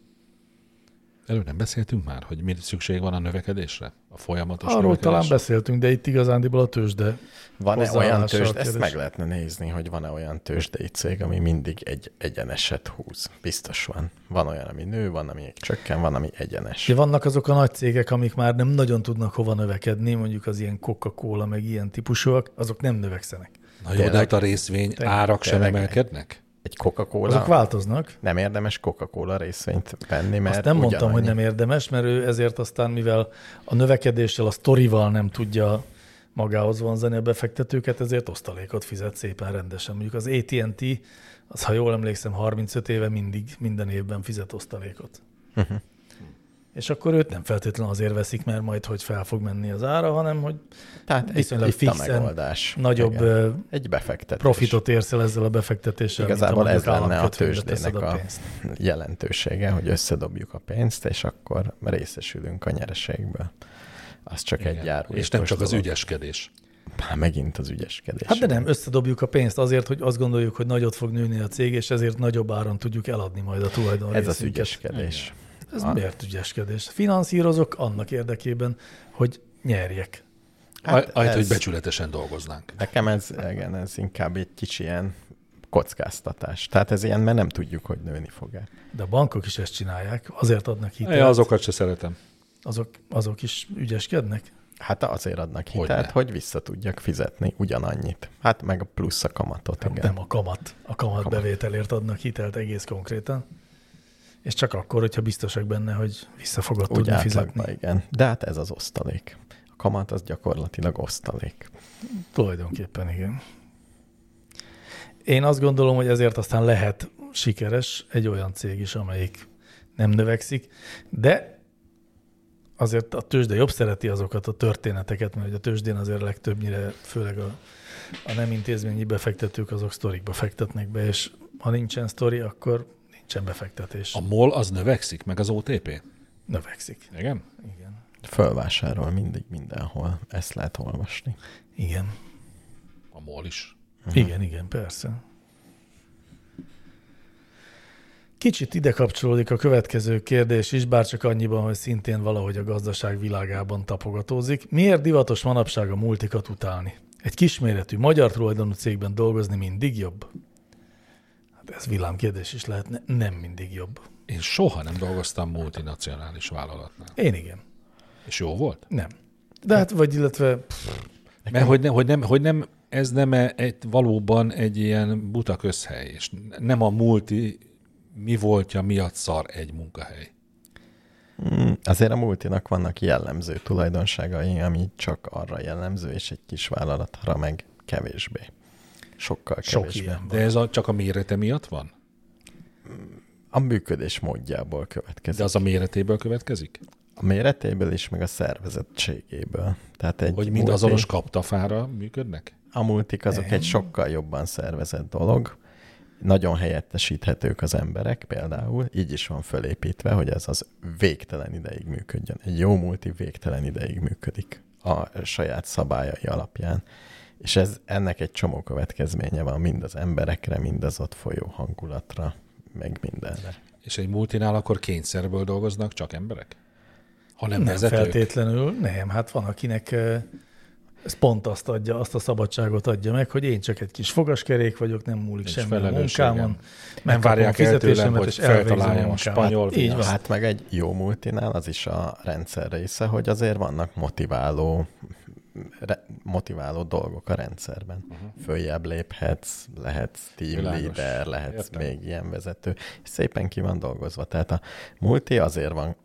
S3: Előbb nem beszéltünk már, hogy mi szükség van a növekedésre? A folyamatos
S2: Arról
S3: növekedésre?
S2: talán beszéltünk, de itt igazándiból a tőzsde.
S4: Van-e olyan
S2: hozzáállással
S4: tőzsd, ezt
S2: keres.
S4: meg lehetne nézni, hogy van-e olyan tőzsdei cég, ami mindig egy egyeneset húz. Biztos van. Van olyan, ami nő, van, ami csökken, van, ami egyenes.
S2: Ja, vannak azok a nagy cégek, amik már nem nagyon tudnak hova növekedni, mondjuk az ilyen Coca-Cola, meg ilyen típusúak, azok nem növekszenek.
S3: Na jó, de
S4: Tényleg.
S3: ott a részvény árak sem
S4: Tényleg.
S3: emelkednek?
S4: Egy Coca-Cola.
S2: Azok változnak.
S4: Nem érdemes Coca-Cola részvényt venni, mert
S2: Azt nem mondtam, hogy
S4: ugyanannyi.
S2: nem érdemes, mert ő ezért aztán, mivel a növekedéssel, a sztorival nem tudja magához vonzani a befektetőket, ezért osztalékot fizet szépen rendesen. Mondjuk az AT&T, az ha jól emlékszem, 35 éve mindig, minden évben fizet osztalékot.
S4: Mhm.
S2: És akkor őt nem feltétlenül azért veszik, mert majd hogy fel fog menni az ára, hanem hogy
S4: Tehát
S2: viszonylag
S4: itt a
S2: fixen
S4: megoldás.
S2: nagyobb
S4: Igen.
S2: ö,
S4: Egy befektetés.
S2: profitot érsz el ezzel a befektetéssel. mint
S4: Igazából
S2: amelyik
S4: ez lenne a
S2: államkötvénybe teszed
S4: tőzsdének a,
S2: pénzt.
S4: jelentősége, hogy összedobjuk a pénzt, és akkor részesülünk a nyereségből. Az csak egy járó.
S3: És nem csak az ügyeskedés.
S4: Már megint az ügyeskedés.
S2: Hát de nem, összedobjuk a pénzt azért, hogy azt gondoljuk, hogy nagyot fog nőni a cég, és ezért nagyobb áron tudjuk eladni majd a tulajdon
S4: Ez az
S2: részünket.
S4: ügyeskedés. Ah.
S2: Ez miért ügyeskedés? Finanszírozok annak érdekében, hogy nyerjek.
S4: Hát
S3: Hát Ahelyett,
S4: ez-
S3: hogy becsületesen dolgoznánk.
S4: Nekem ez, igen, ez inkább egy kicsi ilyen kockáztatás. Tehát ez ilyen, mert nem tudjuk, hogy nőni fog-e.
S2: De a bankok is ezt csinálják, azért adnak hitelt,
S3: Én azokat se szeretem.
S2: azok, azok is ügyeskednek.
S4: Hát azért adnak
S3: Hogyne.
S4: hitelt, hogy, hogy vissza tudjak fizetni ugyanannyit. Hát meg a plusz a kamatot,
S2: Hát
S4: igen.
S2: nem a kamat. A kamat bevételért adnak hitelt egész konkrétan. És csak akkor, hogyha biztosak benne, hogy vissza fogod
S4: Úgy
S2: tudni
S4: átlagban,
S2: fizetni.
S4: igen. De hát ez az osztalék. A kamat az gyakorlatilag osztalék.
S2: Tulajdonképpen igen. Én azt gondolom, hogy ezért aztán lehet sikeres egy olyan cég is, amelyik nem növekszik, de azért a tőzsde jobb szereti azokat a történeteket, mert ugye a tőzsdén azért legtöbbnyire, főleg a, a nem intézményi befektetők, azok sztorikba fektetnek be, és ha nincsen sztori, akkor nincsen befektetés.
S3: A MOL az növekszik, meg az OTP?
S2: Növekszik.
S3: Igen?
S2: Igen.
S4: Fölvásárol mindig mindenhol. Ezt lehet olvasni.
S2: Igen.
S3: A MOL is.
S2: Igen, igen, persze. Kicsit ide kapcsolódik a következő kérdés is, bár csak annyiban, hogy szintén valahogy a gazdaság világában tapogatózik. Miért divatos manapság a multikat utálni? Egy kisméretű magyar tulajdonú cégben dolgozni mindig jobb? Hát ez villámkérdés is lehetne, nem mindig jobb.
S3: Én soha nem dolgoztam multinacionális vállalatnál.
S2: Én igen,
S3: És jó volt?
S2: nem. De hát vagy illetve pff,
S3: Mert hogy, ne, hogy, nem, hogy nem, ez nem e- egy, valóban egy ilyen buta közhely, és nem a multi mi voltja miatt szar egy munkahely.
S4: Azért a multinak vannak jellemző tulajdonságai, ami csak arra jellemző, és egy kis vállalatra meg kevésbé. Sokkal
S2: sok
S4: kevésbé.
S2: ilyen
S3: De
S2: van.
S3: ez a, csak a mérete miatt van?
S4: A működés módjából
S3: De
S4: következik.
S3: az a méretéből következik?
S4: A méretéből is, meg a szervezettségéből. Tehát egy
S3: Hogy mind
S4: multi-
S3: azonos kaptafára működnek?
S4: A multik azok egy sokkal jobban szervezett dolog, nagyon helyettesíthetők az emberek például, így is van fölépítve, hogy ez az végtelen ideig működjön. Egy jó multi végtelen ideig működik a saját szabályai alapján. És ez, ennek egy csomó következménye van mind az emberekre, mind az ott folyó hangulatra, meg mindenre.
S3: És egy multinál akkor kényszerből dolgoznak csak emberek? Ha nem,
S2: Nem
S3: vezetők?
S2: feltétlenül, nem. Hát van, akinek ö, ez pont azt adja, azt a szabadságot adja meg, hogy én csak egy kis fogaskerék vagyok, nem múlik
S3: Nincs
S2: semmi a
S3: felelősségem.
S2: munkámon.
S3: Nem
S2: megkapom
S3: várják el tőlem, hogy
S2: és elvégzem
S3: feltaláljam a
S2: munkám.
S3: spanyol
S2: Hát, így van.
S4: Hát meg egy jó multinál az is a rendszer része, hogy azért vannak motiváló, re, motiváló dolgok a rendszerben. Uh-huh. Följebb léphetsz, lehetsz team
S3: Mhm. Világos.
S4: leader, lehetsz
S3: Értem.
S4: Értem. még ilyen vezető. Szépen ki van dolgozva. Tehát a multi azért van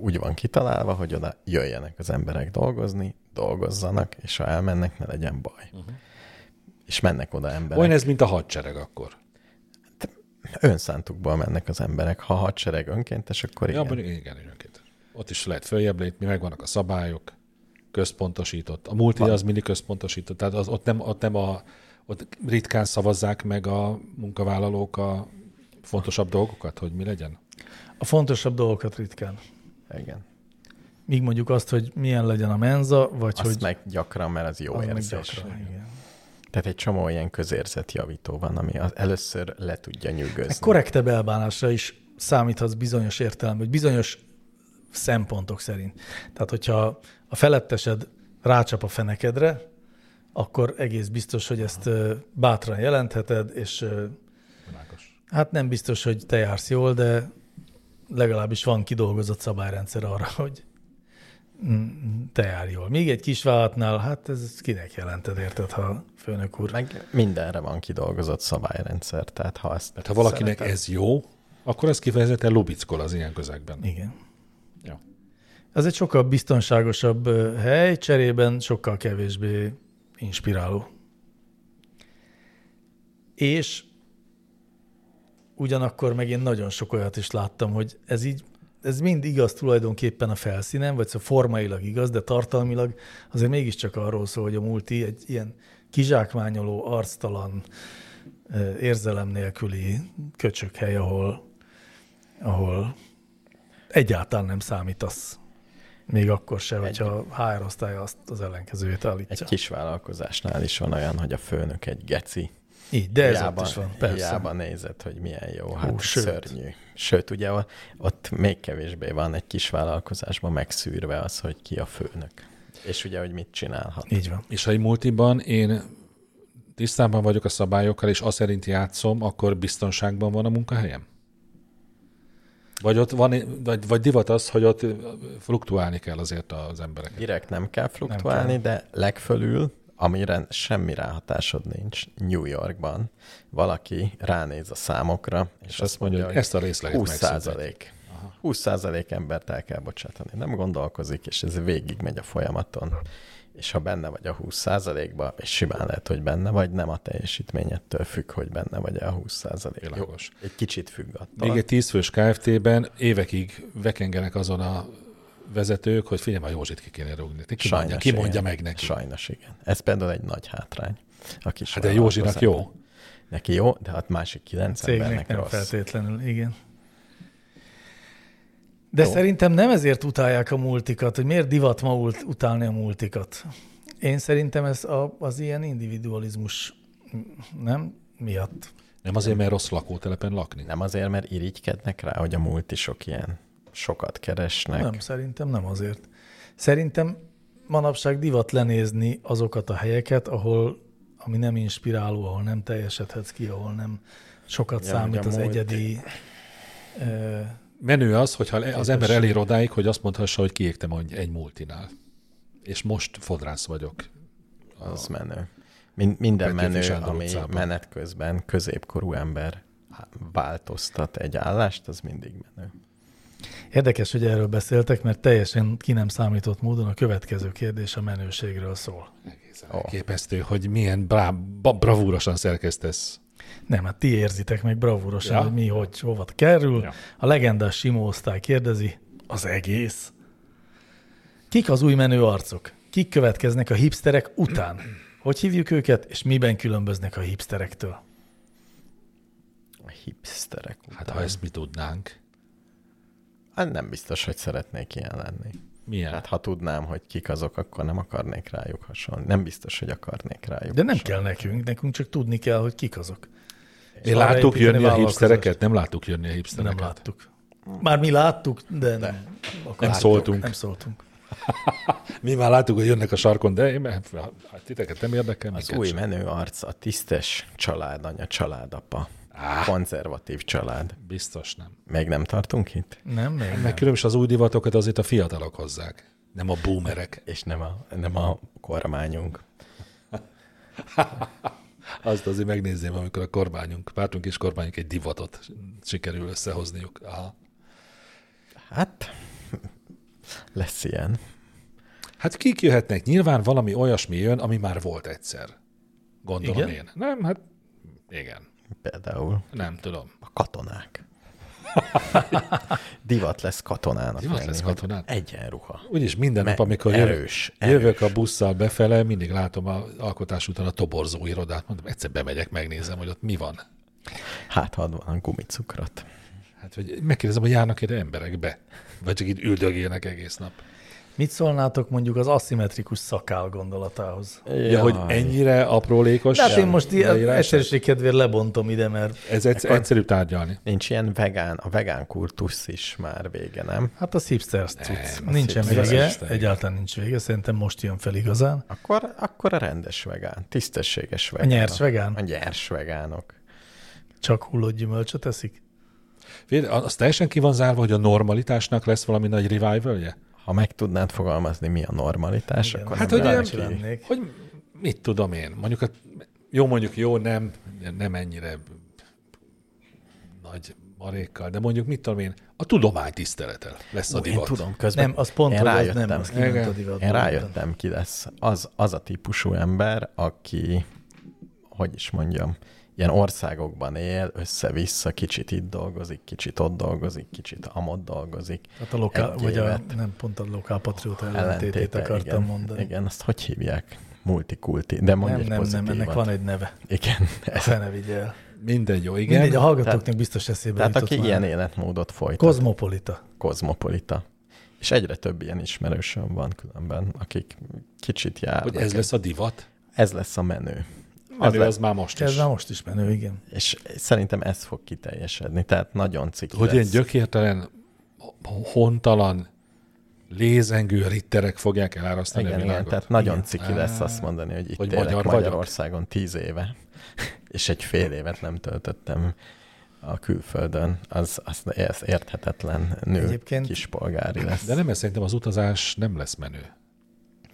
S4: úgy van kitalálva, hogy oda jöjjenek az emberek dolgozni, dolgozzanak, és ha elmennek, ne legyen baj. Uh-huh. És mennek oda emberek.
S3: Mhm. Olyan ez, mint a hadsereg akkor.
S4: önszántukból mennek az emberek. Ha a hadsereg önkéntes, akkor
S3: Igen.
S4: igen.
S3: Ja, abban igen, önként. Ott is lehet följebb lépni, megvannak a szabályok, központosított. A multi az mindig központosított, tehát az, ott, nem, ott nem a ott ritkán szavazzák meg a munkavállalók a fontosabb dolgokat, hogy mi legyen.
S2: A fontosabb dolgokat ritkán.
S4: igen.
S2: Míg mondjuk azt, hogy milyen legyen a menza, vagy
S4: Azt
S2: hogy...
S4: meg gyakran, mert az jó
S2: az meg
S4: érzés.
S2: gyakran, igen.
S4: Tehát egy csomó ilyen közérzetjavító van, ami az először le tudja nyűgözni.
S2: Korrektebb elbánásra is számíthatsz bizonyos értelemben, hogy bizonyos szempontok szerint. Tehát, hogyha a felettesed rácsap a fenekedre, akkor egész biztos, hogy ezt ö, bátran jelentheted, és ö,
S3: Világos.
S2: hát nem biztos, hogy te jársz jól, de legalábbis van kidolgozott szabályrendszer arra, hogy mm, te jár jól. Még egy kis vállalatnál, hát ez kinek jelented, érted, ha főnök úr?
S4: Meg mindenre van kidolgozott szabályrendszer, tehát ha ezt...
S2: Hát,
S3: Tehát ha valakinek Szeretem. ez jó, akkor ez kifejezetten lubickol az ilyen közegben.
S2: Igen.
S3: Ja.
S2: Ez egy sokkal biztonságosabb ö, hely, cserében sokkal kevésbé inspiráló. És ugyanakkor meg én nagyon sok olyat is láttam, hogy ez így, ez mind igaz tulajdonképpen a felszínen, vagy szóval formailag igaz, de tartalmilag azért mégiscsak arról szól, hogy a multi egy ilyen kizsákmányoló, arctalan, ö, érzelem nélküli köcsökhely, ahol, ahol egyáltalán nem számítasz. Még akkor se, hogyha a HR osztály azt az ellenkezőjét állítja.
S4: Egy kis vállalkozásnál is van olyan, hogy a főnök egy geci.
S2: Így, de ez
S4: Hiába-
S2: ott is van, persze.
S4: Hiába nézed, hogy milyen jó, hát Hú,
S2: sőt.
S4: sőt. szörnyű. Sőt, ugye o- ott még kevésbé van egy kis vállalkozásban megszűrve az, hogy ki a főnök. És ugye, hogy mit csinálhat.
S2: Így van.
S3: És ha egy multiban én tisztában vagyok a szabályokkal, és azt szerint játszom, akkor biztonságban van a munkahelyem? Vagy, ott van, vagy, vagy divat az, hogy ott fluktuálni kell azért az emberek.
S4: Direkt nem kell fluktuálni, nem kell. de legfölül, amire semmi ráhatásod nincs, New Yorkban valaki ránéz a számokra, és, és azt
S3: mondja,
S4: mondja,
S3: hogy
S4: hogy
S3: ezt a részleget
S4: 20
S3: megszüntetjük.
S4: százalék. 20 százalék embert el kell bocsátani. Nem gondolkozik, és ez végig megy a folyamaton. És ha benne vagy a 20 százalékba, és simán lehet, hogy benne vagy, nem a teljesítményettől függ, hogy benne vagy a 20 százalék.
S3: Világos.
S4: Egy kicsit függ attól.
S3: Még egy tízfős KFT-ben évekig vekengenek azon a vezetők, hogy figyelj, a Józsit ki kéne rúgni. Ki mondja, ki
S4: igen.
S3: mondja meg neki?
S4: Sajnos igen. Ez például egy nagy hátrány. A kis
S3: Hát de Józsinak
S4: vállalkozás.
S3: jó.
S4: Neki jó, de hát másik kilenc
S2: Cégnek
S4: embernek
S2: nem rossz.
S4: rossz.
S2: feltétlenül, igen. De Jó.
S4: Jó.
S2: szerintem nem ezért utálják a multikat, hogy miért divat ma ult- utálni a multikat. Én szerintem ez a, az ilyen individualizmus m- nem miatt.
S3: Nem azért, mert rossz lakótelepen lakni.
S4: Nem azért, mert irigykednek rá, hogy a múlt is sok ilyen sokat keresnek.
S2: Nem, szerintem nem azért. Szerintem manapság divat lenézni azokat a helyeket, ahol ami nem inspiráló, ahol nem teljesedhetsz ki, ahol nem sokat ja,
S4: Ja, hogy
S2: számít
S4: a
S2: az
S4: multi-
S2: egyedi. Ö,
S3: Menő az, hogyha le- az ember elér odáig, hogy azt mondhassa, hogy kiégtem egy egy multinál. És most fodrász vagyok.
S4: Az menő. Min- minden
S3: Petőfi
S4: menő,
S3: Sándor
S4: ami
S3: utcában.
S4: menet közben középkorú ember változtat egy állást, az mindig menő.
S2: Érdekes, hogy erről beszéltek, mert teljesen ki nem számított módon a következő kérdés a menőségről szól.
S3: Képesztő, hogy milyen brá, ba, bravúrosan szerkesztesz.
S2: Nem, hát ti érzitek meg bravúrosan,
S3: Ja.
S2: ja. hogy mi, hogy, hova kerül.
S3: Ja.
S2: Ja. A legendás Simó osztály kérdezi, az egész. Kik az új menő arcok? Kik következnek a hipsterek után? Hogy hívjuk őket, és miben különböznek a hipsterektől?
S4: A hipsterek után.
S3: Hát ha ezt mi tudnánk.
S4: hát nem biztos, hogy szeretnék ilyen lenni.
S3: Milyen?
S4: Hát ha tudnám, hogy kik azok, akkor nem akarnék rájuk hasonlni. Nem biztos, hogy akarnék rájuk
S2: De nem
S4: hasonlni.
S2: kell nekünk, nekünk csak tudni kell, hogy kik azok.
S3: Én
S2: arra
S3: láttuk
S2: építeni
S3: jönni a
S2: vállalkozást.
S3: hipstereket? Nem láttuk jönni a hipstereket.
S2: Nem láttuk. Már mi láttuk, de, de.
S3: Nem szóltunk.
S2: Nem szóltunk.
S3: Mi már láttuk, hogy jönnek a sarkon, de én, hát titeket nem érdekel.
S4: Az
S3: minket
S4: új
S3: sem.
S4: menő arc a tisztes családanya, családapa. Á. Konzervatív család.
S3: Biztos nem.
S4: Még nem tartunk itt?
S2: Nem, még nem.
S3: Meg különös az új divatokat azért a fiatalok hozzák. Nem a boomerek.
S4: És nem a, nem a kormányunk.
S3: Azt azért megnézném, amikor a kormányunk, pártunk és kormányunk egy divatot sikerül összehozniuk. Aha.
S4: Hát, lesz ilyen.
S3: Hát kik jöhetnek? Nyilván valami olyasmi jön, ami már volt egyszer. Gondolom
S2: Igen?
S3: én. Nem, hát igen.
S4: Például
S3: Nem tudom.
S4: a katonák. Divat lesz katonának.
S3: Divat
S4: lenni,
S3: lesz
S4: hogy
S3: katonát?
S4: Egyenruha.
S3: Úgyis minden nap,
S4: Me-
S3: amikor jövök,
S4: erős, erős.
S3: jövök a busszal befele, mindig látom az alkotás után a toborzó irodát. Mondom, egyszer bemegyek, megnézem, hogy ott mi van.
S4: Hát, ha van gumicukrot.
S3: Hát, hogy megkérdezem, hogy járnak ide emberek be? Vagy csak itt üldögélnek egész nap?
S2: Mit szólnátok mondjuk az aszimmetrikus szakál gondolatához?
S3: Ja, hogy ennyire aprólékos?
S2: De hát én most ilyen
S3: leírás?
S2: egyszerűség kedvéért lebontom ide, mert
S3: Ez egyszer, egyszerűbb tárgyalni.
S4: Nincs ilyen vegán, a vegán kultusz is már vége, nem?
S2: hát az hipsters cucc.
S4: az
S2: Nincsen
S4: hipsters
S2: vége,
S3: hipster.
S2: egyáltalán nincs vége, szerintem most jön fel igazán.
S4: Akkor, akkor a rendes vegán, tisztességes
S2: A
S4: vegán.
S2: nyers
S4: A
S2: vegán
S4: nyers vegánok.
S2: csak hullott gyümölcsöt eszik?
S3: Figyelj, az teljesen ki van zárva, hogy a normalitásnak lesz valami nagy revival-je?
S4: Ha meg tudnád fogalmazni, mi a normalitás,
S2: Igen.
S4: akkor
S3: Hát,
S4: nem
S3: hogy ilyen-
S4: lenne ki.
S2: lennék.
S3: Hogy mit tudom én? Mondjuk, a, jó mondjuk, jó, nem, nem ennyire nagy marékkal, de mondjuk mit tudom én, a tudomány tiszteletel lesz a
S4: Ú, én
S3: divat.
S4: tudom, közben
S2: Nem, az pont,
S4: én
S2: hogy az
S4: rájöttem.
S2: nem, az
S3: Igen.
S2: kiment a divatból.
S4: Én rájöttem, ki lesz. Az, az a típusú ember, aki, hogy is mondjam, ilyen országokban él, össze-vissza, kicsit itt dolgozik, kicsit ott dolgozik, kicsit amott dolgozik.
S2: Hát a lokál,
S4: Egy
S2: vagy a,
S4: évet.
S2: nem pont a lokálpatrióta ellentétét akartam
S4: igen,
S2: mondani.
S4: Igen, azt hogy hívják? Multikulti, de mondj
S2: Nem,
S4: egy
S2: nem, nem,
S4: pozitívat.
S2: ennek van egy neve.
S4: Igen, ez.
S2: Fene vigyel.
S3: Mindegy, jó, igen.
S2: Mindegy, a hallgatóknak
S4: Tehát-
S2: biztos eszébe
S4: Tehát
S2: jutott
S4: aki
S2: már.
S4: ilyen életmódot folytat,
S2: Kozmopolita.
S4: kozmopolita. És egyre több ilyen ismerősöm van különben, akik kicsit járnak.
S3: Hogy ez lesz a divat?
S4: ez lesz a menő.
S3: Az,
S4: le-
S3: az már most
S2: Ez
S3: is.
S2: már most is menő, igen.
S4: És szerintem ez fog kiteljesedni, tehát nagyon ciki
S3: Hogy ilyen
S4: lesz.
S3: gyökértelen, hontalan, lézengő ritterek fogják elárasztani
S4: igen,
S3: a világot.
S4: igen, tehát nagyon ciki lesz azt mondani, hogy itt
S3: Hogy
S4: hogy élek
S3: magyar vagyok?
S4: Magyarországon tíz éve, és egy fél évet nem töltöttem a külföldön, az, az, az érthetetlen nő
S2: Egyébként-
S4: Egyébként... kispolgári lesz.
S3: De nem, ez szerintem az utazás nem lesz menő.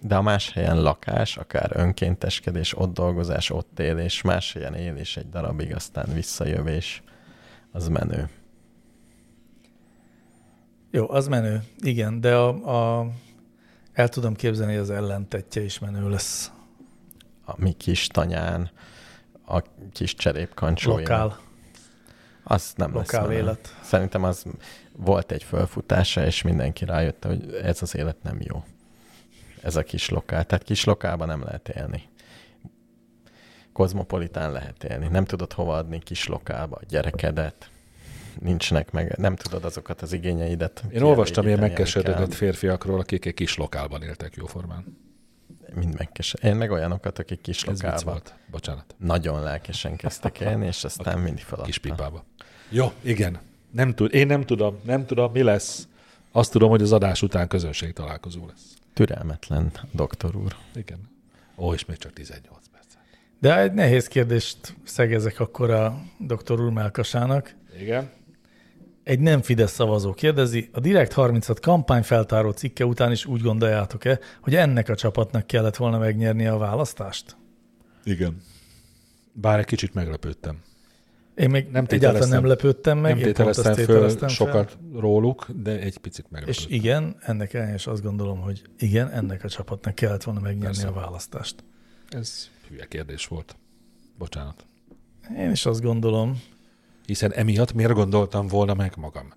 S4: De a más helyen lakás, akár önkénteskedés, ott dolgozás, ott élés, más helyen élés egy darabig, aztán visszajövés, az menő.
S2: Jó, az menő, igen, de a, a el tudom képzelni, hogy az ellentetje is menő lesz.
S4: A mi kis tanyán, a kis cserépkancsóján.
S2: Lokál,
S4: Az nem lesz
S2: lokál
S4: menő.
S2: élet.
S4: Szerintem az volt egy felfutása, és mindenki rájött, hogy ez az élet nem jó. Ez a kis lokál. Tehát kis lokálban nem lehet élni. Kozmopolitán lehet élni. Nem tudod hova adni kis lokálba a gyerekedet. Nincsenek meg, nem tudod azokat az igényeidet.
S3: Én olvastam ilyen
S4: kielégíteni, amikkel-
S3: megkeseredett férfiakról, akik egy kis lokálban éltek jóformán.
S4: Mind megkeseredett. Én meg olyanokat, akik kis
S3: Ez vicc
S4: lokálba
S3: volt. Bocsánat.
S4: nagyon lelkesen kezdtek élni, és aztán mindig
S3: Kis
S4: feladta.
S3: pipába. Jó, igen. Nem tud, én nem tudom, nem tudom, mi lesz. Azt tudom, hogy az adás után közönség találkozó lesz.
S4: Türelmetlen doktor úr.
S3: Igen. Ó, és még csak 18 perc.
S2: De egy nehéz kérdést szegezek akkor a doktor úr melkasának.
S3: Igen.
S2: Egy nem Fidesz szavazó kérdezi, a Direkt 36 kampányfeltáró cikke után is úgy gondoljátok-e, hogy ennek a csapatnak kellett volna megnyernie a választást?
S3: Igen. Bár egy kicsit meglepődtem.
S2: Én még
S3: Nem
S2: nem egyáltalán
S3: tételeztem.
S2: nem lepődtem meg,
S3: nem
S2: én pont
S3: tételeztem
S2: azt
S3: föl
S2: tételeztem
S3: sokat róluk, de egy picit
S2: És
S3: meglepődtem.
S2: igen, ennek ellenére is azt gondolom, hogy igen, ennek a csapatnak kellett volna megnyerni
S3: Persze.
S2: a választást.
S3: Ez hülye kérdés volt. Bocsánat.
S2: Én is azt gondolom,
S3: Hiszen emiatt miért gondoltam volna meg magam?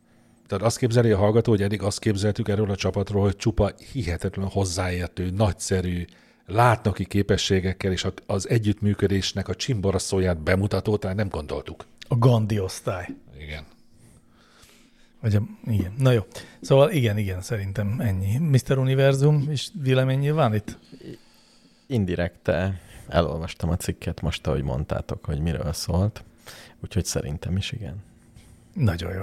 S3: Tehát azt képzeli a hallgató, hogy eddig azt képzeltük erről a csapatról, hogy csupa hihetetlen hozzáértő, nagyszerű, látnoki képességekkel és a- az együttműködésnek a csimboraszóját bemutató, tehát nem gondoltuk.
S2: a Gandhi osztály.
S3: Igen.
S2: Vagy a, igen, na jó. Szóval igen, igen, szerintem ennyi. Mr. Univerzum is vélemény nyilván itt?
S4: indirekte elolvastam a cikket most, ahogy mondtátok, hogy miről szólt, úgyhogy szerintem is igen.
S2: Nagyon jó.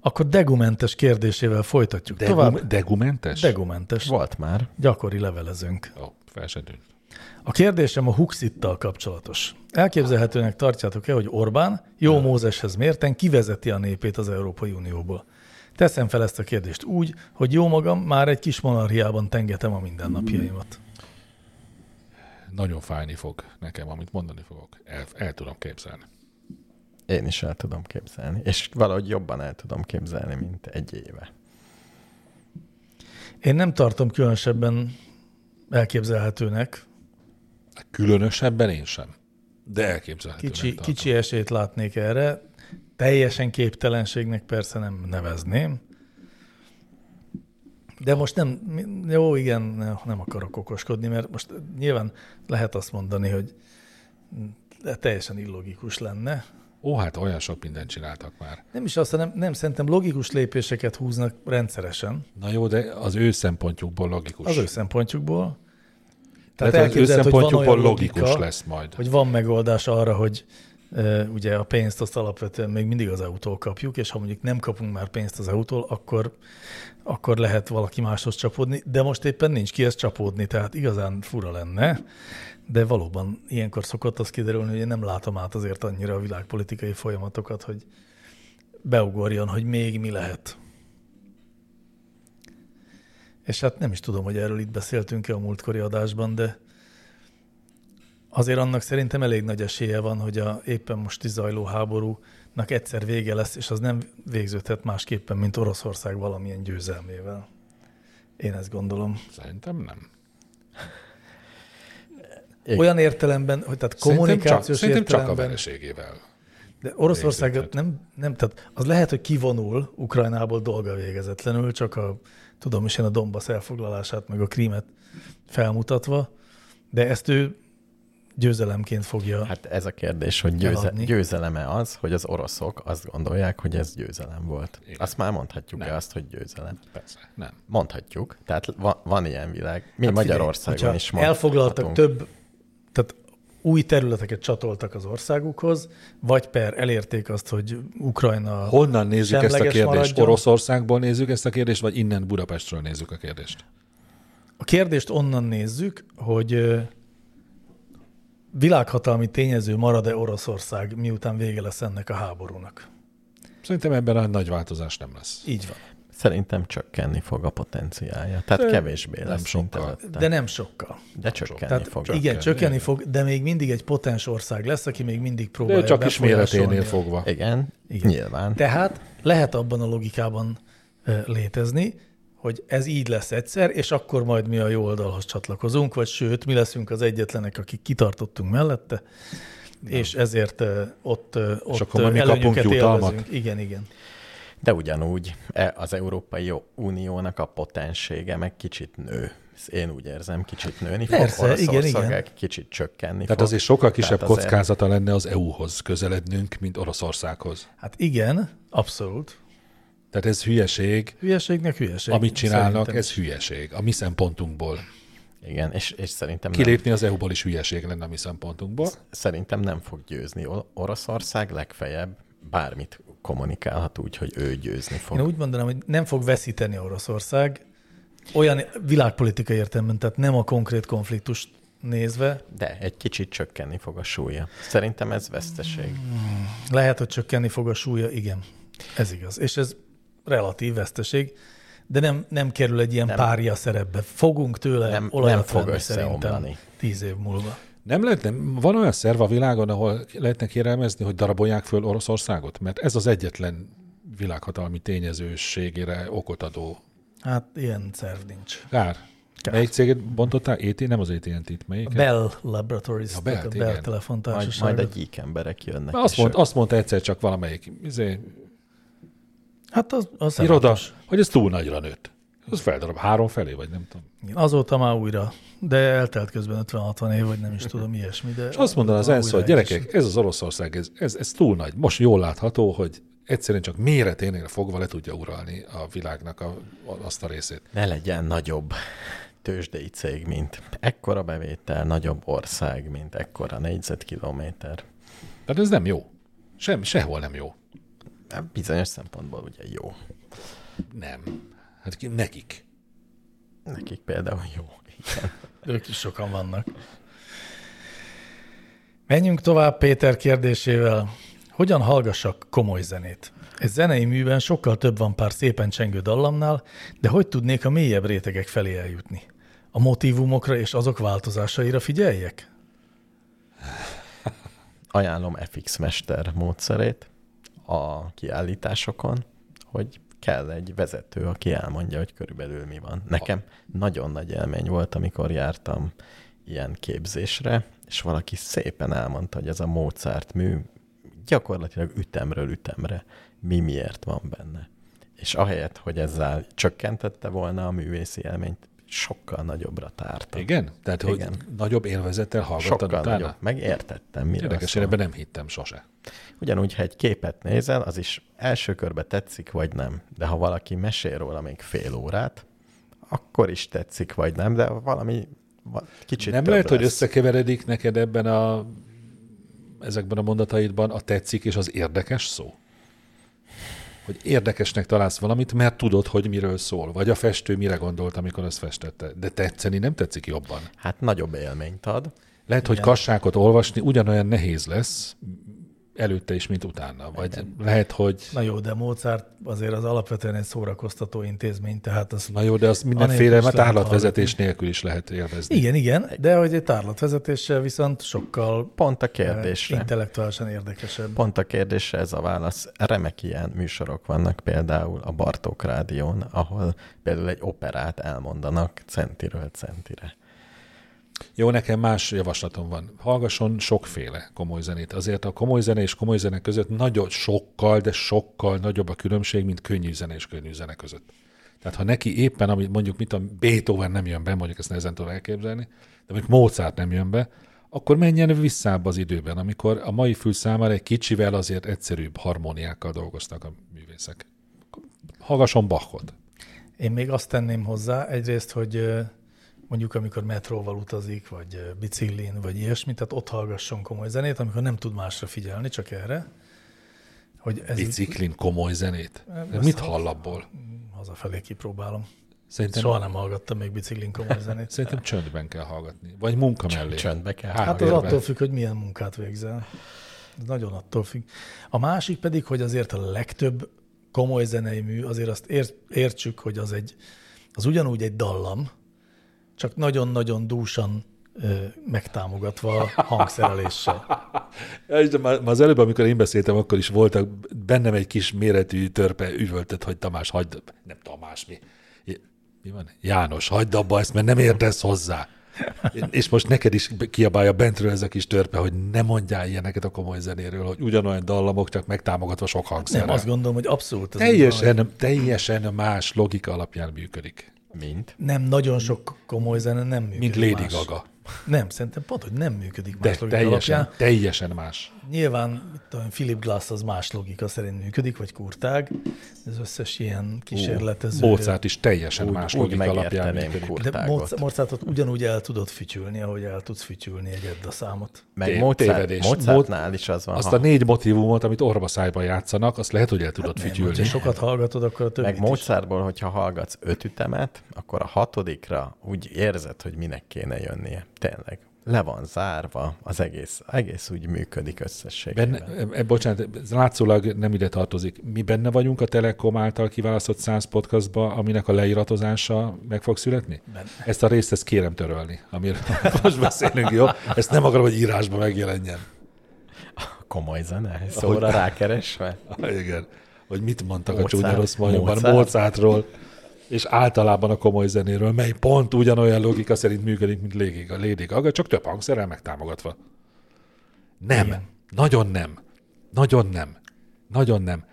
S2: Akkor degumentes kérdésével folytatjuk
S3: Degum,
S2: tovább.
S3: Degumentes?
S2: Degumentes,
S4: Volt már.
S2: gyakori levelezőnk.
S3: Ó, fel se tűnt.
S2: A kérdésem a Huxittal kapcsolatos. Elképzelhetőnek tartjátok-e, hogy Orbán jó Mózeshez mérten kivezeti a népét az Európai Unióból? Teszem fel ezt a kérdést úgy, hogy jó magam, már egy kis monarchiában tengetem a mindennapjaimat.
S3: Nagyon fájni fog nekem, amit mondani fogok. El, el tudom képzelni.
S4: Én is el tudom képzelni, és valahogy jobban el tudom képzelni, mint egy éve.
S2: Én nem tartom különösebben elképzelhetőnek.
S3: Különösebben én sem. De elképzelhetőnek
S2: Kicsi,
S3: tartom.
S2: kicsi esélyt látnék erre. Teljesen képtelenségnek persze nem nevezném. De most nem, mi- jó, igen, ne- nem akarok okoskodni, mert most nyilván lehet azt mondani, hogy de teljesen illogikus lenne.
S3: Ó, hát olyan sok mindent csináltak már.
S2: Nem is azt, hanem nem, szerintem logikus lépéseket húznak rendszeresen
S3: Na jó, de az ő szempontjukból logikus.
S2: az ő szempontjukból.
S3: Tehát az ő
S2: elképzelhető, hogy van
S3: szempontjukból
S2: olyan
S3: logikus
S2: logika,
S3: lesz majd.
S2: hogy van megoldás arra, hogy ö, ugye a pénzt azt alapvetően még mindig az EU-tól kapjuk, és ha mondjuk nem kapunk már pénzt az EU-tól, akkor, akkor lehet valaki máshoz csapódni, de most éppen nincs kihez csapódni, tehát igazán fura lenne, de valóban ilyenkor szokott az kiderülni, hogy én nem látom át azért annyira a világpolitikai folyamatokat, hogy beugorjon, hogy még mi lehet. És hát nem is tudom, hogy erről itt beszéltünk-e a múltkori adásban, de azért annak szerintem elég nagy esélye van, hogy a éppen most is zajló háborúnak egyszer vége lesz, és az nem végződhet másképpen, mint Oroszország valamilyen győzelmével. Én ezt gondolom.
S3: Szerintem nem.
S4: Igen.
S2: Olyan értelemben, hogy tehát
S3: Szerintem csak,
S2: kommunikációs
S3: szerintem csak a
S2: értelemben.
S3: vereségével.
S2: De Oroszország
S3: Végződhet.
S2: nem, nem, tehát az lehet, hogy kivonul Ukrajnából dolga végezetlenül, csak a, tudom is én, a Donbass elfoglalását, meg a krímet felmutatva, de ezt ő győzelemként fogja. Hát,
S4: Hát ez a kérdés, hogy győze,
S2: Eladni.
S4: győzeleme az, hogy az oroszok azt gondolják, hogy ez győzelem volt. Igen. Azt már mondhatjuk-e azt, hogy győzelem?
S3: Persze, nem.
S4: Mondhatjuk. Tehát van, van ilyen világ. Mi hát Magyarországon
S2: hogyha
S4: is
S2: Elfoglaltak
S4: mondhatunk.
S2: több, tehát új területeket csatoltak az országukhoz, vagy per elérték azt, hogy Ukrajna...
S3: Honnan nézzük ezt a
S2: semleges
S3: kérdést?
S2: maradjon.
S3: Oroszországból nézzük ezt a kérdést, vagy innen Budapestről nézzük a kérdést?
S2: A kérdést onnan nézzük, hogy ö, világhatalmi tényező marad-e Oroszország, miután vége lesz ennek a háborúnak.
S3: Szerintem ebben a nagy változás nem lesz.
S2: Így van.
S4: Szerintem csökkenni fog a potenciálja. Tehát kevésbé lesz, mint
S3: sokkal.
S4: előtte.
S2: De nem sokkal.
S4: De csökkenni
S2: Tehát
S4: fog.
S2: csökken, igen, csökkenni fog, de még mindig egy potens ország lesz, aki még mindig próbál.
S3: De csak is méreténél fogva.
S4: Igen,
S2: Igen.
S4: igen, nyilván. De...
S2: Tehát lehet abban a logikában ö, létezni, hogy ez így lesz egyszer, és akkor majd mi a jó oldalhoz csatlakozunk, vagy sőt, mi leszünk az egyetlenek, akik kitartottunk mellette, és ezért ö, ott, ö, ott
S3: akkor majd mi
S2: ö,
S3: kapunk
S2: előnyöket
S3: jutalmat?
S2: élvezünk. Igen, igen.
S4: De ugyanúgy e- az Európai Uniónak a potensége meg kicsit nő. Ezt Én úgy érzem, kicsit nőni
S2: Persze,
S4: fog.
S2: igen,
S4: Oroszország
S2: igen.
S4: Kicsit csökkenni
S3: Tehát
S4: fog.
S3: azért sokkal kisebb
S4: Tehát azért-
S3: kockázata lenne az EU-hoz közelednünk, mint Oroszországhoz.
S2: Hát igen, abszolút.
S3: Tehát ez hülyeség,
S2: Hülyeségnek hülyeség.
S3: amit csinálnak,
S2: szerintem.
S3: ez hülyeség. A mi szempontunkból.
S4: Igen, és, és szerintem nem,
S3: Kilépni az EU-ból is hülyeség lenne a mi szempontunkból.
S4: szerintem nem fog győzni Or- Oroszország, legfeljebb bármit kommunikálhat úgy, hogy ő győzni fog.
S2: Én úgy mondanám, hogy nem fog veszíteni Oroszország, olyan világpolitikai értelemben, tehát nem a konkrét konfliktust nézve,
S4: De egy kicsit csökkenni fog a súlya. Szerintem ez veszteség.
S2: Lehet, hogy csökkenni fog a súlya, igen. Ez igaz. És ez relatív veszteség, de nem, nem kerül egy ilyen nem. párja szerepbe. Fogunk tőle
S4: Nem-
S2: olajat
S4: nem fog
S2: venni
S4: összeomlani.
S2: szerintem tíz év múlva.
S3: Nem lehetne, van olyan szerv a világon, ahol lehetne kérelmezni, hogy darabolják föl Oroszországot? Mert ez az egyetlen világhatalmi tényezőségére okot adó
S2: Hát ilyen szerv nincs.
S3: kár.
S2: Kár.
S3: kár. Melyik céget bontottál? AT? Nem az AT&T, melyik?
S2: A Bell Laboratories, a
S3: A
S2: Bell,
S3: Bell-t,
S2: tehát a
S3: igen.
S2: Bell
S3: Majd-
S4: Majd,
S2: telefontársaság.
S4: majd a gyík emberek jönnek.
S3: Azt,
S4: és
S3: mond,
S4: ők-
S3: azt mondta egyszer csak valamelyik izé,
S2: Hát az, az
S3: iroda,
S2: szerencsés.
S3: hogy ez túl nagyra nőtt. Az feldarab három felé, vagy nem tudom.
S2: Igen, azóta már újra, de eltelt közben 50-60 év, vagy nem is tudom, ilyesmi. De
S3: És azt mondaná az
S2: azóta
S3: ENSZ, hogy
S2: újra egy
S3: gyerekek, ez az Oroszország, ez, ez, ez túl nagy. Most jól látható, hogy egyszerűen csak méreténél fogva le tudja uralni a világnak a, azt a részét.
S4: Ne legyen nagyobb tőzsdei cég, mint ekkora bevétel, nagyobb ország, mint ekkora négyzetkilométer.
S3: Tehát ez nem jó. Sem, sehol nem jó.
S4: Hát Bizonyos szempontból ugye jó.
S3: Nem. Hát ki, nekik.
S4: Nekik például jó. Igen.
S2: Ők is sokan vannak. Menjünk tovább Péter kérdésével. Hogyan hallgassak komoly zenét? Egy zenei műben sokkal több van pár szépen csengő dallamnál, de hogy tudnék a mélyebb rétegek felé eljutni? A motivumokra és azok változásaira figyeljek?
S4: Ajánlom FX Mester módszerét a kiállításokon, hogy kell egy vezető, aki elmondja, hogy körülbelül mi van. Nekem nagyon nagy élmény volt, amikor jártam ilyen képzésre, és valaki szépen elmondta, hogy ez a Mozart mű gyakorlatilag ütemről ütemre mi miért van benne. És ahelyett, hogy ezzel csökkentette volna a művészi élményt, sokkal nagyobbra tárta.
S3: Igen? Tehát, hogy
S4: Igen.
S3: nagyobb élvezettel hallgattad
S4: Sokkal
S3: utána?
S4: nagyobb. Megértettem, mire
S3: Érdekes,
S4: azt
S3: én
S4: mondta.
S3: ebben nem hittem sose.
S4: Ugyanúgy, ha egy képet nézel, az is első körbe tetszik, vagy nem. De ha valaki mesél róla még fél órát, akkor is tetszik, vagy nem, de valami va- kicsit
S3: nem
S4: több
S3: lehet, hogy
S4: lesz.
S3: összekeveredik neked ebben a ezekben a mondataidban a tetszik és az érdekes szó? Hogy érdekesnek találsz valamit, mert tudod, hogy miről szól, vagy a festő mire gondolt, amikor azt festette. De tetszeni nem tetszik jobban.
S4: Hát nagyobb élményt ad.
S3: Lehet, hogy kassákot olvasni ugyanolyan nehéz lesz előtte is, mint utána. Vagy lehet, hogy
S2: Na jó, de Mozart azért az alapvetően egy szórakoztató intézmény, tehát az...
S3: na jó, de az
S2: Anélkül
S3: mindenféle
S2: is
S3: már
S2: lehet
S3: tárlatvezetés nélkül is lehet élvezni.
S2: Igen, igen, de hogy egy tárlatvezetéssel viszont sokkal
S4: Pont a
S2: eh,
S4: kérdésre.
S2: intellektuálisan érdekesebb.
S4: Pont a kérdésre ez a válasz. Remek ilyen műsorok vannak például a Bartók Rádión, ahol például egy operát elmondanak centiről centire.
S3: Jó, nekem más javaslatom van. Hallgasson sokféle komoly zenét. Azért a komoly zene és komoly zene között nagyon sokkal, de sokkal nagyobb a különbség, mint könnyű zene és könnyű zene között. Tehát ha neki éppen, amit mondjuk mit a Beethoven nem jön be, mondjuk ezt nehezen tudom elképzelni, de mondjuk Mozart nem jön be, akkor menjen visszább az időben, amikor a mai fül számára egy kicsivel azért egyszerűbb harmóniákkal dolgoztak a művészek. Hallgasson Bachot.
S2: Én még azt tenném hozzá, egyrészt, hogy ö, mondjuk amikor metróval utazik, vagy ö, biciklin, vagy ilyesmi, tehát ott hallgasson komoly zenét, amikor nem tud másra figyelni, csak erre, hogy ez
S3: Biciklin komoly zenét. De
S2: ezt
S3: mit
S2: hall-
S3: hall abból?
S2: hazafelé kipróbálom.
S3: Szerintem
S2: Soha nem hallgattam még biciklin komoly zenét.
S3: Szerintem csöndben kell hallgatni. Vagy munka mellé.
S4: Csöndbe kell.
S3: Hát
S2: Hát
S4: hallgatni.
S2: az
S3: Érve.
S2: attól függ, hogy milyen munkát végzel. Ez nagyon attól függ. A másik pedig, hogy azért a legtöbb komoly zenei mű, azért azt ért, értsük, hogy az egy, az ugyanúgy egy dallam, csak nagyon-nagyon dúsan ö, megtámogatva a hangszereléssel.
S3: Ja, és de már, már az előbb, amikor én beszéltem, akkor is voltak bennem egy kis méretű törpe üvöltött, hogy Tamás, hagyd, nem Tamás, mi, mi van? János, hagyd abba ezt, mert nem értesz hozzá. És most neked is kiabálja bentről ez a kis törpe, hogy ne mondjál ilyeneket a komoly zenéről, hogy ugyanolyan dallamok, csak megtámogatva sok hangszerrel.
S2: Nem, azt gondolom, hogy abszolút. Ez így van,
S3: teljesen, teljesen más logika alapján működik,
S4: Mint.
S2: hogy Nem, nagyon sok komoly zene nem működik
S3: mint Lady
S2: más.
S3: Gaga.
S2: Nem, szerintem pont, hogy nem működik
S3: De
S2: más logika
S3: teljesen,
S2: alapján.
S3: teljesen más.
S2: Nyilván, mit tudom, Philip Glass az más logika szerint működik, vagy kurtág, az összes ilyen kísérletező.
S3: Mozart is teljesen
S4: Úgy-
S3: más
S4: úgy
S3: logika alapján
S4: megérteném,
S3: működik.
S4: kur-
S2: De
S4: kurtágot.
S2: Moz- Mozartot ugyanúgy el tudod fütyülni, ahogy el tudsz fütyülni egy Edda számot.
S4: Meg
S3: Té-
S4: Mozart,
S3: tévedés.
S4: Mozartnál is az van.
S3: Azt
S4: ha
S3: a négy motivumot, amit orba szájban játszanak, azt lehet, hogy el tudod
S2: Nem, hogyha
S3: fütyülni.
S2: sokat hallgatod, akkor a többit
S4: Meg
S2: is.
S4: Mozartból, hogyha hallgatsz öt ütemet, akkor a hatodikra úgy érzed, hogy minek kéne jönnie. Tényleg. Le van zárva, az egész, egész úgy működik összességében.
S3: Benne, e, bocsánat, ez látszólag nem ide tartozik. Mi benne vagyunk a Telekom által kiválasztott 100 podcastba, aminek a leiratozása meg fog születni? Benne. Ezt a részt ezt kérem törölni, amiről most beszélünk, jó? Ezt nem akarom, hogy írásban megjelenjen.
S4: Komoly zene, szóra rákeresve.
S3: Ah, Igen. Hogy mit mondtak
S4: Mozart.
S3: a csúnya rossz majomban,
S4: Mozart.
S3: Mozartról, és általában a komoly zenéről, mely pont ugyanolyan logika szerint működik, mint Lady- a Lady Gaga, csak több hangszerrel megtámogatva. Nem. Igen. Nagyon nem. Nagyon nem. Nagyon nem.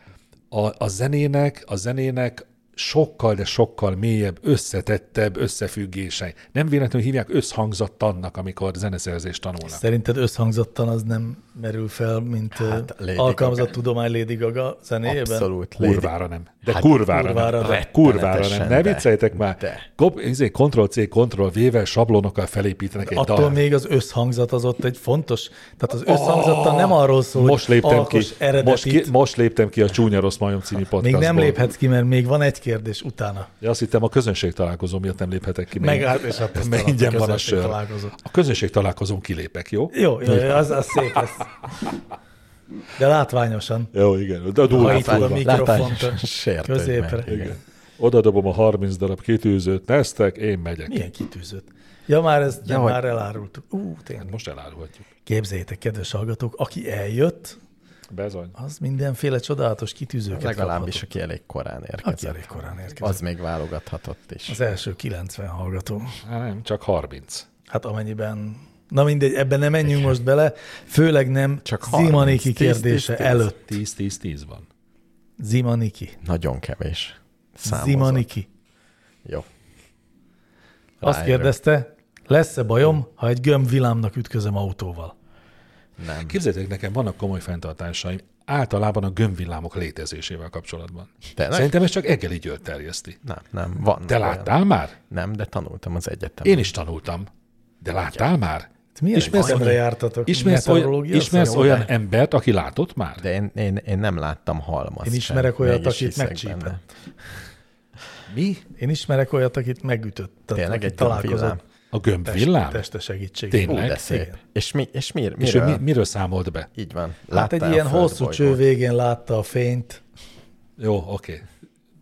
S3: A, a zenének, a zenének sokkal, de sokkal mélyebb, összetettebb összefüggései. Nem véletlenül hívják összhangzattannak, amikor zeneszerzést tanulnak.
S2: Szerinted összhangzottan az nem merül fel, mint
S4: Hát,
S2: hát,
S4: Lady
S2: alkalmazott
S4: Gaga.
S2: tudomány Lady Gaga zenéjében?
S4: Abszolút. Lady
S3: Kurvára nem. De hát kurvára,
S2: kurvára
S3: nem.
S2: de.
S3: Hát kurvára nem.
S4: Rettenetesen
S3: Ne
S4: de.
S3: vicceljetek már.
S4: De.
S3: Kop, izé, Ctrl-C, Ctrl-V-vel sablonokkal felépítenek egy
S2: Attól
S3: dalt.
S2: még az összhangzat az ott egy fontos, tehát az összhangzattal nem arról szól,
S3: Ah, Most
S2: hogy
S3: léptem ki,
S2: alkos eredetit.
S3: most, ki, most léptem ki a Csúnya Rossz Majom című
S2: Még
S3: podcastból.
S2: nem léphetsz ki, mert még van egy kérdés utána.
S3: Ja, azt hittem a közönség találkozó miatt nem léphetek ki. még.
S2: Megállt, és hát aztán
S3: Mert ingyen
S2: a
S3: van a
S2: közönség
S3: sör.
S2: találkozó.
S3: A közönség találkozón kilépek, jó?
S2: Jó, jó, jó az, az szép lesz. De látványosan.
S3: Jó, igen. De a durva,
S2: Ha itt van a
S3: durva.
S4: Látványos-
S2: mikrofont a
S4: sértődj
S2: középre.
S4: meg,
S2: Igen.
S3: Oda dobom a 30 darab kitűzőt, neztek, én megyek.
S2: Milyen kitűzött. Ja, már ezt ja, nem,
S4: hogy-
S2: már elárultuk. Ú, tényleg.
S3: Most Hát elárulhatjuk.
S2: Képzeljétek, kedves hallgatók, aki eljött,
S3: Bezony.
S2: Az mindenféle csodálatos kitűzőket
S4: Legalábbis,
S2: kaphatott.
S4: aki elég korán
S2: Aki
S4: érkezett.
S2: elég korán érkezett.
S4: Az még válogathatott is.
S2: Az első 90 hallgató.
S3: Hát nem, csak 30.
S2: Hát amennyiben... Na mindegy, ebben nem menjünk most bele, főleg nem
S4: Csak
S2: Csak
S4: 30,
S2: Zimaniki
S4: 10, 10,
S2: kérdése
S4: 10.
S2: előtt.
S3: 10-10-10 van.
S2: Zimaniki.
S4: Nagyon kevés. Számozott.
S2: Zimaniki.
S4: Jó.
S2: Azt
S4: Ráérünk.
S2: kérdezte, lesz-e bajom, ha egy gömbvilámnak ütközöm autóval?
S4: Nem.
S3: Képzeljétek, nekem vannak komoly fenntartásaim általában a gömbvillámok létezésével kapcsolatban.
S4: Tényleg?
S3: Szerintem ez csak Egeli György terjeszti.
S4: Nem, nem. Van.
S3: Te láttál már?
S4: Nem, de tanultam az egyetemen.
S3: Én is tanultam. De láttál már?
S2: Milyen
S3: Ismersz-
S2: ismersz, jártatok?
S3: Ismersz olyan,
S2: Meteorológia
S3: ismersz
S2: szakon?
S3: olyan embert, aki látott már?
S4: De én, én, én nem láttam
S2: Én
S4: halmazt sem.
S2: ismerek olyat,
S4: Mégis
S2: akit
S4: hiszek
S2: megcsípett.
S4: benne.
S3: Mi?
S2: Én ismerek olyat, akit megütött. Tehát
S4: Tényleg
S2: aki
S4: egy
S2: találkozott
S4: gömbvillám.
S3: A
S2: test-
S3: gömbvillám?
S2: teste segítségével.
S4: Hú,
S3: Tényleg?
S4: de szép.
S2: Igen.
S4: És, mi, és mi,
S3: És ő
S4: miről?
S3: mi, miről számolt be?
S4: Így van.
S2: Hát egy
S4: Láttál
S2: ilyen
S4: a
S2: hosszú
S4: földbolygót?
S2: cső végén látta a fényt.
S3: Jó, oké.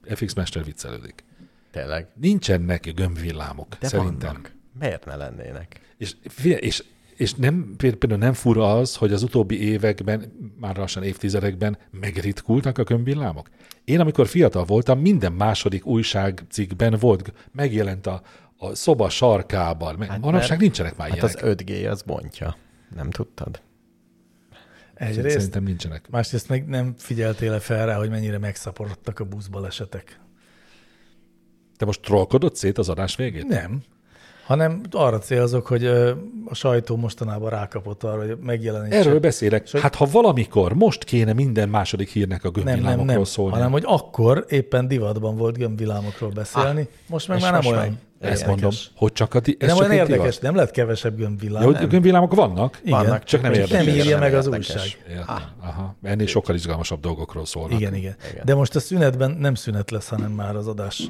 S3: FX Mester viccelődik.
S4: Tényleg.
S3: Nincsenek gömbvillámok,
S4: De
S3: szerintem.
S4: vannak. Miért ne lennének?
S3: És, figyelj, és, és nem, például nem fura az, hogy az utóbbi években, már lassan évtizedekben megritkultak a gömbvillámok? Én, amikor fiatal voltam, minden második újságcikkben volt, megjelent a, a szoba sarkában. Hát Manapság
S4: mert-
S3: nincsenek már hát
S4: Hát az
S3: ilyenek.
S4: 5G az bontja. Nem tudtad?
S2: Egyrészt.
S3: Szerintem nincsenek.
S2: Másrészt meg nem figyeltél -e fel rá, hogy mennyire megszaporodtak a buszbalesetek.
S3: Te most trollkodod szét az adás végét?
S2: Nem. Hanem arra célzok, hogy ö, a sajtó mostanában rákapott arra, hogy megjelenítse.
S3: Erről beszélek. Hát ha valamikor, most kéne minden második hírnek a
S2: nem,
S3: gömbvillámokról
S2: nem, nem,
S3: szólni.
S2: hanem hogy akkor éppen divatban volt gömbvilámokról beszélni,
S3: Ah,
S2: most meg
S4: és
S2: már nem
S4: most
S2: olyan.
S4: meg
S3: Ezt
S2: érdekes.
S3: mondom, hogy csak a di- ez
S2: nem
S3: csak
S2: olyan
S3: egy divat.
S2: érdekes, nem lett kevesebb gömbvillám.
S3: Ja, hogy
S2: nem.
S3: gömbvillámok vannak?
S2: Igen,
S4: Vannak,
S3: csak nem
S2: még
S3: érdekes.
S2: Nem írja
S4: Nem
S2: meg az
S4: érdekes.
S2: újság.
S3: Értem. Aha. Ennél sokkal izgalmasabb dolgokról szólnak.
S2: Ah. Igen, igen,
S4: Igen.
S2: igen. De most a szünetben nem szünet lesz, hanem már az adás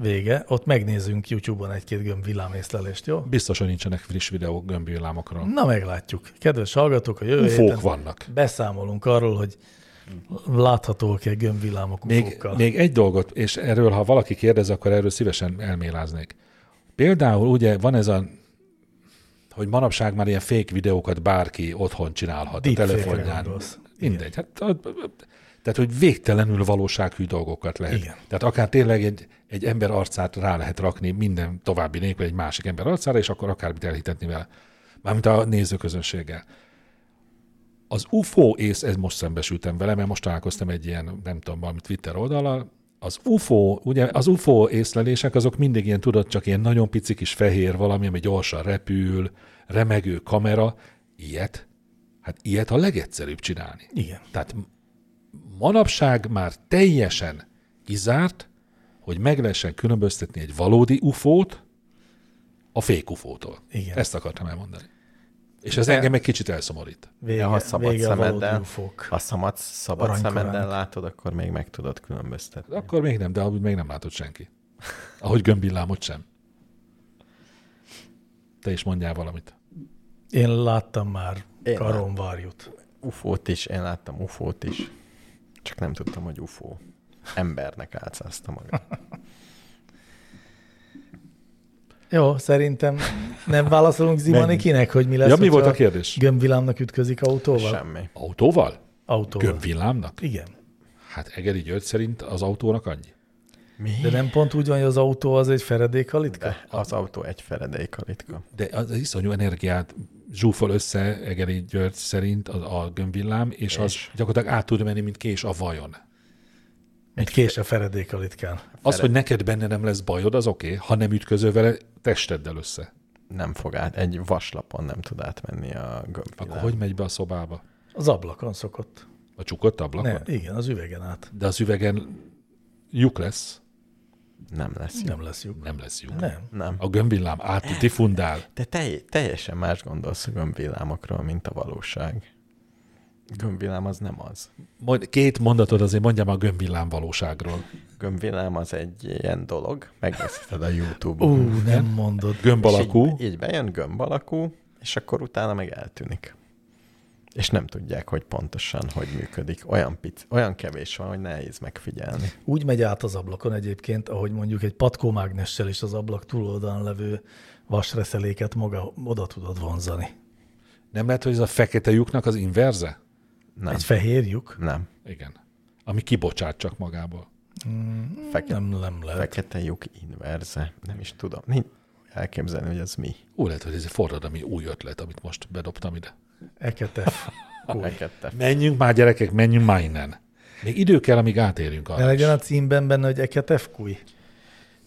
S2: vége. Ott megnézünk YouTube-on egy-két gömbvillám észlelést, jó?
S3: Biztos, hogy nincsenek friss videók gömbvillámokról.
S2: Na, meglátjuk. Kedves hallgatók, a jövő héten
S3: Ufók vannak.
S2: beszámolunk arról, hogy láthatóak-e gömbvillámok
S3: Még,
S2: ufókkal.
S3: még egy dolgot, és erről, ha valaki kérdez, akkor erről szívesen elméláznék. Például ugye van ez a, hogy manapság már ilyen fake videókat bárki otthon csinálhat a
S2: Deepfake-re
S3: telefonján.
S2: gondolsz.
S3: Mindegy. Hát, a- tehát, hogy végtelenül valósághű dolgokat lehet.
S2: Igen.
S3: Tehát akár tényleg egy, egy ember arcát rá lehet rakni minden további nélkül egy másik ember arcára, és akkor akármit elhitetni vele. Mármint a nézőközönséggel. Az UFO ész, ez most szembesültem vele, mert most találkoztam egy ilyen, nem tudom, valami Twitter oldalal, az UFO, ugye az UFO észlelések azok mindig ilyen, tudod, csak ilyen nagyon pici kis fehér valami, ami gyorsan repül, remegő kamera, ilyet, hát ilyet a legegyszerűbb csinálni.
S2: Igen.
S3: Tehát manapság már teljesen kizárt, hogy meg lehessen különböztetni egy valódi ufót a fék ufótól.
S2: Igen.
S3: Ezt akartam elmondani. És ez engem egy kicsit elszomorít.
S2: Vége,
S4: Ja, ha szabad
S2: vége a valódi
S4: szemeddel,
S2: ufók.
S4: ha szabad, szabad
S2: Aranykorán.
S4: szemeddel látod, akkor még meg tudod különböztetni.
S3: Akkor még nem, de amúgy még nem látott senki. Ahogy gömbillámot sem. Te is mondjál valamit.
S2: Én láttam már
S4: Én
S2: karonvárjut.
S4: Ufót is, én láttam ufót is. Csak nem tudtam, hogy ufó. Embernek álcázta magát.
S2: Jó, szerintem nem válaszolunk Zimani kinek, hogy mi lesz,
S3: Ja, mi volt
S2: hogyha
S3: a kérdés?
S2: Gömbvilámnak ütközik autóval?
S4: Semmi.
S3: Autóval?
S2: Autóval.
S3: Gömbvillámnak?
S2: Igen.
S3: Hát Egeri György szerint az autónak annyi.
S4: Mi?
S2: De nem pont úgy van, hogy az autó az egy feredékhalitka?
S4: De az autó egy feledék a ritka.
S3: De az iszonyú energiát zsúfol össze Egeri György szerint az a gömbvillám, és, és az gyakorlatilag át tud menni, mint kés a vajon.
S2: Egy kés a feredékhalitkán.
S3: Az, hogy neked benne nem lesz bajod, az oké, okay, ha nem ütközöl vele testeddel össze.
S4: Nem fog át, egy vaslapon nem tud átmenni a
S3: Akkor
S4: gömbvilám.
S3: hogy megy be a szobába?
S2: Az ablakon szokott.
S3: A csukott ablakon?
S2: Ne,
S3: Ne.
S2: igen, az üvegen át.
S3: De az üvegen lyuk lesz?
S4: Nem
S3: Hm.
S4: lesz.
S2: Nem lesz lyuk.
S3: Nem lesz lyuk.
S2: Nem.
S4: Nem.
S3: A gömbvillám
S2: Eh.
S3: át diffundál.
S4: Te telj- teljesen más gondolsz a gömbvillámokról, mint a valóság. Gömbvillám az nem az.
S3: Majd két mondatod azért mondjam a gömbvillám valóságról.
S4: Gömbvillám az egy ilyen dolog, megnézheted a YouTube-on.
S2: Ú, nem mondod.
S3: Gömb
S4: És
S3: alakú,
S4: Így, így bejön gömb alakú, és akkor utána meg eltűnik. És nem tudják, hogy pontosan hogy működik. Olyan, pic, olyan kevés van, hogy nehéz megfigyelni.
S2: Úgy megy át az ablakon egyébként, ahogy mondjuk egy patkómágnessel is az ablak túloldalán levő vasreszeléket maga oda tudod vonzani.
S3: nem lehet, hogy ez a fekete lyuknak az inverze?
S4: Nem.
S2: Egy fehér lyuk?
S4: Nem.
S3: Igen. Ami kibocsát csak magából.
S4: Fekete,
S2: Nem, nem lehet.
S4: fekete lyuk inverze. Nem is tudom. Nincs elképzelni, hogy ez mi.
S3: Úgy lehet, hogy ez egy forradalmi új ötlet, amit most bedobtam ide.
S2: Eketef.
S4: Fekete.
S3: Menjünk már, gyerekek, menjünk már innen. Még idő kell, amíg átérjünk
S2: Ne
S3: arra. is.
S2: legyen a címben benne, hogy eketef kuj.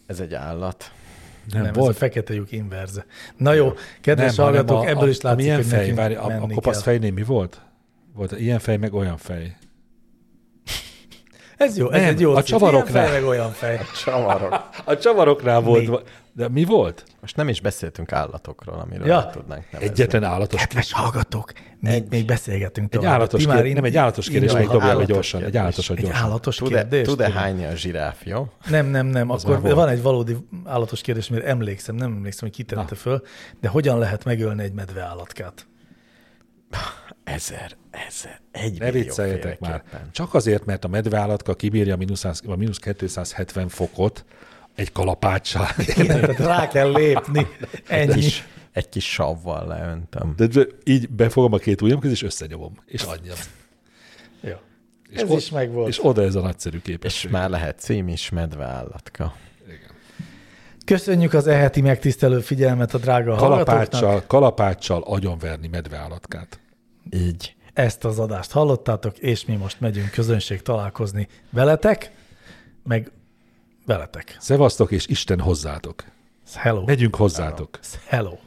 S4: Ez egy állat.
S2: Nem, nem volt. ez a fekete lyuk inverze. Na jó,
S3: Nem,
S2: kedves nem,
S3: hanem
S2: hallgatók, ebből is látszik,
S3: milyen
S2: hogy
S3: fej,
S2: nekünk
S3: várj, a, a
S2: menni
S3: kopasz
S2: kell.
S3: fejnél mi volt? Volt ilyen fej, meg olyan fej.
S2: Ez jó, ez
S3: Nem,
S2: egy jó
S3: a
S2: cím.
S3: csavaroknál.
S2: Ilyen fej, meg olyan fej.
S4: Csavarok.
S3: A csavaroknál
S2: volt
S3: volt. De mi volt?
S4: Most nem is beszéltünk állatokról, amiről
S2: Ja.
S4: ja. tudnánk nevezni.
S3: Egyetlen állatos
S2: Kedves hallgatók, még, még beszélgetünk
S3: Egy
S2: tovább.
S3: állatos
S2: Ti
S3: kérdés,
S2: in-
S3: nem egy állatos kérdés,
S2: indul-
S3: még dobjál be
S4: állatos
S3: gyorsan. Egy
S4: kérdés.
S3: állatos
S2: Egy
S3: gyorsan.
S2: állatos
S4: Tud-e,
S2: kérdés?
S4: tud-e hányni a zsiráf, jó?
S2: Nem, nem, nem. Akkor
S3: már volt.
S2: van egy valódi állatos kérdés, mert emlékszem, nem emlékszem, hogy kitette
S3: Na.
S2: föl, de hogyan lehet megölni egy medve állatkát?
S4: Ezer, ezer, egy
S3: Ne
S4: millió
S3: vicceljetek már.
S4: féleképpen.
S3: Csak azért, mert a medveállatka kibírja a mínusz 100 a mínusz 270 fokot egy kalapáccsal.
S2: Igen, tehát rá kell lépni.
S4: Egy
S2: Ennyi.
S4: kis, egy kis savval leöntöm.
S3: De de így befogom a két ujjam közé, és összenyomom. És adjam.
S2: Jó.
S3: És
S2: Ez
S3: o-
S2: is megvolt.
S3: És oda ez a nagyszerű
S4: És
S3: képesség.
S4: már lehet cím is, medve állatka.
S2: Köszönjük az eheti megtisztelő figyelmet a drága hallgatóknak.
S3: Kalapáccsal, kalapáccsal agyonverni medveállatkát.
S4: Így.
S2: Ezt az adást hallottátok, és mi most megyünk közönség találkozni veletek, meg veletek.
S3: Szevasztok, és Isten hozzátok.
S2: Hello.
S3: Megyünk hozzátok.
S2: Hello.